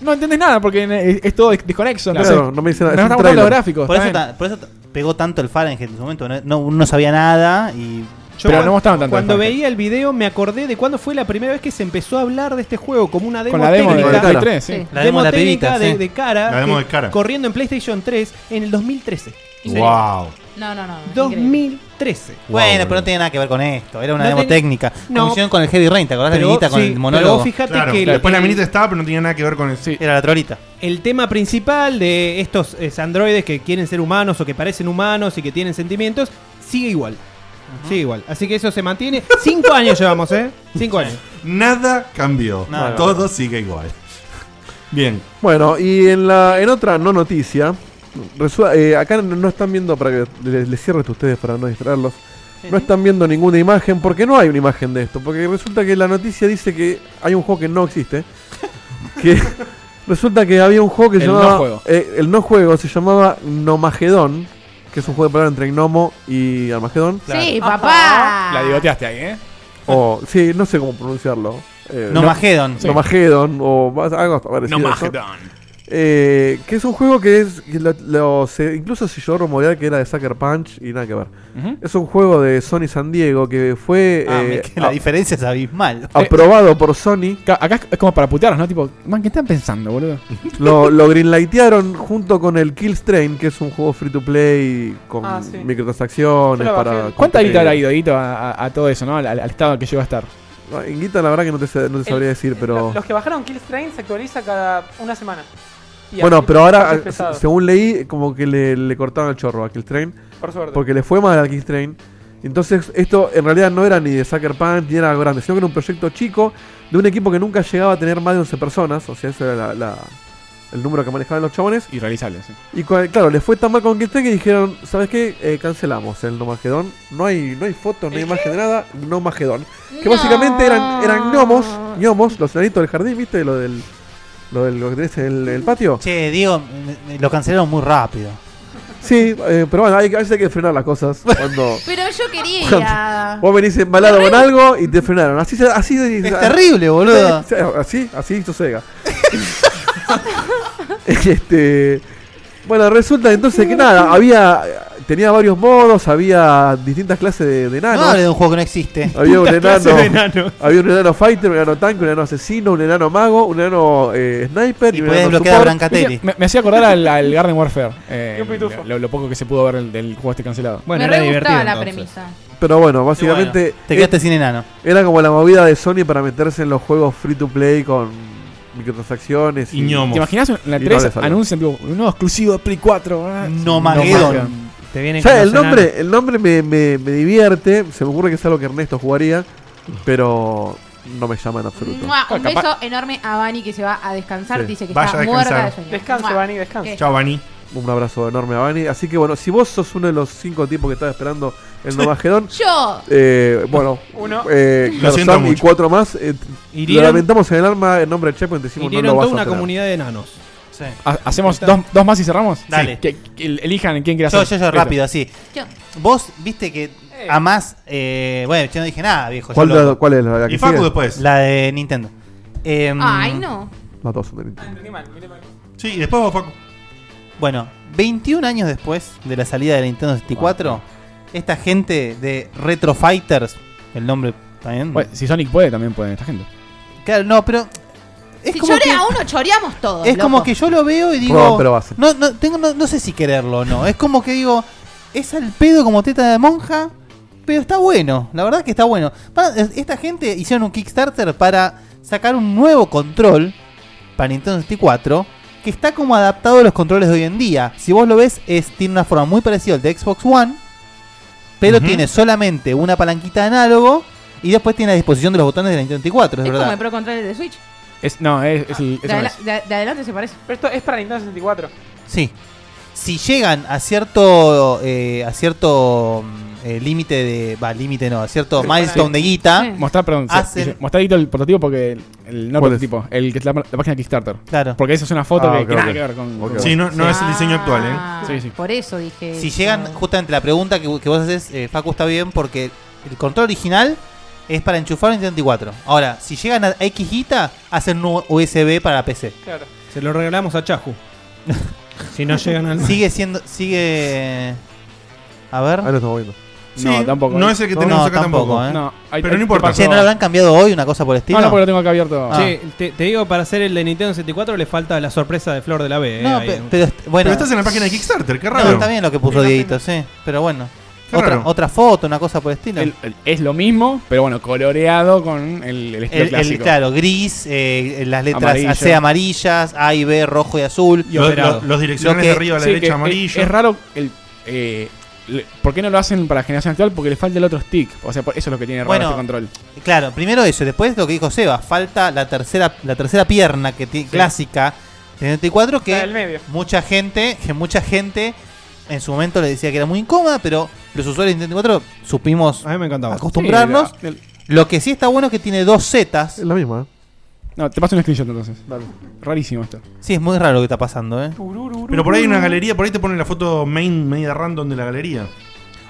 S2: no entendés nada porque es, es todo des- desconexo.
S4: Claro,
S2: entonces,
S4: no me dice nada,
S2: Nos
S4: es un
S2: están mostrando los
S4: tráiler.
S2: gráficos.
S4: Por
S2: está
S4: eso
S2: bien.
S4: ta- por eso ta- pegó tanto el Fahrenheit en su momento. No, no, uno no sabía nada y.
S2: Pero no mostraron tanto
S5: Cuando
S2: de
S5: veía el video me acordé de cuándo fue la primera vez que se empezó a hablar de este juego, como una demo
S2: Con la demo de
S5: técnica.
S2: Play 3, sí.
S5: La demo,
S4: de la
S5: técnica
S4: pibita,
S5: de,
S4: sí.
S5: de cara,
S4: La demo
S5: que-
S4: de cara.
S5: corriendo en PlayStation 3 en el 2013.
S4: Sí. Wow.
S6: No, no, no.
S5: 2013.
S4: Bueno, pero no tenía nada que ver con esto. Era una
S5: No
S4: demo
S5: ten-
S4: técnica.
S5: No.
S4: Como hicieron con el Heavy Rain, ¿te acordás de la
S5: Pero-
S4: minita con
S5: sí,
S4: el
S5: pero
S4: monólogo?
S5: vos fijate Claro, que-
S1: Después la
S5: que-
S1: minita estaba, pero no tenía nada que ver con eso.
S4: Era la trolita.
S5: El tema principal de estos eh, androides que quieren ser humanos o que parecen humanos y que tienen sentimientos sigue igual. Sigue igual. Así que eso se mantiene. Cinco años llevamos, ¿eh? Cinco años.
S1: Nada cambió.
S5: Nada.
S1: Todo sigue igual. Bien.
S7: Bueno, y en, la, en otra no noticia, resua- eh, acá no, no están viendo, para que les, les cierre esto a ustedes para no distraerlos, no están viendo ninguna imagen porque no hay una imagen de esto, porque resulta que la noticia dice que hay un juego que no existe, que resulta que había un juego que se
S2: El no
S7: llamaba...
S2: juego.
S7: eh, el no juego se llamaba Nomagedón, que es un juego de palabras entre Gnomo y Armagedón.
S6: Sí, papá.
S2: La digoteaste ahí, ¿eh?
S7: O, sí, no sé cómo pronunciarlo. Eh,
S4: Nomagedon.
S7: No- Nomagedon, o más- algo parecido. a eso.
S2: Nomagedon.
S7: Eh, que es un juego que es. que lo- lo- se- incluso se llegó a rumorear que era de Sucker Punch y nada que ver.
S2: Ujú.
S7: Es un juego de Sony San Diego que fue.
S4: Ah,
S7: eh,
S4: me- que la
S7: a-
S4: diferencia es abismal.
S7: aprobado por Sony.
S2: Ca- Acá es- es como para putearnos, ¿no? Tipo, man, ¿qué están pensando, boludo?
S7: (laughs) Lo, lo greenlightearon junto con el Killstrain, que es un juego free to play con
S2: Ah, sí.
S7: microtransacciones. para
S2: ¿Cuánta guita habrá
S7: eh,
S2: ido, Dito, a, a- a todo eso, ¿no? Al, al- al estado que llegó a estar. Eh,
S7: En guita, la verdad que no te, sé- no te sabría decir, pero.
S3: Los que bajaron Killstrain se actualiza cada una semana. Y
S7: Bueno,
S3: así
S7: pero
S3: es
S7: ahora,
S3: pesado.
S7: se- según leí, como que le, le cortaron el chorro a Killstrain.
S3: Por suerte.
S7: Porque le fue mal a Killstrain. Entonces, esto en realidad no era ni de Sucker Punch ni era grande, sino que era un proyecto chico de un equipo que nunca llegaba a tener más de 11 personas. O sea, ese era la- la- el número que manejaban los chabones.
S2: Y realizable, sí.
S7: Y cua- claro, le fue tan mal con Killstrain que dijeron: ¿Sabes qué? Eh, cancelamos el Nomagedón. No hay, no hay fotos, no hay imagen de nada. Nomagedón. Que básicamente eran, eran gnomos, gnomos, los enanitos del jardín, ¿viste? Lo del. Lo del lo que tenés en el- el patio.
S4: Che, Diego, me- me- lo cancelaron muy rápido.
S7: Sí, eh, pero bueno, hay, a veces hay que frenar las cosas cuando.
S6: Pero yo quería.
S7: (laughs) Vos venís embalado con algo y te frenaron. Así se- así Es (laughs)
S4: terrible, boludo.
S7: Así, así sosega. (laughs) este. Bueno, resulta entonces que nada, había. Tenía varios modos, había distintas clases de, de enanos.
S4: No hable de un juego que no existe.
S7: Había un
S4: Puta clase
S7: enano,
S4: de enanos.
S7: Había un enano fighter, un enano tanque, un enano asesino, un enano mago, un enano eh, sniper y, un enano support.
S2: Me, me hacía acordar al, al Garden Warfare. eh,
S7: Y un pitufo.
S2: lo, lo poco que se pudo ver del, del juego este cancelado.
S6: me re gustaba la premisa.
S7: Pero bueno, básicamente.
S4: Y bueno, te quedaste
S7: eh,
S4: sin enano.
S7: Era como la movida de Sony para meterse en los juegos free to play con microtransacciones.
S2: ¿Te imaginas en la
S7: y no
S2: 3
S7: les salió.
S2: anuncian tipo, un nuevo exclusivo de Play ah, 4? ¿verdad? Magedon.
S8: Te vienen
S7: O sea,
S8: con
S7: el
S8: los
S7: nombre, el nombre me, me- me divierte. Se me ocurre que es algo que Ernesto jugaría. Pero no me llama en absoluto.
S6: Mua, Un
S7: Capaz-
S6: beso enorme a Vani que se va a descansar.
S7: Sí.
S6: Dice que
S7: Vaya a
S6: está muerta de sueño. eh,
S7: descansar.
S3: Descanse,
S6: Mua.
S3: Vani, descanse.
S6: ¿Qué?
S1: Bani.
S7: Un abrazo enorme a Bani. Así que bueno, si vos sos uno de los cinco tipos que estaba esperando el Nomagedón.
S6: Yo.
S7: eh, bueno,
S3: Uno.
S7: eh,
S2: Lo
S7: claro,
S2: siento
S7: Sam y
S2: mucho.
S7: cuatro más. eh,
S2: Hirieron-
S7: lo lamentamos en el alma en nombre de Chepo y te decimos no
S2: hirieron
S7: lo vas
S2: toda
S7: a
S2: una
S7: tener.
S2: comunidad
S8: de enanos.
S4: Sí.
S2: Ha- Ah, ¿Hacemos dos, dos más y cerramos?
S4: Dale.
S2: Sí. Que- que elijan quién quiere
S4: Yo,
S2: hacer.
S4: yo, yo,
S2: Listo.
S4: rápido, así.
S6: Yo.
S4: Vos viste que amás. Eh, bueno, yo no dije nada, viejo.
S7: ¿Cuál
S4: yo
S7: de
S4: loco.
S7: la- cuál es la- la que Y Facu sigue? después.
S4: La de Nintendo. Em,
S6: Ay, no.
S7: Las dos son de Nintendo.
S1: Sí, y después vos, Facu.
S4: Bueno, 21 años después de la salida de la Nintendo 64, esta gente de Retro Fighters, el nombre también.
S2: Bueno, si Sonic puede, también puede esta gente.
S4: Claro, no, pero
S6: si
S4: como
S6: lloré
S4: que-
S6: a uno, choreamos todos.
S4: es como
S6: loco.
S4: que yo lo veo y digo.
S7: Roban, pero hacen.
S4: no, no, tengo, no, no sé si quererlo o no. Es como que digo, es al pedo como teta de monja, pero está bueno. La verdad que está bueno. Pa- Esta gente hicieron un Kickstarter para sacar un nuevo control para Nintendo 64 que está como adaptado a los controles de hoy en día. Si vos lo ves, es, tiene una forma muy parecida al de Xbox One, pero tiene solamente una palanquita de análogo y después tiene a disposición de los botones de la Nintendo 64, es,
S6: Es
S4: verdad.
S6: como el Pro Controller de Switch.
S2: Es, no, es, es el.
S6: De,
S4: Eso no
S6: adela-
S4: es.
S6: de- de adelante se parece.
S3: Pero esto es para Nintendo 64.
S4: Sí. Si llegan a cierto eh, a cierto mm, eh, límite de. Va, límite no, ¿cierto? Milestone de guita.
S2: Mostrar, perdón. se-
S4: Hacen-
S2: dice, mostrar guita el prototipo porque. El, el- no el
S4: ¿Cuál es?
S2: prototipo, el que es la, la página de Kickstarter.
S4: Claro.
S2: Porque esa es una foto
S4: Ah,
S2: que,
S4: ok,
S2: que nada
S4: ok.
S2: que ver con.
S4: Ok.
S2: con-
S4: Sí, no- no es el diseño actual, ¿eh?
S6: Ah,
S4: Sí, sí.
S6: Por eso dije.
S4: Si llegan justamente la pregunta que, que vos haces, eh, Facu, está bien porque el control original es para enchufar un 74. Ahora, si llegan a X guita, hacen un USB para PC.
S3: Claro.
S4: Se lo regalamos a (laughs) Chahu.
S8: Si no llegan al-
S4: Sigue siendo. Sigue. A ver.
S7: Ahí Ah, lo estamos viendo.
S2: No, tampoco. No, No,
S4: ¿eh?
S2: ahí-
S4: Pero
S2: ahí
S4: no
S2: te
S4: importa.
S2: paso-
S4: Che, ¿No lo habrán cambiado hoy una cosa por el estilo?
S2: No, no, porque lo tengo acá abierto.
S4: Ah.
S8: Che, te, te digo, para hacer el de Nintendo 64 le falta la sorpresa de Flor de la B. eh,
S4: No,
S8: ahí.
S4: pe- pero, est- bueno. No, está bien lo que puso Dieguito, sí. Pero bueno.
S2: Qué
S4: Otra,
S2: raro.
S4: otra foto, una cosa por el estilo.
S2: El- el- es lo mismo, pero bueno, coloreado con el, el estilo
S4: El- el-
S2: clásico.
S4: claro, gris, eh, las letras
S2: Amarillo.
S4: C amarillas, A y B rojo y azul.
S2: Lo- lo-
S4: Lo
S2: que-
S4: que-
S2: sí, que es- Es, raro el. eh, le- ¿Por qué no lo hacen para la generación actual? Porque le falta el otro stick. O sea, por- eso es lo que tiene raro
S4: Bueno,
S2: este control.
S4: Claro, primero eso, después lo que dijo Seba, falta la tercera, la tercera pierna que ti- clásica de 74 que mucha gente, que mucha gente en su momento le decía que era muy incómoda, pero los usuarios de 74 supimos acostumbrarnos.
S2: Sí, el-
S4: Lo que sí está bueno es que tiene dos zetas.
S7: Es la
S1: ¿eh?
S7: misma.
S2: No, te paso un screenshot entonces. Rarísimo esto.
S4: Sí, es muy raro lo que está pasando, ¿eh?
S1: Pero por ahí hay una galería, por ahí te ponen la foto main media random de la galería.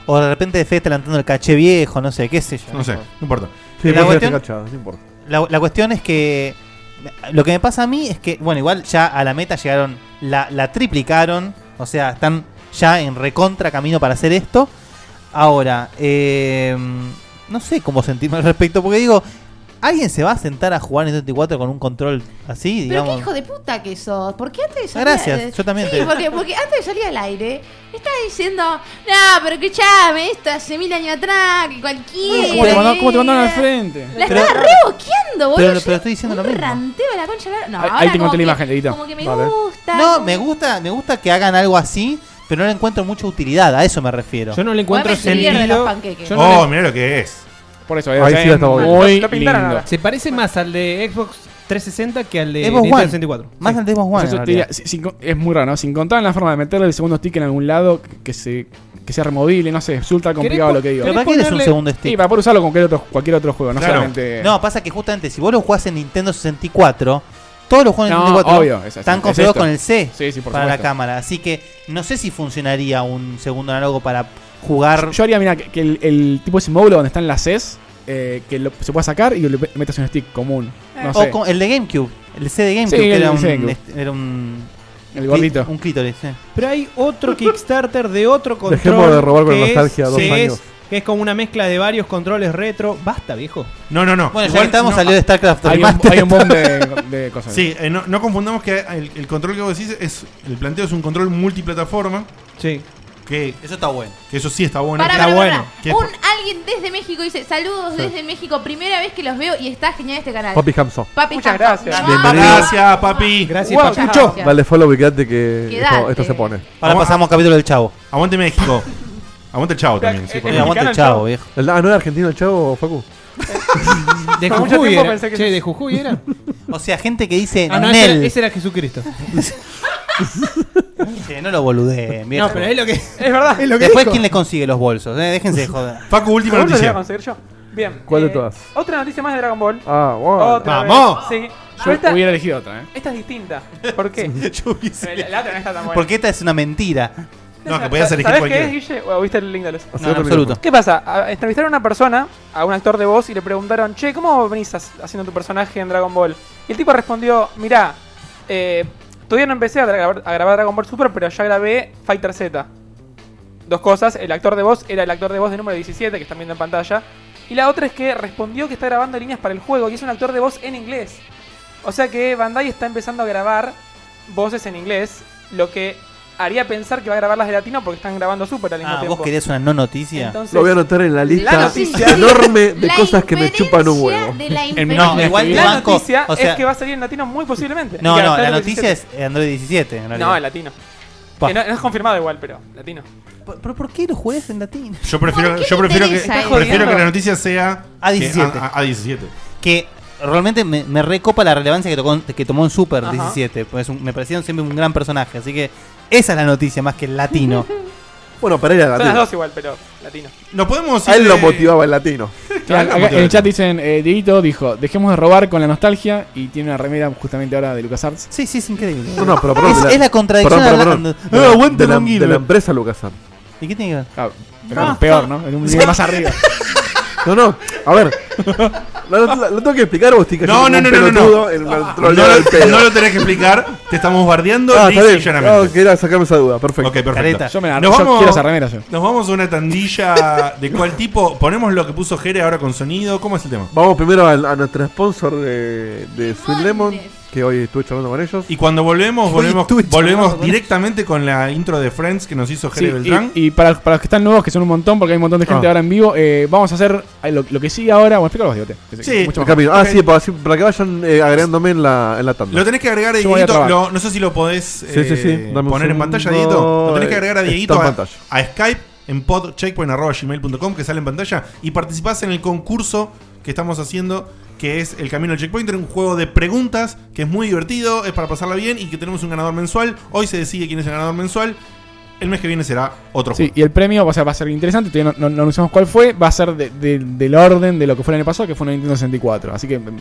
S4: O de repente de Fede está levantando el caché viejo, no sé, qué sé yo.
S1: No sé, no importa.
S7: Sí,
S4: la,
S7: puede ser
S4: cuestión,
S7: cachado, no importa.
S4: la- la cuestión es que lo que me pasa a mí es que, bueno, igual ya a la meta llegaron, la, la triplicaron, o sea, están ya en recontra camino para hacer esto. Ahora, eh, no sé cómo sentirme al respecto, porque digo, ¿alguien se va a sentar a jugar en 74 con un control así,
S6: Pero qué
S4: digamos?
S6: hijo de puta que sos. ¿Por qué antes de
S4: Gracias, yo también
S6: Sí,
S4: te-
S6: porque, porque antes de salir al aire, estás diciendo, no, pero escuchame, esto hace mil años atrás, que cualquiera.
S2: ¿Cómo te, mandaron, cómo te mandaron al
S6: eh".
S2: frente?
S6: La estaba re boqueando, boludo.
S4: pero-
S6: Yo
S4: pero estoy diciendo
S6: un
S4: lo mismo.
S6: ranteo de la concha. de la- No,
S4: Ahí- ahí
S6: ahora
S4: te
S6: como
S4: encontré la
S6: que-
S4: imagen, Edita.
S6: Como que me
S4: Vale.
S6: gusta.
S4: No,
S6: como-
S4: me gusta, me gusta que hagan algo así, pero no le encuentro mucha utilidad, a eso me refiero.
S8: Yo no le
S6: encuentro Bueno, me sentido- pierde los panqueques. Yo
S1: Oh, mirá lo que es.
S2: Por eso, eh.
S1: Ahí sí la estaba viendo.
S2: muy
S1: Lo pintaron
S2: lindo.
S1: ahora.
S8: Se parece más al de Xbox 360 que
S5: Eh,
S8: al de
S4: Xbox
S8: Nintendo
S4: One.
S8: 64.
S4: Más
S8: Sí.
S4: al de Xbox
S2: O sea,
S4: One.
S2: eso
S4: en
S2: te diría,
S4: realidad.
S2: sin- sin con- es muy raro, ¿no? Sin contar en la forma de meterle el segundo stick en algún lado que- que se que sea removible, no sé, resulta complicado
S4: po-
S2: lo que digo.
S4: ¿Pero para qué querés un
S2: ponerle-
S4: segundo stick?
S2: Sí, para poder usarlo con cualquier otro, cualquier otro juego, no
S4: Claro.
S2: solamente.
S4: No, pasa que justamente si vos lo jugás en Nintendo 64, todos los juegos de
S2: No,
S4: 64
S2: obvio, es así,
S4: están
S2: es
S4: configurados
S2: esto.
S4: con el C
S2: Sí, sí, por
S4: para la
S2: supuesto.
S4: cámara. Así que no sé si funcionaría un segundo análogo para jugar.
S2: Yo haría, mira, que, que el, el tipo ese módulo donde están las Cs, eh, que lo- se pueda sacar y le pe- metas un stick común. No
S4: o
S2: sé.
S4: con el de GameCube, el C de GameCube,
S2: Sí,
S4: que
S2: el
S4: era,
S2: de
S4: un,
S2: GameCube.
S4: este- era un.
S2: El gordito.
S4: Un clítoris, sí.
S8: Pero hay
S7: (laughs)
S8: otro Kickstarter de otro control.
S7: Dejemos de robar con
S8: que es-
S7: nostalgia dos
S8: que es-
S7: años.
S8: que es como una mezcla de varios controles retro. Basta, viejo.
S1: No, no, no.
S8: Bueno, ya
S1: Igual
S8: que estamos,
S1: no-
S8: salió de StarCraft Hay un- Remastered. hay un montón de-
S2: de cosas.
S1: Sí, eh, no, no confundamos que el, el control que vos decís es. El planteo es un control multiplataforma.
S8: Sí.
S1: Que,
S4: eso está bueno.
S1: Que eso sí está bueno.
S6: Pará,
S1: está
S6: pará,
S1: bueno.
S6: pará.
S1: Que es-
S6: Un, alguien desde México dice, saludos
S1: Sí.
S6: desde México, primera vez que los veo y está genial este canal.
S7: Papi Hamso.
S6: Papi
S3: Muchas
S6: Hamso.
S7: gracias.
S6: No,
S7: Bienvenido.
S1: Gracias, papi.
S8: Gracias,
S6: papi.
S7: Chau.
S6: Gracias.
S7: Dale follow, quédate que
S6: Quedate.
S7: esto, esto se pone.
S4: Ahora pasamos capítulo del Chavo.
S1: Aguante México. Aguante el Chavo también. sí,
S2: (laughs)
S1: por
S4: el
S1: favor.
S4: mexicano el Chavo, viejo.
S7: El- ah, ¿no era argentino el chavo, Facu?
S4: (laughs)
S8: De
S4: Por mucho
S8: Jujuy
S4: tiempo
S8: era.
S4: pensé que-
S8: Che, de Jujuy era.
S4: O sea, gente que dice.
S8: Ah, no, ese
S4: Nel.
S8: era, ese era Jesucristo.
S4: Che, no lo boludeen, viejo.
S8: No, pero es lo que. Es verdad. Es lo que
S4: Después,
S8: dijo.
S4: ¿quién le consigue los bolsos? Eh, déjense de
S3: (laughs)
S4: joder.
S1: Facu,
S3: ¿Seguro lo voy a conseguir yo? Bien.
S4: ¿Cuál de
S3: eh,
S4: todas?
S3: Otra noticia más de Dragon Ball.
S7: Ah, bueno.
S3: Otra
S4: ¡Vamos!
S3: vez, Sí.
S2: Yo
S3: Pero esta-
S2: hubiera elegido otra, ¿eh?
S3: Esta es distinta. ¿Por qué?
S7: (laughs)
S3: la, la otra no está tan buena.
S4: Porque esta es una mentira.
S3: ¿Sabés qué es, Guille? ¿O viste el link de los-
S4: No, en absoluto.
S3: ¿Qué pasa? A- entrevistaron a una persona, a un actor de voz, y le preguntaron, che, ¿cómo venís as- haciendo tu personaje en Dragon Ball? Y el tipo respondió, mirá, eh, todavía no empecé a, gra- a grabar Dragon Ball Super, pero ya grabé Fighter Z. Dos cosas, el actor de voz era el actor de voz de número 17, que están viendo en pantalla. Y la otra es que respondió que está grabando líneas para el juego, y es un actor de voz en inglés. O sea que Bandai está empezando a grabar voces en inglés, lo que haría pensar que va a grabarlas de latino porque están grabando Super al mismo
S4: Ah,
S3: tiempo.
S4: ¿vos querés una no noticia?
S3: Entonces-
S7: Lo voy a anotar en la lista
S3: noticia.
S7: enorme
S4: (laughs)
S7: de
S3: La
S7: cosas que me chupan un huevo.
S6: de la
S4: En- no, igual te
S3: la
S4: banco,
S3: noticia
S4: o sea-
S3: es que va a salir en latino muy posiblemente.
S4: No,
S3: Y que
S4: no,
S3: hasta
S4: la
S3: el
S4: noticia
S3: 17.
S4: es eh, Android 17. En realidad.
S3: No, en latino.
S4: Pa.
S3: Que no, no es confirmado igual, pero latino.
S4: (laughs) ¿Pero por qué lo juegas en latino?
S1: Yo prefiero, yo prefiero, que, prefiero que la noticia sea
S4: A
S1: que-
S4: 17.
S1: a- a- a 17.
S4: Que realmente me, me recopa la relevancia que, tocó- que tomó en Super
S1: Ajá.
S4: 17. Pues un- me parecieron siempre un gran personaje. Así que esa es la noticia más que el latino.
S7: (laughs) Bueno, Pereira era
S3: Son las
S7: latino.
S3: dos igual, pero latino.
S1: Nos podemos
S7: A él lo motivaba el latino.
S2: eh, Claro, acá en el chat dicen, eh, Dieguito dijo, dejemos de robar con la nostalgia y tiene una remera justamente ahora de LucasArts.
S4: Sí, sí, es increíble.
S7: No, no, pero perdón,
S4: Es-
S7: de
S4: es la contradicción
S7: perdón, perdón,
S4: hablando.
S7: perdón. De la-
S4: Ah, aguante
S7: de la,
S4: Don
S7: de la
S4: Gilbert.
S7: empresa Lucasar.
S4: ¿Y qué tiene que ver?
S2: Ah,
S1: Ah.
S2: Claro, peor, ¿no? En un nivel más arriba.
S7: (laughs) No, no, a ver. ¿Lo, lo- lo tengo que explicar vos, Tica?
S1: No, no, no, no, no, no.
S7: eh.
S1: No, lo- no lo tenés que explicar. Te estamos bardeando
S7: Ah, está
S1: lisa y
S7: bien.
S1: llanamente.
S7: No, quería sacarme esa duda. Perfecto.
S1: Ok, perfecto.
S2: Yo me la-
S1: nos,
S2: yo
S1: vamos,
S2: quiero esa remera, yo.
S1: nos vamos a una tandilla de cuál tipo. Ponemos lo que puso Jere ahora con sonido. ¿Cómo es el tema?
S7: Vamos primero al- a, nuestro sponsor de, de Sweet Lemon, que hoy estuve charlando con ellos.
S1: Y cuando volvemos,
S7: Uy,
S1: volvemos,
S7: estuve charlando
S1: volvemos
S7: con-
S1: directamente con la intro de Friends que nos hizo Jere
S2: Sí,
S1: Beltrán.
S2: Y, y para, para los que están nuevos, que son un montón, porque hay un montón de gente
S1: Ah.
S2: ahora en vivo, eh, vamos a hacer eh, lo, lo que sigue ahora. Bueno, explícalo vos, Diegote. que- que- mucho
S7: el
S2: más
S7: camino. Ah,
S2: fácil.
S7: sí, para, sí, para que vayan eh, agregándome en la, en la tanda.
S1: Lo tenés que agregar a
S2: Yo voy a
S1: Dieguito.
S2: trabar.
S1: lo- no sé si lo podés
S7: Sí,
S1: eh,
S7: sí, sí. Dame un
S1: poner en
S7: segundo.
S1: pantalla, Dieguito. Lo tenés que agregar a
S7: Está
S1: Dieguito
S7: en
S1: a,
S7: pantalla.
S1: a Skype en podcheckpoint.gmail.com que sale en pantalla y participás en el concurso que estamos haciendo que es El Camino al Checkpoint, un juego de preguntas que es muy divertido, es para pasarla bien y que tenemos un ganador mensual. Hoy se decide quién es el ganador mensual. El mes que viene será otro
S2: Sí, y el premio o sea, va a ser interesante, todavía no, no- no anunciamos cuál fue, va a ser de- de- del orden de lo que fue el año pasado, que fue una Nintendo 64. Así que mm,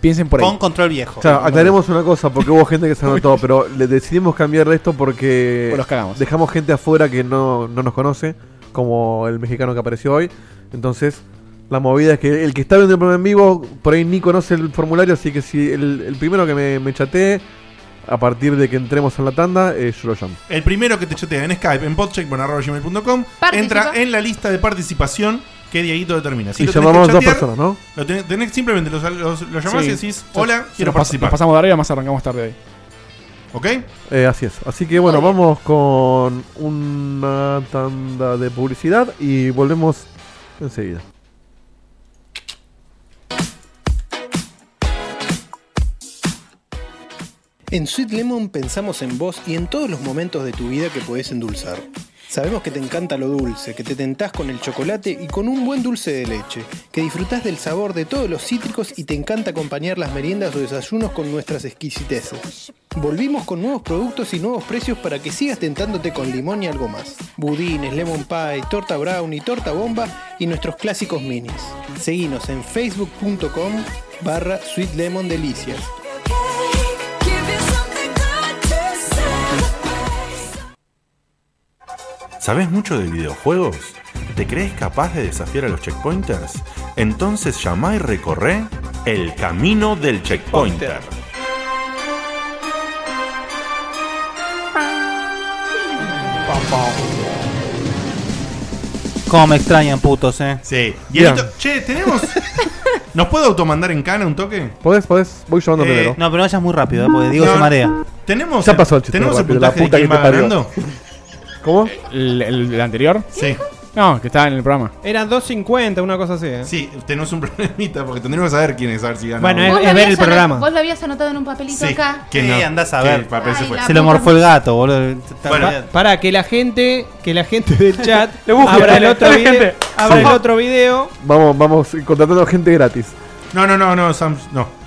S2: piensen por ahí.
S4: Con control viejo.
S7: O sea, aclaremos una cosa, porque hubo gente que se anotó, pero le decidimos cambiar esto porque
S2: Pues los cagamos.
S7: dejamos gente afuera que no, no nos conoce, como el mexicano que apareció hoy. Entonces, la movida es que el que está viendo el programa en vivo, por ahí ni conoce el formulario, así que si el, el primero que me, me chatee, a partir de que entremos en la tanda, eh, yo lo llamo.
S1: El primero que te chatea en Skype, en podcheckpoint.com, entra en la lista de participación que Dieguito determina.
S7: Y
S1: lo tenés
S7: llamamos
S1: que
S7: dos personas, ¿no?
S1: Lo tenés, tenés- simplemente lo, lo, lo llamás
S2: Sí.
S1: y decís,
S2: Entonces,
S1: hola,
S2: si
S1: quiero
S2: nos pas- nos
S1: participar.
S2: pasamos de arriba, más arrancamos tarde hoy.
S1: ¿Ok?
S7: Eh, así es. Así que bueno, vamos con una tanda de publicidad y volvemos enseguida.
S12: En Sweet Lemon pensamos en vos y en todos los momentos de tu vida que podés endulzar. Sabemos que te encanta lo dulce, que te tentás con el chocolate y con un buen dulce de leche, que disfrutás del sabor de todos los cítricos y te encanta acompañar las meriendas o desayunos con nuestras exquisiteces. Volvimos con nuevos productos y nuevos precios para que sigas tentándote con limón y algo más. Budines, lemon pie, torta brownie, torta bomba y nuestros clásicos minis. Seguinos en facebook.com barra Sweet Lemon Delicias.
S13: ¿Sabes mucho de videojuegos? ¿Te crees capaz de desafiar a los checkpointers? Entonces llama y recorre el camino del checkpointer.
S4: Como me extrañan, putos, eh.
S1: Sí. Y
S4: Bien.
S1: esto- che, tenemos. ¿Nos puede automandar en cana un toque?
S7: ¿Podés? ¿Podés? Voy llamando
S1: Eh,
S7: primero.
S4: No, pero no vayas muy rápido, eh, porque Diego
S1: No,
S4: se marea.
S1: ¿Tenemos,
S7: Ya pasó el chiste
S1: ¿tenemos el
S7: rápido, la
S1: puntaje
S7: puta
S1: de quién
S7: que te
S1: va
S7: parió.
S1: ganando?
S7: ¿Cómo?
S2: ¿El, el- el anterior?
S1: Sí.
S2: No, que estaba en el programa.
S8: Eran 2.50, una cosa así. ¿eh?
S1: Sí, tenemos un (laughs) problemita porque tendríamos que saber quién es, a ver si gana.
S8: Bueno,
S1: o no.
S8: es-
S6: Vos lo
S8: es ver el
S6: habías ano-
S8: programa.
S6: Vos lo habías anotado en un papelito
S1: Sí.
S6: acá.
S1: Que
S4: Sí,
S1: no.
S4: andás a
S1: que
S4: ver.
S1: el papel se fue.
S6: la
S4: Se lo
S6: puta
S4: morfó el gato, boludo.
S8: Pa- para que la gente, que la gente del
S1: (laughs)
S8: chat
S3: Lo busque,
S8: abra el
S3: dale,
S8: otro
S3: dale,
S8: video,
S3: gente.
S8: abra el
S7: Sí.
S8: otro video.
S7: Vamos, vamos contratando gente gratis.
S1: No, no, no, no, Sam, no.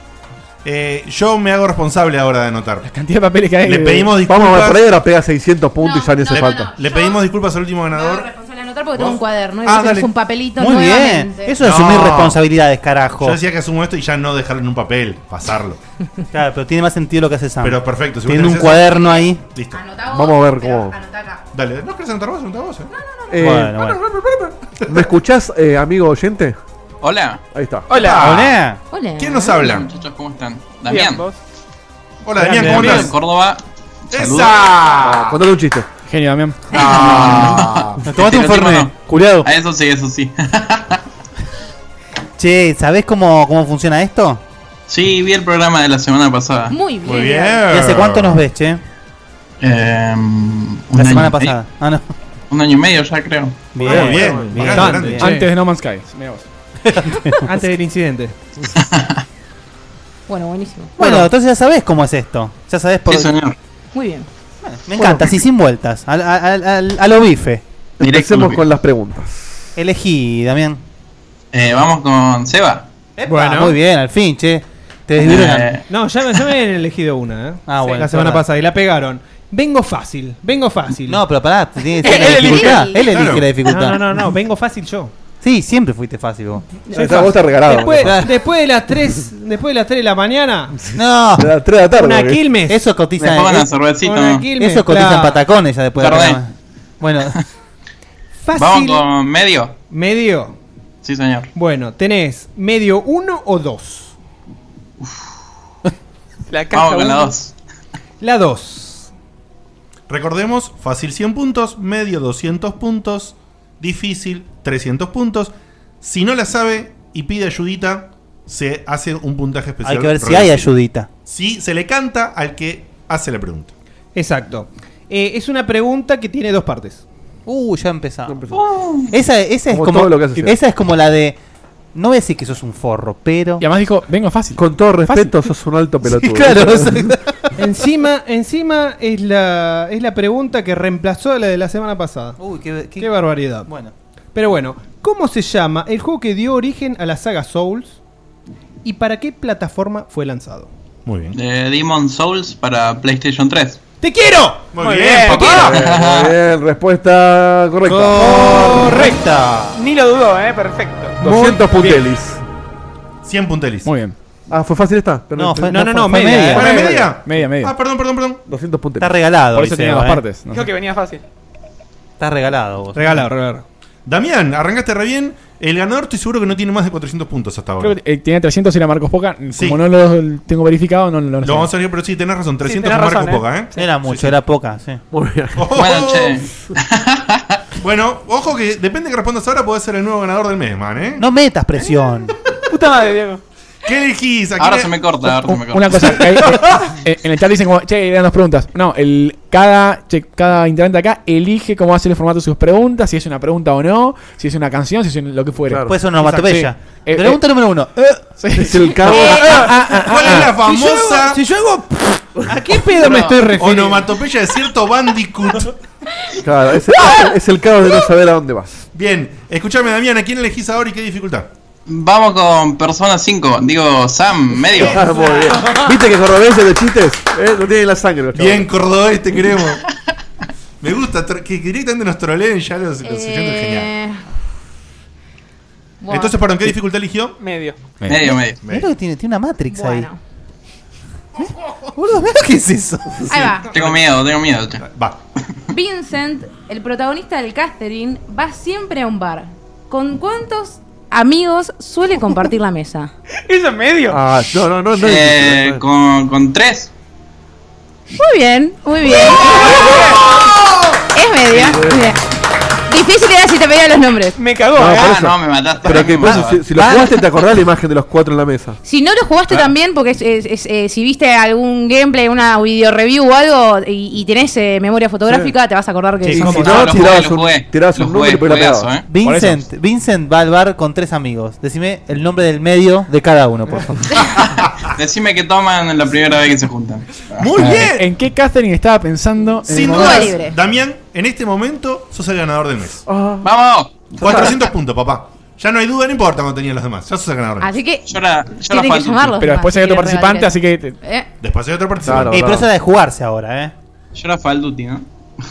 S1: Eh, yo me hago responsable ahora de anotar. La
S2: cantidad de papeles que hay.
S1: Le pedimos disculpas.
S7: Vamos a ver, por ahí ahora pega 600 puntos
S6: No,
S7: y ya ni hace
S6: no, no,
S7: falta.
S1: Le pedimos disculpas al último ganador.
S6: Responsable de anotar porque tengo
S1: ¿Vos?
S6: un cuaderno y
S1: Ah,
S6: vos tenés
S1: dale.
S6: un papelito
S4: Muy bien.
S6: nuevamente.
S4: Eso es asumir
S1: No.
S4: responsabilidades, carajo.
S1: Yo decía que asumo esto y ya no dejarlo en un papel, pasarlo.
S4: (laughs) Claro, pero tiene más sentido lo que hace Sam.
S1: Pero perfecto, si vos
S4: Tiene un
S1: tenés eso-
S4: cuaderno ahí.
S1: Listo.
S7: Vamos a ver cómo.
S1: Dale, ¿no querés anotar vos? Anotá vos. eh.
S7: Eh,
S4: Bueno, bueno.
S7: ¿Me escuchás, eh, amigo oyente?
S14: Hola.
S7: Ahí está.
S2: Ah.
S4: Hola.
S6: Hola.
S1: ¿Quién nos habla?
S14: Muchachos, ¿cómo están? Damián.
S1: Hola, Damián, ¿cómo
S14: Damián
S1: estás?
S14: de Córdoba. Saludos.
S1: ¡Esa!
S7: Ah, Contale un chiste.
S2: Genio, Damián.
S7: (laughs)
S14: Ah.
S4: Tomate un
S14: Estereotipo
S4: Fernet,
S14: no.
S4: culiao.
S14: Ah, Eso sí, eso sí. (laughs)
S4: Che, ¿sabés cómo, cómo funciona esto?
S14: Sí, vi el programa de la semana pasada.
S6: Muy bien.
S4: Muy bien. ¿Y
S15: Eh.
S4: hace cuánto nos ves, che?
S14: Em, un
S4: la semana
S14: año y medio.
S4: pasada. Ah, no.
S14: Un año y medio ya, creo.
S4: Bien, Muy bien, bien. grande, grande, che.
S2: Antes de No Man's Sky.
S5: (laughs)
S2: mirá vos.
S8: Antes del incidente.
S6: Bueno, buenísimo.
S4: Bueno, entonces ya sabés cómo es esto. Ya sabés por
S14: Sí, señor.
S6: Muy bien.
S4: Me encanta, así sin vueltas. Al, al, al- a lo bife.
S7: Empecemos con las preguntas.
S4: Elegí, Damián.
S14: Eh, vamos con Seba.
S4: Bueno. Muy bien, al fin, che. ¿Te desvieron?
S5: Eh, No, ya, me- ya me habían elegido una, ¿eh?
S4: Ah, bueno,
S5: La semana
S4: está bien.
S5: pasada y la pegaron. Vengo fácil, vengo fácil.
S4: No, pero pará, te tiene que decir la dificultad. Él elige la dificultad.
S5: Ah, No, no, no, no, vengo fácil yo.
S4: Sí, siempre fuiste fácil vos.
S5: Soy fácil. Después, después de las 3, después de las 3 de la mañana.
S4: No.
S5: De las 3 de la tarde,
S4: Una
S5: porque-
S4: Quilmes. Eso cotiza
S5: Me pongan la
S4: es-
S5: cervecita, Una ¿no? Quilmes,
S4: Eso cotiza en
S5: claro.
S4: patacones ya después de la
S15: Tardé.
S4: cama.
S15: (laughs)
S4: Bueno,
S15: Vamos con medio.
S5: Medio.
S15: Sí, señor.
S5: Bueno, tenés medio 1 o 2.
S3: La
S15: Vamos con la 2.
S5: La 2.
S1: Recordemos, fácil 100 puntos, medio 200 puntos, difícil 300 puntos. Si no la sabe y pide ayudita, se hace un puntaje especial.
S4: hay que ver si hay ayudita.
S1: Si se le canta al que hace la pregunta.
S5: Exacto. Eh, es una pregunta que tiene dos partes.
S4: Uh, ya empezamos. Esa, esa es
S5: Como
S4: como,
S5: todo lo que ¿eh? hace siempre.
S4: esa es como la de no voy a decir que sos un forro, pero Y
S2: además dijo, vengo fácil.
S7: Con todo respeto, sos un
S4: (laughs)
S5: (laughs)
S7: alto (laughs) pelotudo.
S4: claro,
S5: encima, encima es la es la pregunta que reemplazó a la de la semana pasada.
S4: Uy, qué, qué-
S5: Qué barbaridad.
S4: Bueno,
S5: Pero bueno, ¿cómo se llama el juego que dio origen a la saga Souls? ¿Y para qué plataforma fue lanzado?
S1: Muy bien.
S15: De Demon Souls para PlayStation 3.
S5: ¡Te quiero!
S1: Muy,
S15: bien,
S7: Muy bien, muy bien, respuesta correcta.
S4: Correcta.
S3: Ni lo dudó, eh, perfecto.
S7: 200 puntelis.
S1: 100 puntelis.
S2: Muy bien.
S7: Ah, fue fácil esta. pero
S5: No, fue- no, no,
S7: fue-
S5: no,
S7: fue
S5: media.
S7: media.
S5: Fue
S7: Fue
S5: media.
S1: Media.
S2: Media, media.
S1: Ah, perdón, perdón, perdón.
S7: 200 puntelis.
S4: Está regalado,
S2: Por eso tenía
S1: ¿eh?
S2: dos partes.
S3: Dijo que venía fácil.
S4: está regalado vos.
S5: Regalado, regalado.
S1: Damián, arrancaste re bien. El ganador estoy seguro que no tiene más de 400 puntos hasta ahora.
S2: Creo que eh, tenía 300 y la Marcos Poca.
S1: Sí.
S2: Como no lo tengo verificado, no, no lo
S1: Lo vamos a ver, pero sí, tenés razón. 300
S2: tenés
S1: marcos
S2: razón, eh.
S1: poca, ¿eh? Oh.
S4: Era mucho, era poca, sí.
S7: Muy
S1: (laughs)
S7: bien.
S15: Bueno, che.
S1: Bueno, ojo que depende que respondas ahora, podés ser el nuevo ganador del mes, man, ¿eh?
S5: (laughs)
S4: No metas presión.
S3: Puta madre, Diego.
S1: ¿Qué elegís? ¿A quién
S15: Ahora
S1: le-
S15: se me corta, ahora se me corta. (laughs)
S2: Una cosa,
S1: (laughs)
S2: que hay- eh, en el chat dicen como, che, eran dos preguntas. No, el, cada, che- cada integrante acá elige cómo va a ser el formato de sus preguntas, si es una pregunta o no, si es una canción, si es un- lo que fuera.
S7: Claro.
S4: Puede ser una onomatopeya.
S2: Eh,
S4: Pregunta número uno.
S7: Es el cabo.
S1: ¿Cuál es la
S4: Si yo hago-
S1: famosa
S4: si yo hago-
S5: ¿A qué pedo me estoy refiriendo?
S1: onomatopeya de cierto Bandicoot?
S7: Claro, es, es el caos de no saber a dónde vas.
S1: Bien, escúchame, Damián, ¿a quién elegís ahora y qué dificultad?
S15: Vamos con Persona 5. Digo, Sam, medio.
S7: Ah, muy bien. ¿Viste que cordobeses de chistes? Eh, no tienen la sangre. los
S1: Bien,
S7: chavales.
S1: cordobés, te queremos. Me gusta tro- que directamente nos troleen ya los, los oyentes, genial.
S6: Eh, bueno.
S1: Entonces, perdón, ¿qué dificultad eligió?
S3: Medio.
S15: Medio, medio.
S4: Mirá lo que tiene, tiene una Matrix
S6: Bueno.
S4: ahí. Boludo, mirá lo que es eso.
S6: Ahí va.
S15: Tengo miedo, tengo miedo. che.
S1: Va.
S6: Vincent, el protagonista del Catherine, va siempre a un bar. ¿Con cuántos amigos suele compartir la mesa?
S3: Eso es medio.
S7: Ah, no, no, no. no es difícil,
S15: Eh,
S7: no es-
S15: con, con 3.
S6: Muy bien, muy bien. Es media. muy bien. Difícil era si te pedía los nombres.
S3: Me cagó,
S7: No,
S3: eh.
S7: por
S15: Ah,
S7: eso.
S15: no, me mataste.
S7: Pero que
S15: me
S7: por eso,
S15: mataste.
S7: si, si lo jugaste, te acordás la imagen de los cuatro en la mesa.
S6: Si no lo jugaste también, porque es- es- es, eh, si viste algún gameplay, una video review o algo y, y tenés eh, memoria fotográfica, te vas a acordar que
S1: Sí,
S6: son
S1: sí,
S7: Si
S6: como-
S15: No,
S7: no,
S15: lo
S7: tirabas
S15: jugué, lo jugué.
S7: un, tirabas
S15: Lo
S7: un número y
S15: jugué,
S7: después la
S15: juegazo,
S7: pegabas.
S15: eh.
S4: Vincent, Vincent va al bar con tres amigos. Decime el nombre del medio de cada uno, por favor.
S15: Decime que toman la primera vez que se juntan.
S1: Muy bien.
S2: Ah, ¿En qué Catherine estaba pensando? en el
S1: Sin
S2: momento?
S1: dudas,
S6: libre.
S1: Damián, en este momento sos el ganador del mes.
S7: Ah,
S15: ¡Vamos!
S1: 400 puntos, papá. Ya no hay duda, no importa cuando tenían los demás. Ya sos el ganador. del mes.
S6: Así que
S15: Yo la, yo la
S6: tienen Ah, que
S15: falto.
S6: llamarlos.
S2: Pero después hay otro participante, así que... te-
S6: que... eh,
S1: Después hay otro participante.
S7: Claro.
S4: Eh, pero esa es de jugarse ahora, ¿eh?
S15: Yo la falto, tío.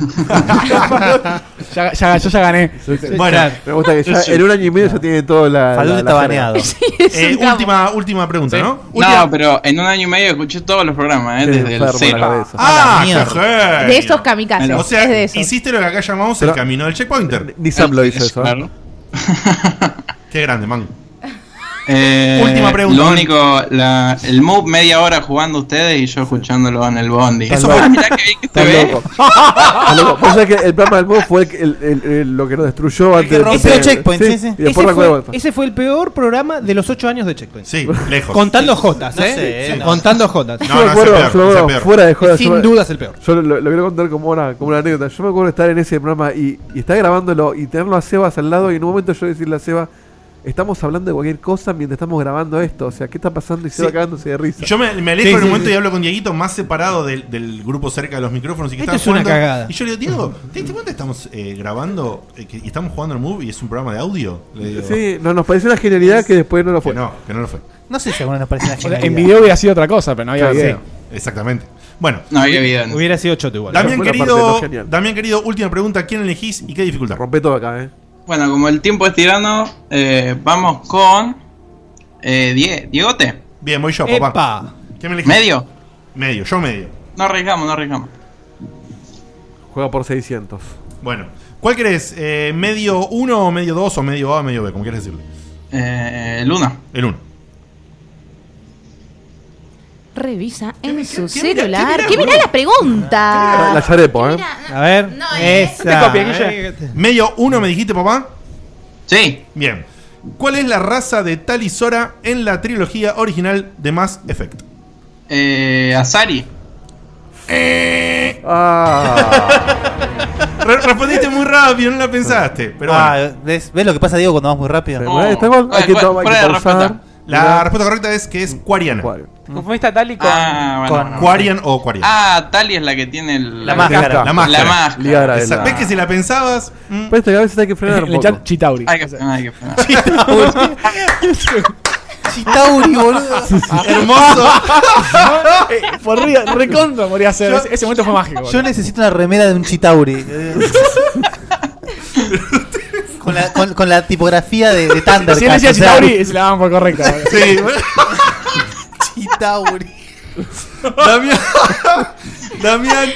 S2: (laughs) ya, ya- yo ya gané.
S1: Bueno,
S7: me gusta que ya en un año y medio ya tiene todo la.
S4: Falú
S7: la-
S4: está
S7: la-
S4: baneado.
S6: (laughs)
S1: eh, última, última pregunta, ¿no? Última-
S15: No, pero en un año y medio escuché todos los programas, eh,
S7: Qué
S15: desde el
S7: enfermo la
S15: cero.
S7: cabeza.
S4: A
S1: Ah,
S4: la mierda.
S1: qué
S6: De
S1: genio.
S6: esos kamikazes.
S1: O sea,
S6: es de esos.
S1: hiciste lo que acá llamamos
S7: Pero-
S1: el camino del checkpointer.
S7: Ni Sam lo hizo eso. ¿eh?
S15: Claro.
S1: Qué grande, man.
S15: Eh,
S1: Última pregunta,
S15: Lo
S1: Juan.
S15: único, la- el move media hora jugando ustedes y yo escuchándolo en el bondi.
S7: Estás
S15: Eso
S7: loco.
S15: fue, mirá que bien que te
S7: Estás
S5: eh.
S15: ve.
S7: loco.
S5: (laughs)
S7: Estás loco. Vos sabés que el programa del juego fue el, el- el- el- lo que nos destruyó antes
S4: rompió
S7: antes de-
S4: Checkpoint, sí, sí.
S7: Y después la
S5: ese, fue,
S7: cueva.
S5: ese fue el peor programa de los 8 años de Checkpoint.
S1: Sí, lejos.
S5: Contando jotas,
S4: No
S5: ¿eh?
S4: sé,
S5: Sí.
S4: no.
S5: Contando jotas.
S1: No,
S7: yo
S1: no,
S7: me
S1: es el
S7: acuerdo,
S1: peor,
S7: yo me
S1: es el
S7: acuerdo,
S1: peor.
S7: fuera de joda. yo
S5: Sin
S7: me-
S5: duda es el peor.
S7: Yo lo, lo- lo quiero contar como una, como una anécdota. Yo me acuerdo de estar en ese programa y, y estar grabándolo y tenerlo a Sebas al lado y en un momento yo decirle a Seba, Estamos hablando de cualquier cosa mientras estamos grabando esto. O sea, ¿qué está pasando? Y se va
S1: Sí.
S7: cagándose de risa.
S1: Yo me, me alejo en un momento y hablo con Dieguito más separado del, del grupo cerca de los micrófonos y que
S7: Esto
S1: estaba
S7: es una
S1: jugando.
S7: cagada.
S1: Y yo le digo, Diego, ¿te diste cuenta que estamos eh, grabando eh, que- y estamos jugando al Move y es un programa de audio? Le digo,
S7: Sí, no, nos pareció una genialidad que después no lo fue.
S1: no, que no lo fue.
S4: No sé si alguna nos parece una
S2: O sea,
S4: genialidad.
S2: en video hubiera sido otra cosa, pero no había
S1: Claro,
S2: video.
S1: sí, exactamente. Bueno,
S14: No había video, no.
S8: Hubiera sido choto igual.
S1: Damián
S14: Fue la parte
S1: querido,
S14: no genial.
S1: Damián querido, última pregunta, ¿quién elegís y qué dificultad?
S7: Rompe todo acá, eh.
S14: Bueno, como el tiempo es tirano, eh, vamos con eh, Die- Diegote.
S1: Bien, voy yo,
S14: papá.
S1: ¿Quién me elegís?
S14: ¿Medio?
S1: Medio, yo medio.
S14: No arriesgamos, no arriesgamos.
S7: Juega por 600.
S1: Bueno, ¿cuál querés? Eh, ¿Medio 1 o medio 2 o medio A o medio B? Como quieras decirle.
S14: Eh, el 1.
S1: El 1.
S6: Revisa en su celular. ¿Qué mirá la pregunta?
S7: La Yarepo, ¿eh?
S8: A ver.
S6: No, eh.
S8: Esa.
S1: Medio 1 me dijiste, papá.
S14: Sí.
S1: Bien. ¿Cuál es la raza de Talisora en la trilogía original de Mass Effect?
S14: Eh, Asari.
S1: Eh.
S7: Ah.
S1: Re- respondiste muy rápido, no la pensaste. Pero
S4: Ah,
S1: bueno.
S4: ¿ves, ¿Ves lo que pasa, Diego, cuando vamos muy rápido?
S8: Ah,
S1: La
S2: (laughs)
S1: respuesta correcta es que es Quariana.
S3: Confundiste a Tali con.
S14: Ah, bueno, bueno.
S1: Quarian o Quarian.
S14: Ah, Tali es la que tiene el-
S1: La máscara.
S14: La
S1: La
S14: máscara.
S1: máscara.
S7: Liara de
S1: Esa-
S7: la-
S1: ¿Ves que si la pensabas? mm,
S7: Pero esto que a veces hay que frenar un
S2: Le
S7: poco.
S2: echan Chitauri.
S14: Hay que frenar, hay que frenar.
S4: Chitauri, boludo.
S2: (laughs)
S1: Hermoso. (laughs)
S2: Eh, Por río, recontra moría ser.
S4: Yo-
S2: Ese- Ese momento fue mágico.
S4: Yo necesito una remera de un
S2: (laughs)
S4: Chitauri. Eh, con, la, con, con la tipografía de, de Thundercats,
S2: Si él decía
S4: o sea,
S2: Chitauri, se la daban por
S4: (laughs)
S2: correcta.
S1: Sí,
S4: Chitauri.
S1: Damián, Damián,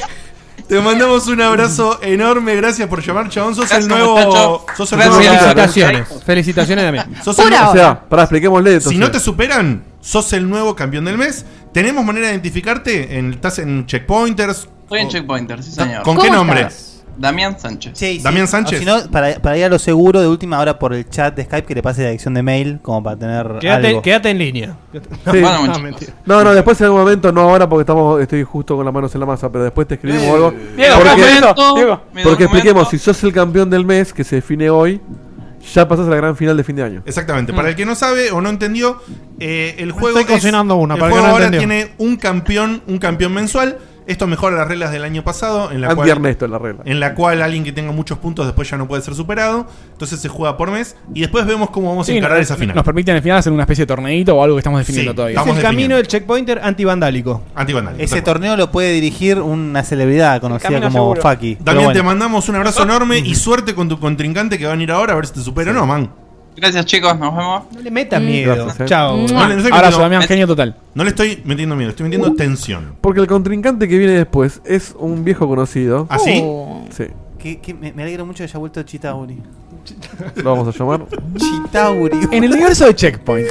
S1: te mandamos un abrazo enorme. Gracias por llamar, chabón. Sos el nuevo. Sos el nuevo
S8: Felicitaciones. Felicitaciones también.
S1: Sos el nuevo-
S7: O sea, pará, expliquémosle.
S1: Si
S7: entonces.
S1: no te superan, sos el nuevo campeón del mes. Tenemos manera de identificarte. En, estás en checkpointers.
S14: Estoy en Checkpointer, sí
S1: ¿Con
S14: señor.
S1: qué ¿Cómo nombre? estás?
S14: Damián Sánchez.
S4: Sí, sí.
S3: Ah,
S1: Damián Sánchez.
S4: O si no, para, para ir a lo seguro, de última hora por el chat de Skype que le pase la dirección de mail, como para tener.
S8: Quédate,
S4: algo.
S8: quédate en línea.
S7: Sí.
S4: Bueno,
S8: no,
S4: muchachos.
S8: mentira.
S7: No, no, después en algún momento, no ahora porque estamos, estoy justo con las manos en la masa, pero después te escribimos algo.
S3: Eh, Diego,
S7: porque,
S3: me da un momento, Diego.
S7: porque
S3: me da un
S7: expliquemos, si sos el campeón del mes que se define hoy, ya pasás a la gran final de fin de año.
S1: Exactamente.
S3: Mm.
S1: Para el que no sabe o no entendió, eh, el juego.
S8: estoy
S1: es-
S8: cocinando una,
S1: el
S8: para el que
S1: juego
S8: no
S1: ahora
S8: entendió.
S1: tiene un campeón, un campeón mensual. Esto mejora las reglas del año pasado. En la
S8: Ah,
S7: Anti
S1: cual,
S7: Ernesto es la regla.
S1: En la cual alguien que tenga muchos puntos después ya no puede ser superado. Entonces se juega por mes. Y después vemos cómo vamos a
S2: Sí,
S1: encarar
S2: nos-
S1: esa final.
S2: Nos permite en el final hacer una especie de torneito o algo que estamos definiendo
S1: Sí,
S2: todavía.
S1: estamos
S8: El camino del checkpointer antivandálico.
S1: Antibanal.
S4: Ese torneo lo puede dirigir una celebridad conocida
S1: camino
S4: como
S1: seguro.
S4: Faki. Pero
S1: Damián,
S4: bueno.
S1: te mandamos
S8: (laughs)
S1: un abrazo enorme y suerte con tu contrincante que van a ir ahora a ver si te supera o no, man.
S14: Gracias, chicos, nos vemos.
S8: No le metas
S7: Gracias, eh.
S1: No le- no sé qué
S2: Abrazo,
S1: tengo-
S2: Damián, genio total.
S1: No le estoy metiendo miedo, estoy
S8: Uh.
S1: metiendo tensión.
S7: Uh. Porque el contrincante que viene después es un viejo conocido.
S1: ¿Ah, sí?
S3: Oh.
S7: Sí.
S4: Que- que me, me alegro mucho que haya vuelto
S1: (laughs)
S4: Chitauri.
S7: Lo vamos
S3: (laughs)
S7: a llamar.
S4: Chitauri.
S2: En el universo de Checkpoint,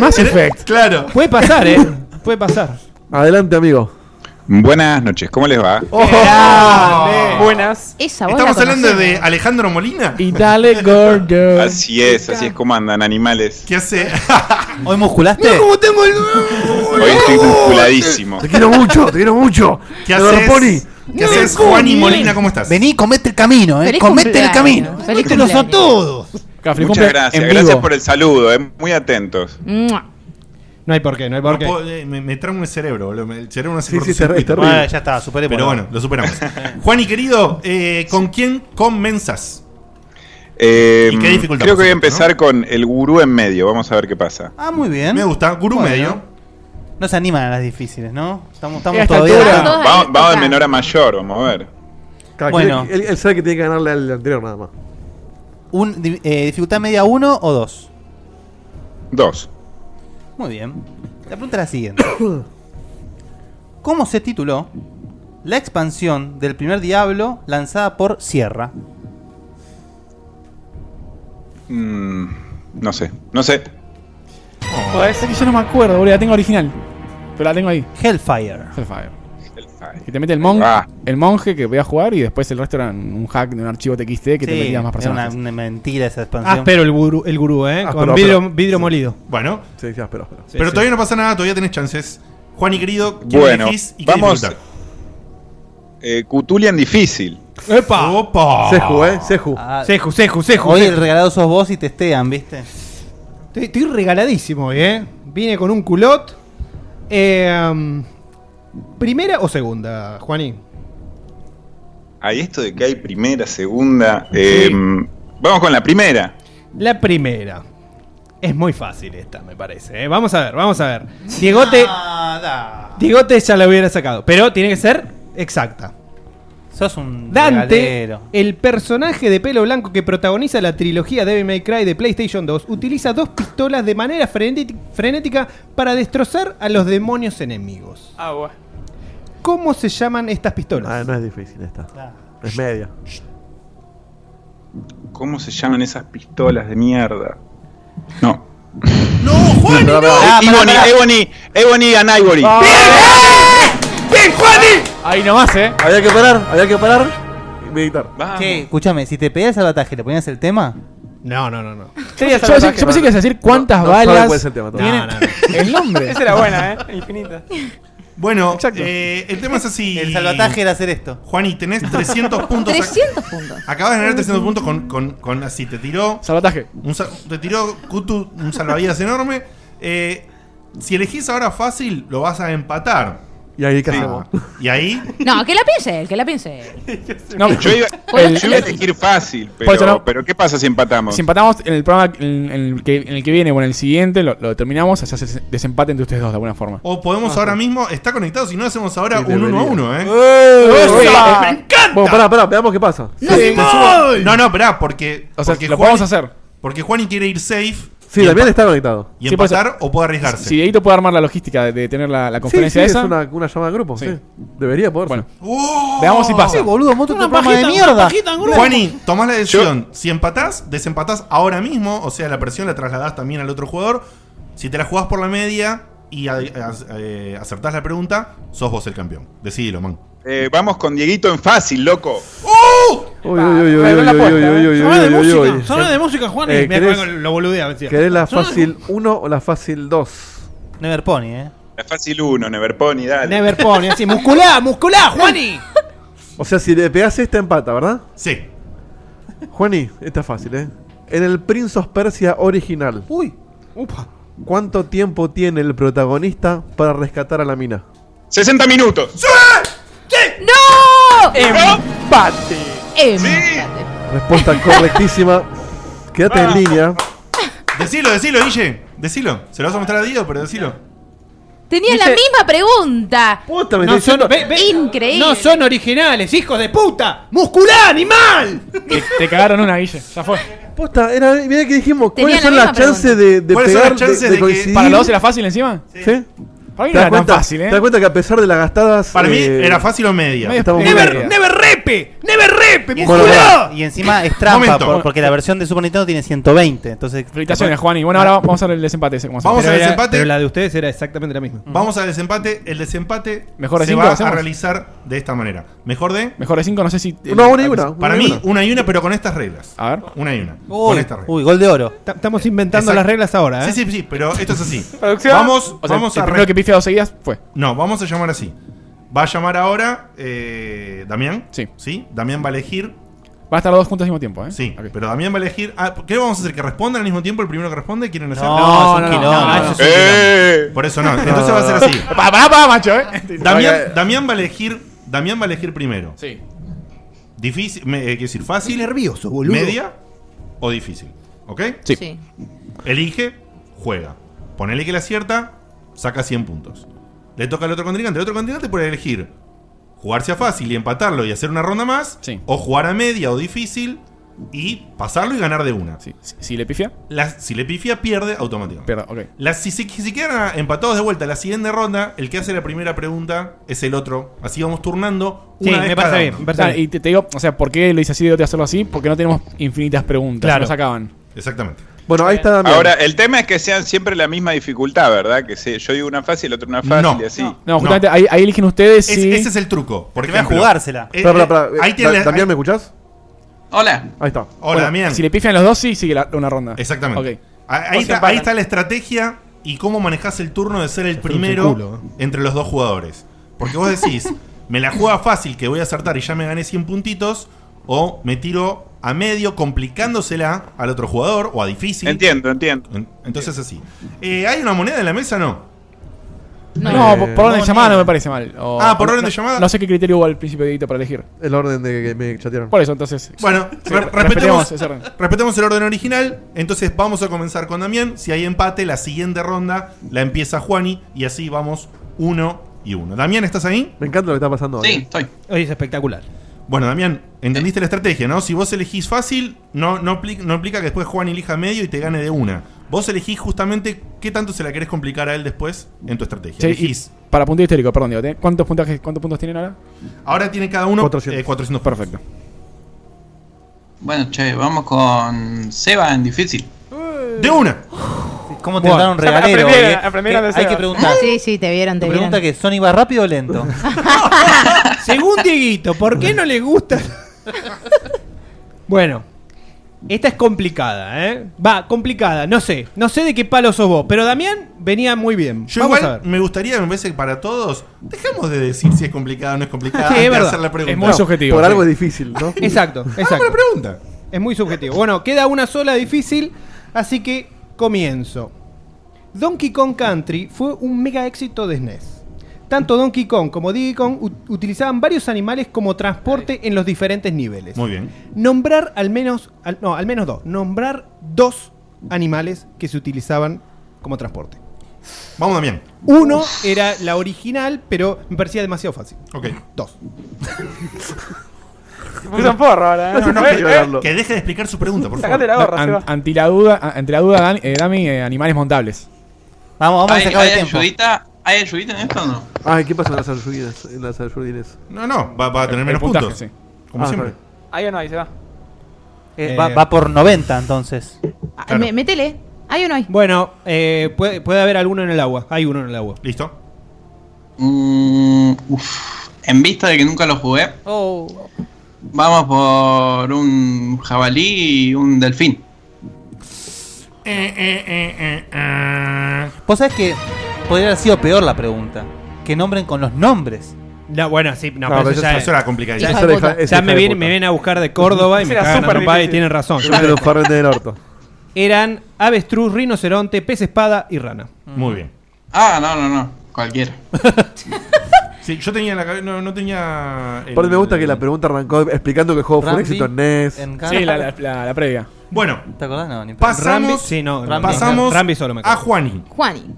S2: Mass Effect.
S1: Claro.
S8: Puede pasar,
S1: (laughs)
S8: eh. Puede pasar.
S7: Adelante, amigo.
S15: Buenas noches, ¿cómo les va?
S3: Buenas.
S6: Esa voz
S1: Estamos
S6: la
S1: hablando
S6: conocemos.
S1: de Alejandro Molina.
S2: Y dale, gordo.
S15: Así es, así es como andan animales.
S1: ¿Qué hace?
S4: ¿Hoy musculaste?
S1: tengo el.
S15: Hoy estoy musculadísimo.
S7: Te quiero mucho, te quiero mucho.
S1: ¿Qué
S7: Te adoro,
S1: haces? ¿Qué haces, Juan y Molina? ¿Cómo estás?
S4: Vení, comete el camino, eh.
S1: Feliz
S4: Comete el
S1: cumpleaños.
S4: camino.
S6: Feliz
S8: Este
S4: Comételos a
S6: cumpleaños.
S4: todos.
S15: Muchas gracias, gracias por el saludo, eh, muy atentos.
S8: No hay por qué, no hay
S1: No
S8: por qué.
S1: puedo- eh, me, me tramo el cerebro, boludo. me- El cerebro no hace
S7: Sí, sí,
S1: cortocircuito.
S7: es terrible.
S4: Ah, ya está, superemos.
S1: Pero bueno, lo superamos. (laughs) Juan y querido, eh, ¿con quién comenzas?
S15: Eh,
S1: ¿Y qué dificultad?
S15: creo que voy a empezar con el gurú en medio, vamos a ver qué pasa.
S4: Ah, muy bien.
S1: Me gusta, gurú
S4: Bueno.
S1: medio.
S4: No se animan a las difíciles, ¿no? Estamos, estamos
S15: Eh, a esta
S4: todavía.
S15: altura. Vamos, vamos de menor a mayor, vamos a ver.
S7: Claro,
S4: eh, Bueno.
S7: él, él sabe Ah, que tiene que ganarle al anterior nada más.
S4: Un, di- eh, ¿Dificultad media 1 o 2?
S15: Dos.
S4: Muy bien. La pregunta es
S7: (coughs)
S4: la siguiente. ¿Cómo se tituló la expansión del primer Diablo lanzada por Sierra?
S15: Mm, no sé, no sé.
S2: Es que yo no me acuerdo, boludo. La tengo original. Pero la tengo ahí.
S4: Hellfire.
S2: Hellfire. Y te mete el monje, el monje que voy a jugar y después el resto era un hack de un archivo TXT que te
S4: Sí,
S2: metía más
S4: era una,
S2: personajes.
S4: una mentira esa expansión.
S8: Ah, pero el gurú, el gurú
S4: Ah,
S8: eh. Con vidrio, vidrio molido.
S1: Bueno.
S7: Sí, ya, pero. pero.
S1: Pero
S8: sí.
S1: todavía no pasa nada, todavía tenés chances. Juan y querido, ¿quién
S15: Bueno,
S1: elegís y qué
S15: vamos-
S1: dificultad?
S15: Eh, Cutulian difícil.
S8: ¡Epa!
S1: ¡Opa!
S7: Seju, eh, Seju.
S4: Ah,
S8: Seju, Seju, Seju.
S4: Hoy
S8: Seju.
S4: el regalado sos vos y testean, ¿viste?
S8: Estoy, estoy regaladísimo hoy, ¿eh? Vine con un culot. Eh, um, ¿Primera o segunda, Juaní?
S15: Ahí esto de que hay primera, segunda. eh, Vamos con la primera.
S8: La primera. Es muy fácil esta, me parece. ¿eh? Vamos a ver, vamos a ver. Diegote,
S4: (laughs) Ah,
S8: Diegote ya la hubiera sacado, pero tiene que ser exacta.
S4: Sos un
S8: Dante,
S4: regalero.
S8: el personaje de pelo blanco que protagoniza la trilogía Devil May Cry de PlayStation 2, utiliza dos pistolas de manera frenéti- frenética para destrozar a los demonios enemigos.
S3: Ah, bueno.
S8: ¿Cómo se llaman estas pistolas?
S7: Ah, no es difícil esta. Es media.
S15: ¿Cómo se llaman esas pistolas de mierda? No.
S1: ¡No, Juan!
S15: No,
S8: Ah,
S15: Ebony, Ebony, Ebony and Ivory.
S1: ¡Bien, Juani!
S2: Ahí nomás, eh.
S7: Había que parar, había que parar. Y meditar.
S4: Che, escúchame, si te pedías el salvataje, ¿le ponías el tema?
S8: No, no, no, no.
S2: Yo, pensé- yo pensé que ibas a decir cuántas
S4: no sabe
S2: balas.
S4: cuál es el tema, todavía.
S2: tienen-
S4: No,
S2: El nombre.
S3: Esa era buena, ¿eh? Infinita.
S1: Bueno, eh, el tema es así.
S4: El salvataje era hacer esto.
S1: Juani, tenés
S3: (laughs)
S1: 300 puntos.
S6: 300 puntos.
S1: Acabas de ganar 300 puntos con, con, con así. Te tiró.
S2: Salvataje.
S1: Un sa- te tiró Kutu un salvavidas enorme. Eh, si elegís ahora fácil, lo vas a empatar.
S7: Y ahí
S1: ¿qué
S7: hacemos?
S1: Y ahí.
S6: No, que la piense él, que la piense él.
S15: yo, iba,
S6: El-
S15: yo iba a elegir fácil,
S2: Por eso
S15: pero,
S2: no.
S15: pero ¿qué pasa si empatamos?
S2: Si empatamos en el programa en, en el que, en el que viene o en el siguiente, lo, lo terminamos, hace ese desempate entre ustedes dos de alguna forma.
S1: O podemos ahora mismo. Está conectado, si no hacemos ahora un
S2: debería.
S1: 1 a 1, ¿eh?
S2: ¡Esa!
S1: ¡Me encanta!
S7: Bueno, pará, pará, veamos qué pasa.
S1: Sí, te subo- No, no, pará, porque.
S2: O sea,
S1: porque
S2: lo
S1: Juani-
S2: podemos hacer.
S1: Porque Juani quiere ir safe.
S7: Sí,
S1: y
S7: también
S1: empa-
S7: está conectado.
S1: Y
S2: Sí, por eso.
S1: empatar o puede arriesgarse.
S2: Si Dieguito puede armar la logística de, de tener la, la conferencia
S7: sí,
S2: esa.
S7: es una, una llamada de grupo, sí. Oh, Debería poder. Bueno.
S2: Veamos si pasa.
S6: ¡Oh!
S4: boludo, monta
S7: Una tu programa pajita, de mierda. una pajita en grupo.
S1: Juani, tomás la decisión. Si empatás, desempatás ahora mismo. O sea, la presión la trasladás también al otro jugador. Si te la jugás por la media y a- a- eh, acertás la pregunta, sos vos el campeón. Decidilo, man.
S15: Eh, vamos con Dieguito en fácil, loco.
S7: Uy, uy, uy, uy, uy, uy, uy, uy,
S8: Sonaba de
S7: uy, uy,
S8: música,
S7: uy.
S8: sonaba de música, Juan, y
S7: Eh,
S8: me
S7: ¿querés-
S8: acuerdo, lo boludea, decía.
S7: ¿Querés la
S8: Sonaba de
S7: fácil 1 o la fácil 2?
S4: Never Pony, eh.
S15: La fácil 1, Neverpony, dale.
S8: Never Pony, así, musculá, musculá, Juani.
S7: O sea, si le pegás esta empata, ¿verdad?
S1: Sí.
S7: Juani, esta es fácil, ¿eh? En el Prince of Persia original.
S8: Uy.
S7: ¿Cuánto tiempo tiene el protagonista para rescatar a la mina?
S15: 60 minutos.
S6: ¡No!
S2: Em.
S7: Empate.
S6: Eh, Em.
S7: Respuesta correctísima. Quédate
S8: Ah.
S7: en línea.
S1: Decilo, decilo, Guille. Decilo. Se lo vas a mostrar a Diego, pero decilo.
S6: Tenía la
S1: Dice-
S6: misma pregunta.
S7: Puta,
S8: No son, ve- ve-
S6: Increíble.
S8: no son originales, hijos de puta. ¡Musculá, animal!
S2: Te, te cagaron una, Guille. Ya fue.
S7: Posta, era, mira que dijimos,
S2: Tenía
S7: ¿cuáles
S2: la
S7: son las
S2: misma
S7: chances de, de
S2: ¿Cuáles son
S7: pegar,
S2: las chances de que-
S7: coincidir?
S2: ¿Para los dos era fácil encima?
S7: ¿Sí?
S2: Para mí
S7: ¿Te das
S2: no era tan
S7: cuenta-
S2: fácil, eh.
S7: ¿Te das cuenta que a pesar de las gastadas.
S1: Para mí
S7: eh,
S1: era fácil o media.
S7: estamos muy bien.
S8: ¡Never repe! ¡Never repe!
S7: Bueno,
S8: ¡Musculá!
S4: Y encima es trampa, por- porque la versión de Super Nintendo tiene 120. Entonces,
S2: Felicitaciones, Juan. Y bueno, ahora vamos a ver el desempate. ese, como se
S1: Vamos
S2: hace.
S1: al desempate.
S8: Pero la de ustedes era exactamente la misma.
S1: Vamos al desempate. El desempate
S2: Mm. Mejor de
S1: se
S2: cinco,
S1: va a
S2: ¿hacemos?
S1: realizar de esta manera. Mejor de.
S2: Mejor de 5, no sé si.
S1: No, una y una,
S2: Para
S1: una y
S2: mí,
S1: eh, una. una y una, pero con estas reglas.
S2: A ver.
S1: Una y una. con
S2: Uy,
S1: estas reglas.
S4: Uy, gol de oro.
S8: Estamos inventando
S1: Exacto.
S8: las reglas ahora, ¿eh?
S1: Sí, sí, sí, pero esto es
S4: (laughs)
S1: así.
S2: Producción.
S1: Vamos,
S2: O sea,
S1: vamos
S2: el
S1: a.
S2: primero que pifia dos seguidas fue.
S1: No, vamos a llamar así. Va a llamar ahora eh, Damián. Sí. ¿Sí? Damián va a elegir.
S2: Van a estar los dos juntos al mismo tiempo, eh.
S1: Sí, pero Damián va a elegir. ah, ¿Qué vamos a hacer? ¿Que respondan al mismo tiempo el primero que responde? ¿Quieren hacer?
S2: No, No, es un no, no, quilombo. no, eso es un
S1: Eh.
S2: quilombo.
S1: Por eso no. Entonces va a ser así.
S2: (laughs) Pará, pará, pará, macho, eh.
S1: Damián, Damián va a elegir. Damián va a elegir primero.
S2: Sí.
S1: Difícil, me- eh, quiero decir, fácil.
S8: nervioso, boludo.
S1: Media o difícil. ¿Ok?
S2: Sí.
S6: Sí.
S1: Elige, juega. Ponele que la acierta, saca 100 puntos. Le toca al otro contrincante. El otro contrincante puede elegir jugarse a fácil y empatarlo y hacer una ronda más. O jugar a media o difícil y pasarlo y ganar de una.
S2: Si le pifia.
S1: si le pifia, pierde automáticamente.
S2: Pierde, ok.
S1: La- si, se- si quedan empatados de vuelta la siguiente ronda, el que hace la primera pregunta es el otro. Así vamos turnando. Una vez cada uno.
S2: Claro, Y te, te digo, o sea, ¿por qué lo hice así de otro hacerlo así? Porque no tenemos infinitas preguntas.
S1: Claro.
S2: Nos acaban.
S1: Exactamente.
S7: Bueno, ahí está Damián.
S15: Eh, Ahora, el tema es que sean siempre la misma dificultad, ¿verdad? Que se- yo digo una fácil, el otro una fácil
S1: No.
S15: y así.
S2: No, justamente Ahí, ahí eligen ustedes.
S1: Es-
S2: si-
S1: Ese es el truco. Por
S15: Primero
S1: ejemplo,
S15: jugársela.
S1: eh,
S7: Pará,
S1: eh,
S7: pará, pará.
S1: ahí
S7: Da-
S1: tiene la-
S7: Damián, ¿me escuchás?
S15: Hola.
S7: Ahí está.
S1: Hola,
S2: Bueno,
S1: Damián.
S2: Si le pifian los dos, sí, sigue la- una ronda.
S1: Exactamente.
S2: Ok.
S1: Ah, Ahí,
S2: O se
S1: está,
S2: empatan.
S1: ahí está la estrategia y cómo manejás el turno de ser el
S2: un ¿eh?
S1: primero
S2: circulo,
S1: entre
S2: (laughs)
S1: los dos jugadores. Porque vos decís, me la juega fácil que voy a acertar y ya me gané 100 puntitos, o me tiro a medio complicándosela al otro jugador o a difícil.
S15: Entiendo, entiendo.
S1: Entonces así. Eh, ¿Hay una moneda en la mesa no?
S2: No, por, por orden de llamada no me parece mal. O-
S1: Ah, por orden de
S2: Oh, no-
S1: llamada.
S2: No sé qué criterio hubo al principio de Dieguito para elegir.
S7: El orden de que me chatearon.
S2: Por eso, entonces.
S1: Bueno,
S2: sí,
S1: re- respetemos,
S2: ese orden.
S1: respetemos el orden original. Entonces vamos a comenzar con Damián. Si hay empate, la siguiente ronda la empieza Juani. Y así vamos uno y uno. Damián, ¿estás ahí?
S7: Me encanta lo que está pasando
S1: Sí,
S3: estoy.
S1: Hoy es espectacular. Bueno, Damián, entendiste la estrategia, ¿no? Si vos elegís fácil, no, no, pli- no implica que después Juan elija medio y te gane de una. Vos elegís justamente qué tanto se la querés complicar a él después en tu estrategia.
S2: Che, y
S1: Elegís.
S2: para punto histórico, perdón, Diego, ¿eh? ¿cuántos puntajes, cuántos puntos tienen ahora?
S1: Ahora tiene cada uno eh, 400.
S2: Perfecto.
S3: Bueno, che, vamos con Seba en difícil.
S1: De una.
S4: ¿Cómo te trataron regalero? eh? Que hay que preguntar.
S6: Ah, Sí, sí, te vieron, te
S4: Me
S6: vieron.
S4: pregunta que Sony va rápido o lento.
S5: (laughs) Según Dieguito, ¿por qué no le gusta? (laughs) bueno, esta es complicada, ¿eh? Va, complicada, no sé. No sé de qué palo sos vos, pero Damián venía muy bien.
S1: Yo
S5: Vamos a
S1: igual
S5: ver.
S1: me gustaría, me parece que para todos, dejemos de decir si es complicado o no es complicado.
S5: Sí, es
S1: antes de
S5: verdad.
S1: hacer la pregunta.
S5: Es muy subjetivo,
S7: Por
S5: sí.
S7: algo es difícil, ¿no?
S5: (laughs) Exacto, exacto.
S1: pregunta.
S5: Es muy subjetivo. Bueno, queda una sola difícil, así que comienzo. Donkey Kong Country fue un mega éxito de SNES. Tanto Donkey Kong como Diddy Kong ut- utilizaban varios animales como transporte en los diferentes niveles.
S1: Muy bien.
S5: Nombrar al menos, al- no, al menos dos. Nombrar dos animales que se utilizaban como transporte.
S1: Vamos también.
S5: Uno era la original, pero me parecía demasiado fácil.
S1: Ok.
S9: (laughs)
S5: Dos.
S9: puso en porro ahora, ¿eh?
S1: No, no,
S9: Eh,
S1: que-
S9: eh,
S1: que deje de explicar su pregunta, por favor.
S9: Sacate la gorra,
S2: An-
S9: Seba.
S2: ante la duda, a- ante la duda Dan- eh, Dami, eh, animales montables.
S4: Vamos,
S3: ¿Hay, hay ayudita? ¿Hay ayudita en esto o no?
S7: Ay, Ah, ¿qué pasa en las ayudines? En las ayudines?
S1: No, no, va, va a tener
S7: El-
S1: menos
S7: el puntaje,
S1: puntos.
S7: sí.
S1: Como
S7: Ah,
S1: siempre.
S7: está
S9: Ahí o no, ahí se va.
S4: Eh, va, va por 90 entonces.
S6: Ah, me- métele. Hay uno ahí.
S5: Bueno, eh, puede, puede haber alguno en el agua. Hay uno en el agua.
S1: Listo.
S3: Mm, uf. En vista de que nunca lo jugué,
S2: Oh.
S3: vamos por un jabalí y un
S1: (laughs)
S3: delfín.
S5: Eh,
S4: Vos sabés que podría haber sido peor la pregunta. Que nombren con los nombres.
S5: No, bueno, sí, no,
S4: No,
S5: pero
S4: pero
S5: eso
S4: eso-
S5: ya
S4: eso era complicado.
S5: Ya,
S4: Eso era hija-
S5: ya
S4: eso era
S5: me,
S4: hija de
S5: viene-
S4: puta.
S5: me vienen a buscar de
S7: (laughs)
S5: Córdoba y me
S4: Eso era
S5: cagan a
S4: súper
S5: trompadas y
S4: difícil.
S5: tienen razón.
S4: Yo creo que los
S7: farren del orto.
S5: Eran avestruz, rinoceronte, pez espada y rana.
S1: Muy bien.
S3: Ah, no, no, no. Cualquiera.
S5: (laughs)
S1: Sí, yo tenía en la cabeza, no, no tenía. el-
S7: Aparte me gusta que la pregunta arrancó explicando que el juego fue un
S1: Rambi
S7: éxito en NES.
S1: en
S2: Sí, la, la- la- la previa.
S1: Bueno,
S4: ¿Te acordás? No, ni
S1: pasamos,
S5: Rambi- sí, no, no,
S1: pasamos
S5: Rambi solo me
S1: a
S5: acuerdo.
S1: Juani.
S6: Juani.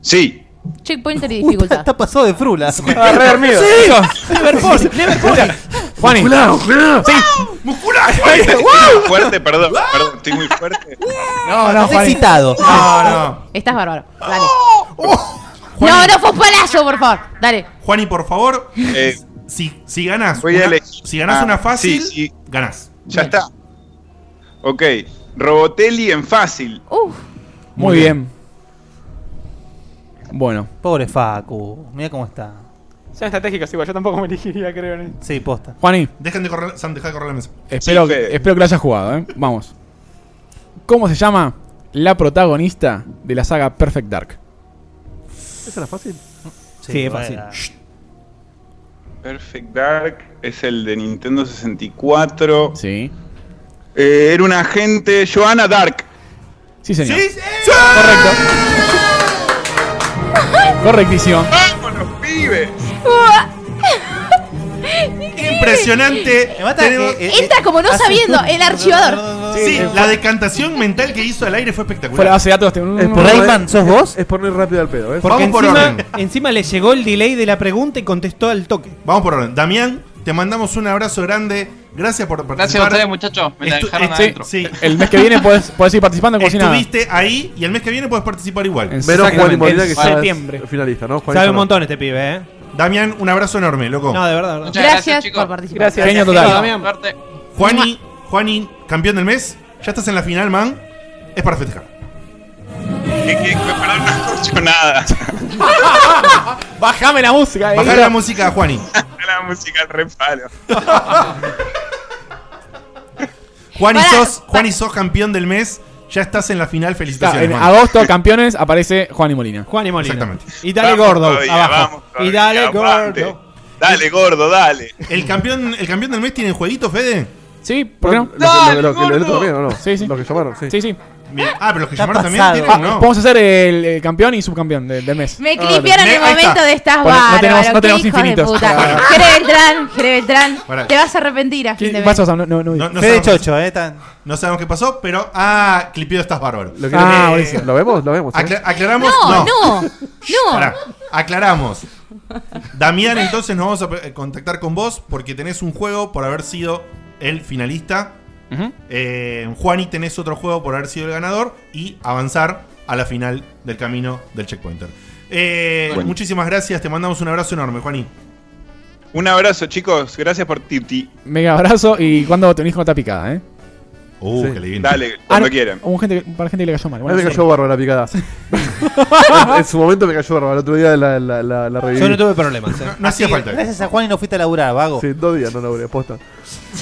S15: Sí.
S6: Checkpointer y dificultad.
S4: Está pasado de frula. Sí.
S6: re dormido.
S5: Sí.
S6: Neverforce,
S5: Neverforce.
S2: Juani.
S7: Musculado,
S2: Sí.
S4: Ah,
S15: Fuerte, estoy muy fuerte, perdón, perdón, estoy muy fuerte.
S2: No, no,
S4: Juani. excitado.
S1: No, no.
S6: Estás bárbaro. Dale. no, no fue un palazo, por favor. Dale.
S1: Juani, por favor, si, si ganás,
S15: Eh, voy a
S1: una,
S15: elegir.
S1: si ganás
S15: Ah,
S1: una fácil,
S15: sí, sí.
S1: ganás.
S15: Ya está. Ok, Robotelli en fácil.
S2: Muy bien. Bueno.
S4: Pobre Facu. Mira cómo está.
S9: Son estratégicos igual, yo tampoco me elegiría, creo. en esto.
S4: Sí, posta.
S2: Juani,
S1: Dejen de correr, Sam, dejá de correr la mesa.
S2: espero,
S1: Sí,
S2: que-
S1: Fede.
S2: espero que lo hayas jugado, ¿eh? Vamos. ¿Cómo se llama la protagonista de la saga Perfect Dark?
S7: ¿Esa era fácil?
S4: Sí,
S2: es
S4: fácil.
S15: Perfect Dark es el de Nintendo 64.
S2: Sí.
S15: Eh, era un agente, Joanna Dark.
S2: Sí, señor.
S6: (laughs)
S2: Correcto. Correctísimo.
S6: (laughs)
S15: Vive.
S1: Impresionante.
S4: Me mata
S1: Tenemos-
S4: que, eh,
S6: Entra como no
S4: hace-
S6: sabiendo, el archivador.
S1: Sí, la decantación mental que hizo al aire fue espectacular.
S2: Fue la base de datos.
S7: Es por Rayman,
S4: ¿sos vos?
S7: Es por no ir rápido al pedo, ¿eh? ¿ves?
S5: Porque
S1: Vamos por
S5: encima,
S1: orden.
S5: encima le llegó el delay de la pregunta y contestó al toque.
S1: Vamos por orden. Damián, te mandamos un abrazo grande. Gracias por participar.
S3: Gracias a ustedes, muchachos. Me la
S1: Estu-
S3: dejaron
S1: estu-
S3: adentro.
S1: eh, sí.
S2: (laughs) El mes que viene podés, podés ir participando como si nada.
S1: Estuviste ahí y el mes que viene puedes participar igual.
S7: Menos Juan y Molina que
S2: En
S7: ya es
S2: septiembre.
S7: finalista, ¿no?
S5: Sabe un montón este pibe, ¿eh?
S1: Damián, un abrazo enorme, loco.
S5: No, de verdad, de verdad.
S3: Muchas gracias, chicos.
S6: por participar.
S5: Gracias.
S2: Genio total.
S5: Damián.
S3: Suerte.
S1: Juani, Juani, campeón del mes. Ya estás en la final, man. Es para festejar.
S15: Que, que, perdón, no (laughs) escucho nada.
S2: Bájame la música. eh.
S1: Bajar la música, Juani.
S15: la música
S9: (laughs)
S15: al reparo.
S1: Juani
S6: Pará,
S1: sos, Juani sos campeón del mes. Ya estás en la final,
S2: Está,
S1: felicitaciones.
S2: en
S1: man.
S2: agosto, campeones, aparece Juan y Molina.
S5: Juan y Molina.
S1: Exactamente.
S5: Y dale
S15: Vamos
S5: gordo.
S15: todavía,
S5: abajo.
S15: vamos
S5: y dale
S15: todavía, aguante.
S5: gordo.
S15: Dale, gordo, dale.
S1: ¿El campeón, ¿El campeón del mes tiene jueguito, Fede?
S2: Sí,
S1: ¿por qué no?
S7: Los que- los que- los que- los que también, ¿o no? Los que llamaron, sí.
S2: Sí, sí.
S1: Bien. Ah, pero los que
S7: Está
S1: llamaron también
S7: pasado.
S1: tienen,
S2: Ah,
S1: ¿no?
S2: Vamos a hacer el, el campeón y subcampeón de- del mes.
S6: Me clipearon el
S2: Ahí está.
S6: momento de estas
S2: Bueno,
S6: bárbaros.
S2: No tenemos, no
S6: qué
S2: tenemos
S6: hijos de
S2: infinitos.
S6: puta. Jere Beltrán, Jere Beltrán,
S1: Pará.
S6: te vas a arrepentir a fin de mes.
S2: Vas, Osam, no, no, no.
S1: Fede
S4: Chocho, eh.
S1: No sabemos qué pasó, pero. Ah, clipido estás bárbaro.
S7: Lo que- Ah, buenísimo. Lo vemos, lo vemos. ¿eh?
S1: Acla- aclaramos.
S6: No,
S1: No,
S6: no, no.
S1: Pará, aclaramos. Damián, entonces nos vamos a pe- contactar con vos porque tenés un juego por haber sido el finalista. Eh, Juani, tenés otro juego por haber sido el ganador y avanzar a la final del camino del checkpointer. Eh,
S15: Bueno.
S1: Muchísimas gracias, te mandamos un abrazo enorme, Juani.
S15: Un abrazo, chicos. Gracias por Titi.
S2: (laughs) Mega abrazo y cuando tenés con está picada, ¿eh?
S1: Uh,
S7: que
S1: le
S15: Dale,
S2: Ah,
S15: cuando
S2: no,
S15: quieran.
S2: hubo gente que- para gente que le cayó mal.
S7: A mí me
S2: sí.
S7: cayó barba la picada. (laughs) en su momento me cayó barba. El otro día la, la, la, la reviví.
S12: Yo no tuve problemas, eh. No-
S1: no hacía falta.
S4: Gracias a Juan y no fuiste a laburar, vago.
S7: Sí, dos días no laburé, aposta.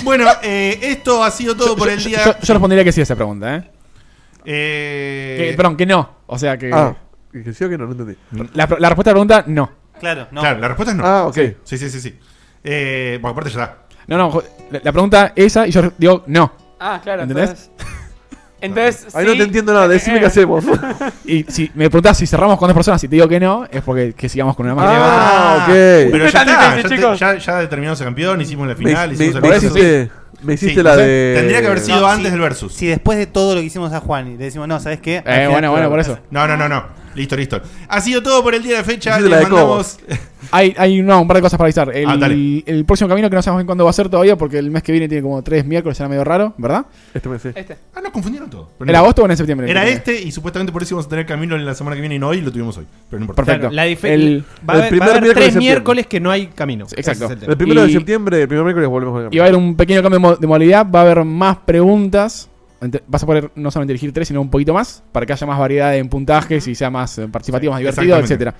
S1: Bueno, eh, esto ha sido todo por el
S2: Yo,
S1: día.
S2: yo- yo respondería que sí a esa pregunta, ¿eh?
S1: Eh,
S2: Que- perdón, que no. O sea que.
S7: Ah, que sí o que no, no entendí.
S2: La, la respuesta a la pregunta, no.
S4: Claro, no.
S1: Claro, la respuesta es no.
S7: Ah, ok.
S1: Sí, sí, sí, sí. Eh, bueno, aparte ya está.
S2: No, no, jo- la, la pregunta esa y yo digo no.
S3: Ah, claro,
S2: ¿Entendés?
S3: entonces.
S2: (laughs)
S3: Entonces.
S7: Ahí no
S3: sí, Eh,
S7: te entiendo nada, decime qué hacemos.
S2: Y si me preguntás si cerramos con dos personas y te digo que no, es porque que sigamos con una más.
S7: Ah, ok.
S1: Pero ya,
S7: Tan
S1: está,
S7: difícil,
S1: ya, te- ya, ya determinamos el campeón, hicimos la final,
S7: me-
S1: hicimos el
S7: me
S1: versus.
S7: hiciste- me hiciste
S1: Sí,
S7: la
S1: no sé.
S7: de-
S1: Tendría que haber sido
S4: No,
S1: antes
S4: si-
S1: del versus.
S4: Si después de todo lo que hicimos a Juan y le decimos, no, ¿sabes qué? Al
S2: Eh,
S4: final,
S2: bueno, bueno, por eso.
S1: No, no, no, no. Listo, listo. Ha sido todo por el día de fecha.
S2: Hiciste
S1: Les
S2: la de
S1: mandamos.
S2: (laughs) Hay, hay no, un par de cosas para avisar. El,
S1: Ah, dale.
S2: el próximo camino que no sabemos bien cuándo va a ser todavía, porque el mes que viene tiene como tres miércoles, será medio raro, ¿verdad?
S7: Este mes sí.
S1: Ah, no, confundieron todo. Pero no
S2: ¿En
S1: importa.
S2: agosto o en septiembre?
S1: Era este y supuestamente por eso íbamos a tener camino en la semana que viene y no hoy y lo tuvimos hoy. Pero no importa.
S2: Perfecto.
S12: La dife-
S2: El-
S12: va a haber,
S2: el
S12: va a haber
S2: primer miércoles de
S12: tres
S2: septiembre.
S12: miércoles que no hay camino.
S2: Exacto.
S12: Ese es el tema.
S7: El primero
S2: Y-
S7: de septiembre, el primer miércoles volvemos a
S2: Y va a haber un pequeño cambio de mo- de modalidad, va a haber más preguntas. Ente- Vas a poder no solamente elegir tres, sino un poquito más, para que haya más variedad en puntajes y sea más eh, participativo, más divertido,
S1: exactamente.
S2: etcétera.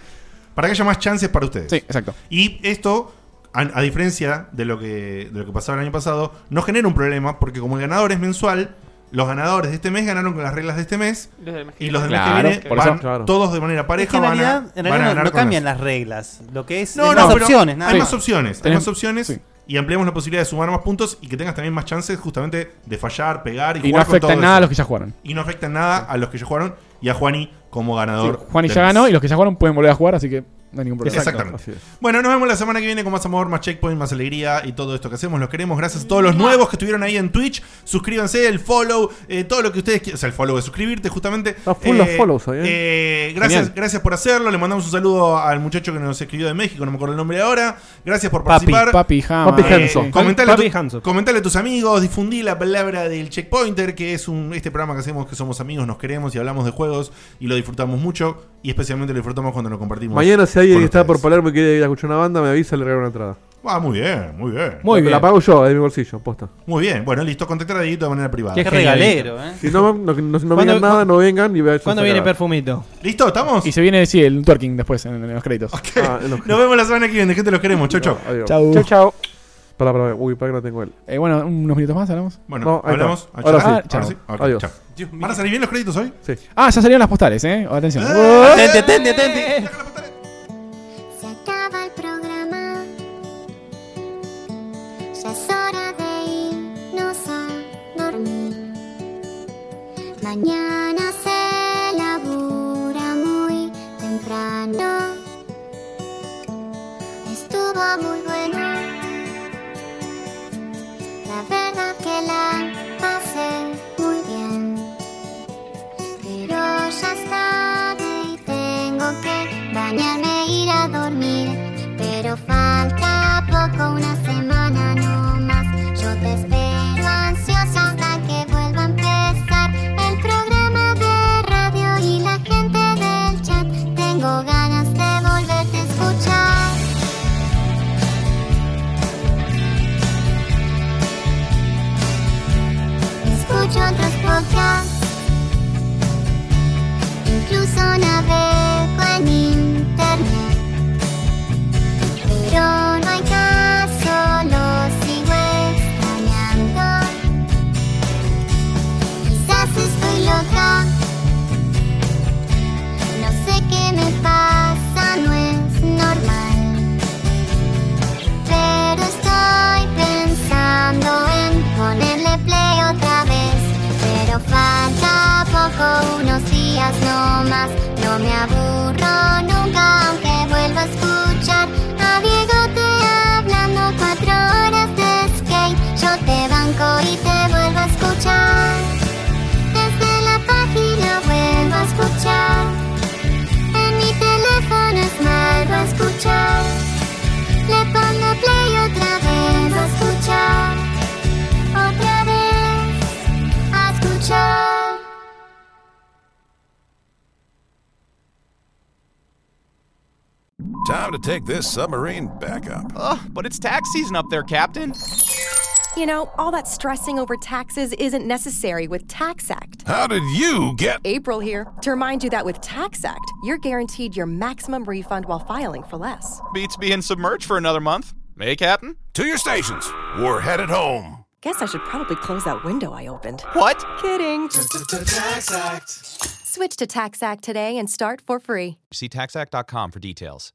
S1: Para que haya más chances para ustedes.
S2: Sí, exacto.
S1: Y esto, a, a diferencia de lo, que, de lo que pasaba el año pasado, no genera un problema porque como el ganador es mensual, los ganadores de este mes ganaron con las reglas de este mes
S3: Los del mes que
S1: y los del
S2: viene.
S1: mes
S2: Claro,
S1: que viene
S2: por
S1: van
S2: eso. Claro.
S1: todos de manera
S4: Es que
S1: pareja
S4: en
S1: van
S4: realidad,
S1: a,
S4: en
S1: van a
S4: realidad no-
S1: ganar
S4: no
S1: con
S4: cambian
S1: las-
S4: las reglas. Lo que es.
S1: No,
S4: es
S1: no,
S4: más
S1: pero
S4: opciones, nada
S1: Hay
S4: más.
S1: más opciones, hay
S2: Tenés-
S1: más opciones y ampliamos la posibilidad de sumar más puntos y que tengas también más chances justamente de fallar, pegar y,
S2: Y no
S1: jugar con
S2: afecta
S1: todo
S2: nada
S1: eso.
S2: a los que ya jugaron.
S1: Y no afecta nada a los que ya jugaron y a Juani como ganador.
S2: Sí, Juan y
S1: del
S2: ya
S1: mes.
S2: ganó, y los que ya jugaron pueden volver a jugar, así que no hay ningún problema.
S1: Exactamente. Bueno, nos vemos la semana que viene con más amor, más checkpoint, más alegría y todo esto que hacemos. Los queremos. Gracias a todos los nuevos que estuvieron ahí en Twitch. Suscríbanse, el follow, eh, todo lo que ustedes quieran. O sea, el follow es suscribirte, justamente.
S7: Está full los follows ahí, ¿eh?
S1: eh, gracias,
S7: Genial.
S1: gracias por hacerlo. Le mandamos un saludo al muchacho que nos escribió de México, no me acuerdo el nombre ahora. Gracias por
S2: Papi,
S1: participar.
S2: Papi Hama. Papi Hanson.
S1: comentale, a tu-
S2: Papi Hanson.
S1: comentale a tus amigos, difundí la palabra del checkpointer, que es un, este programa que hacemos que somos amigos, nos queremos y hablamos de juegos y lo disfrutamos mucho. Y especialmente lo disfrutamos cuando lo compartimos.
S7: Mañana, si alguien
S1: con
S7: que está por Palermo y quiere ir a escuchar una banda, me avisa, le regalo una entrada.
S1: Ah, muy bien, muy bien.
S7: La- La pago yo, de mi bolsillo, posta.
S1: Muy bien, bueno, listo, contactar a Dieguito de manera privada.
S12: Qué Qué regalero, genial. eh.
S7: Si no, no, no, no
S12: ¿Cuándo-
S7: vengan nada, no vengan y vean.
S12: ¿Cuándo viene Perfumito?
S1: ¿Listo? ¿Estamos?
S2: Y se viene, sí, el twerking después en, en los créditos.
S7: Ah,
S1: (laughs) Nos vemos la semana que viene, gente, los queremos. Chau, chau.
S2: Chau. Chau,
S7: Pará, pará, uy, pará que no tengo él.
S2: Eh, bueno, unos minutos más hablamos.
S1: Bueno,
S7: No, ahí
S1: hablamos.
S7: está. Ahora sí.
S2: Ah, chao.
S1: Ahora sí. Ok,
S7: Adiós.
S1: chao. ¿Van a salir bien los créditos hoy?
S7: Sí.
S2: Ah, ya salieron las postales, eh. Atención.
S1: Ah.
S4: Atente, atente, atente.
S9: Se acaba el programa. Ya es hora de irnos a dormir. Mañana se labura muy temprano. Estuvo muy bueno. La verdad que la pasé muy bien. Pero ya es tarde y tengo que bañarme e ir a dormir. Pero falta poco, una semana no más. Yo te espero ansiosa hasta que vuelva a empezar el programa.
S15: Time to take this submarine back up.
S9: Ugh, Oh, but it's tax season up there, Captain.
S16: You know, all that stressing over taxes isn't necessary with Tax Act.
S15: How did you get?
S16: April here. To remind you that with Tax Act, you're guaranteed your maximum refund while filing for less.
S9: Beats being submerged for another month. Eh, Captain?
S15: To your stations. We're headed home.
S16: Guess I should probably close that window I opened.
S9: What?
S16: Kidding. Switch to Tax Act today and start for free.
S9: See taxact.com for details.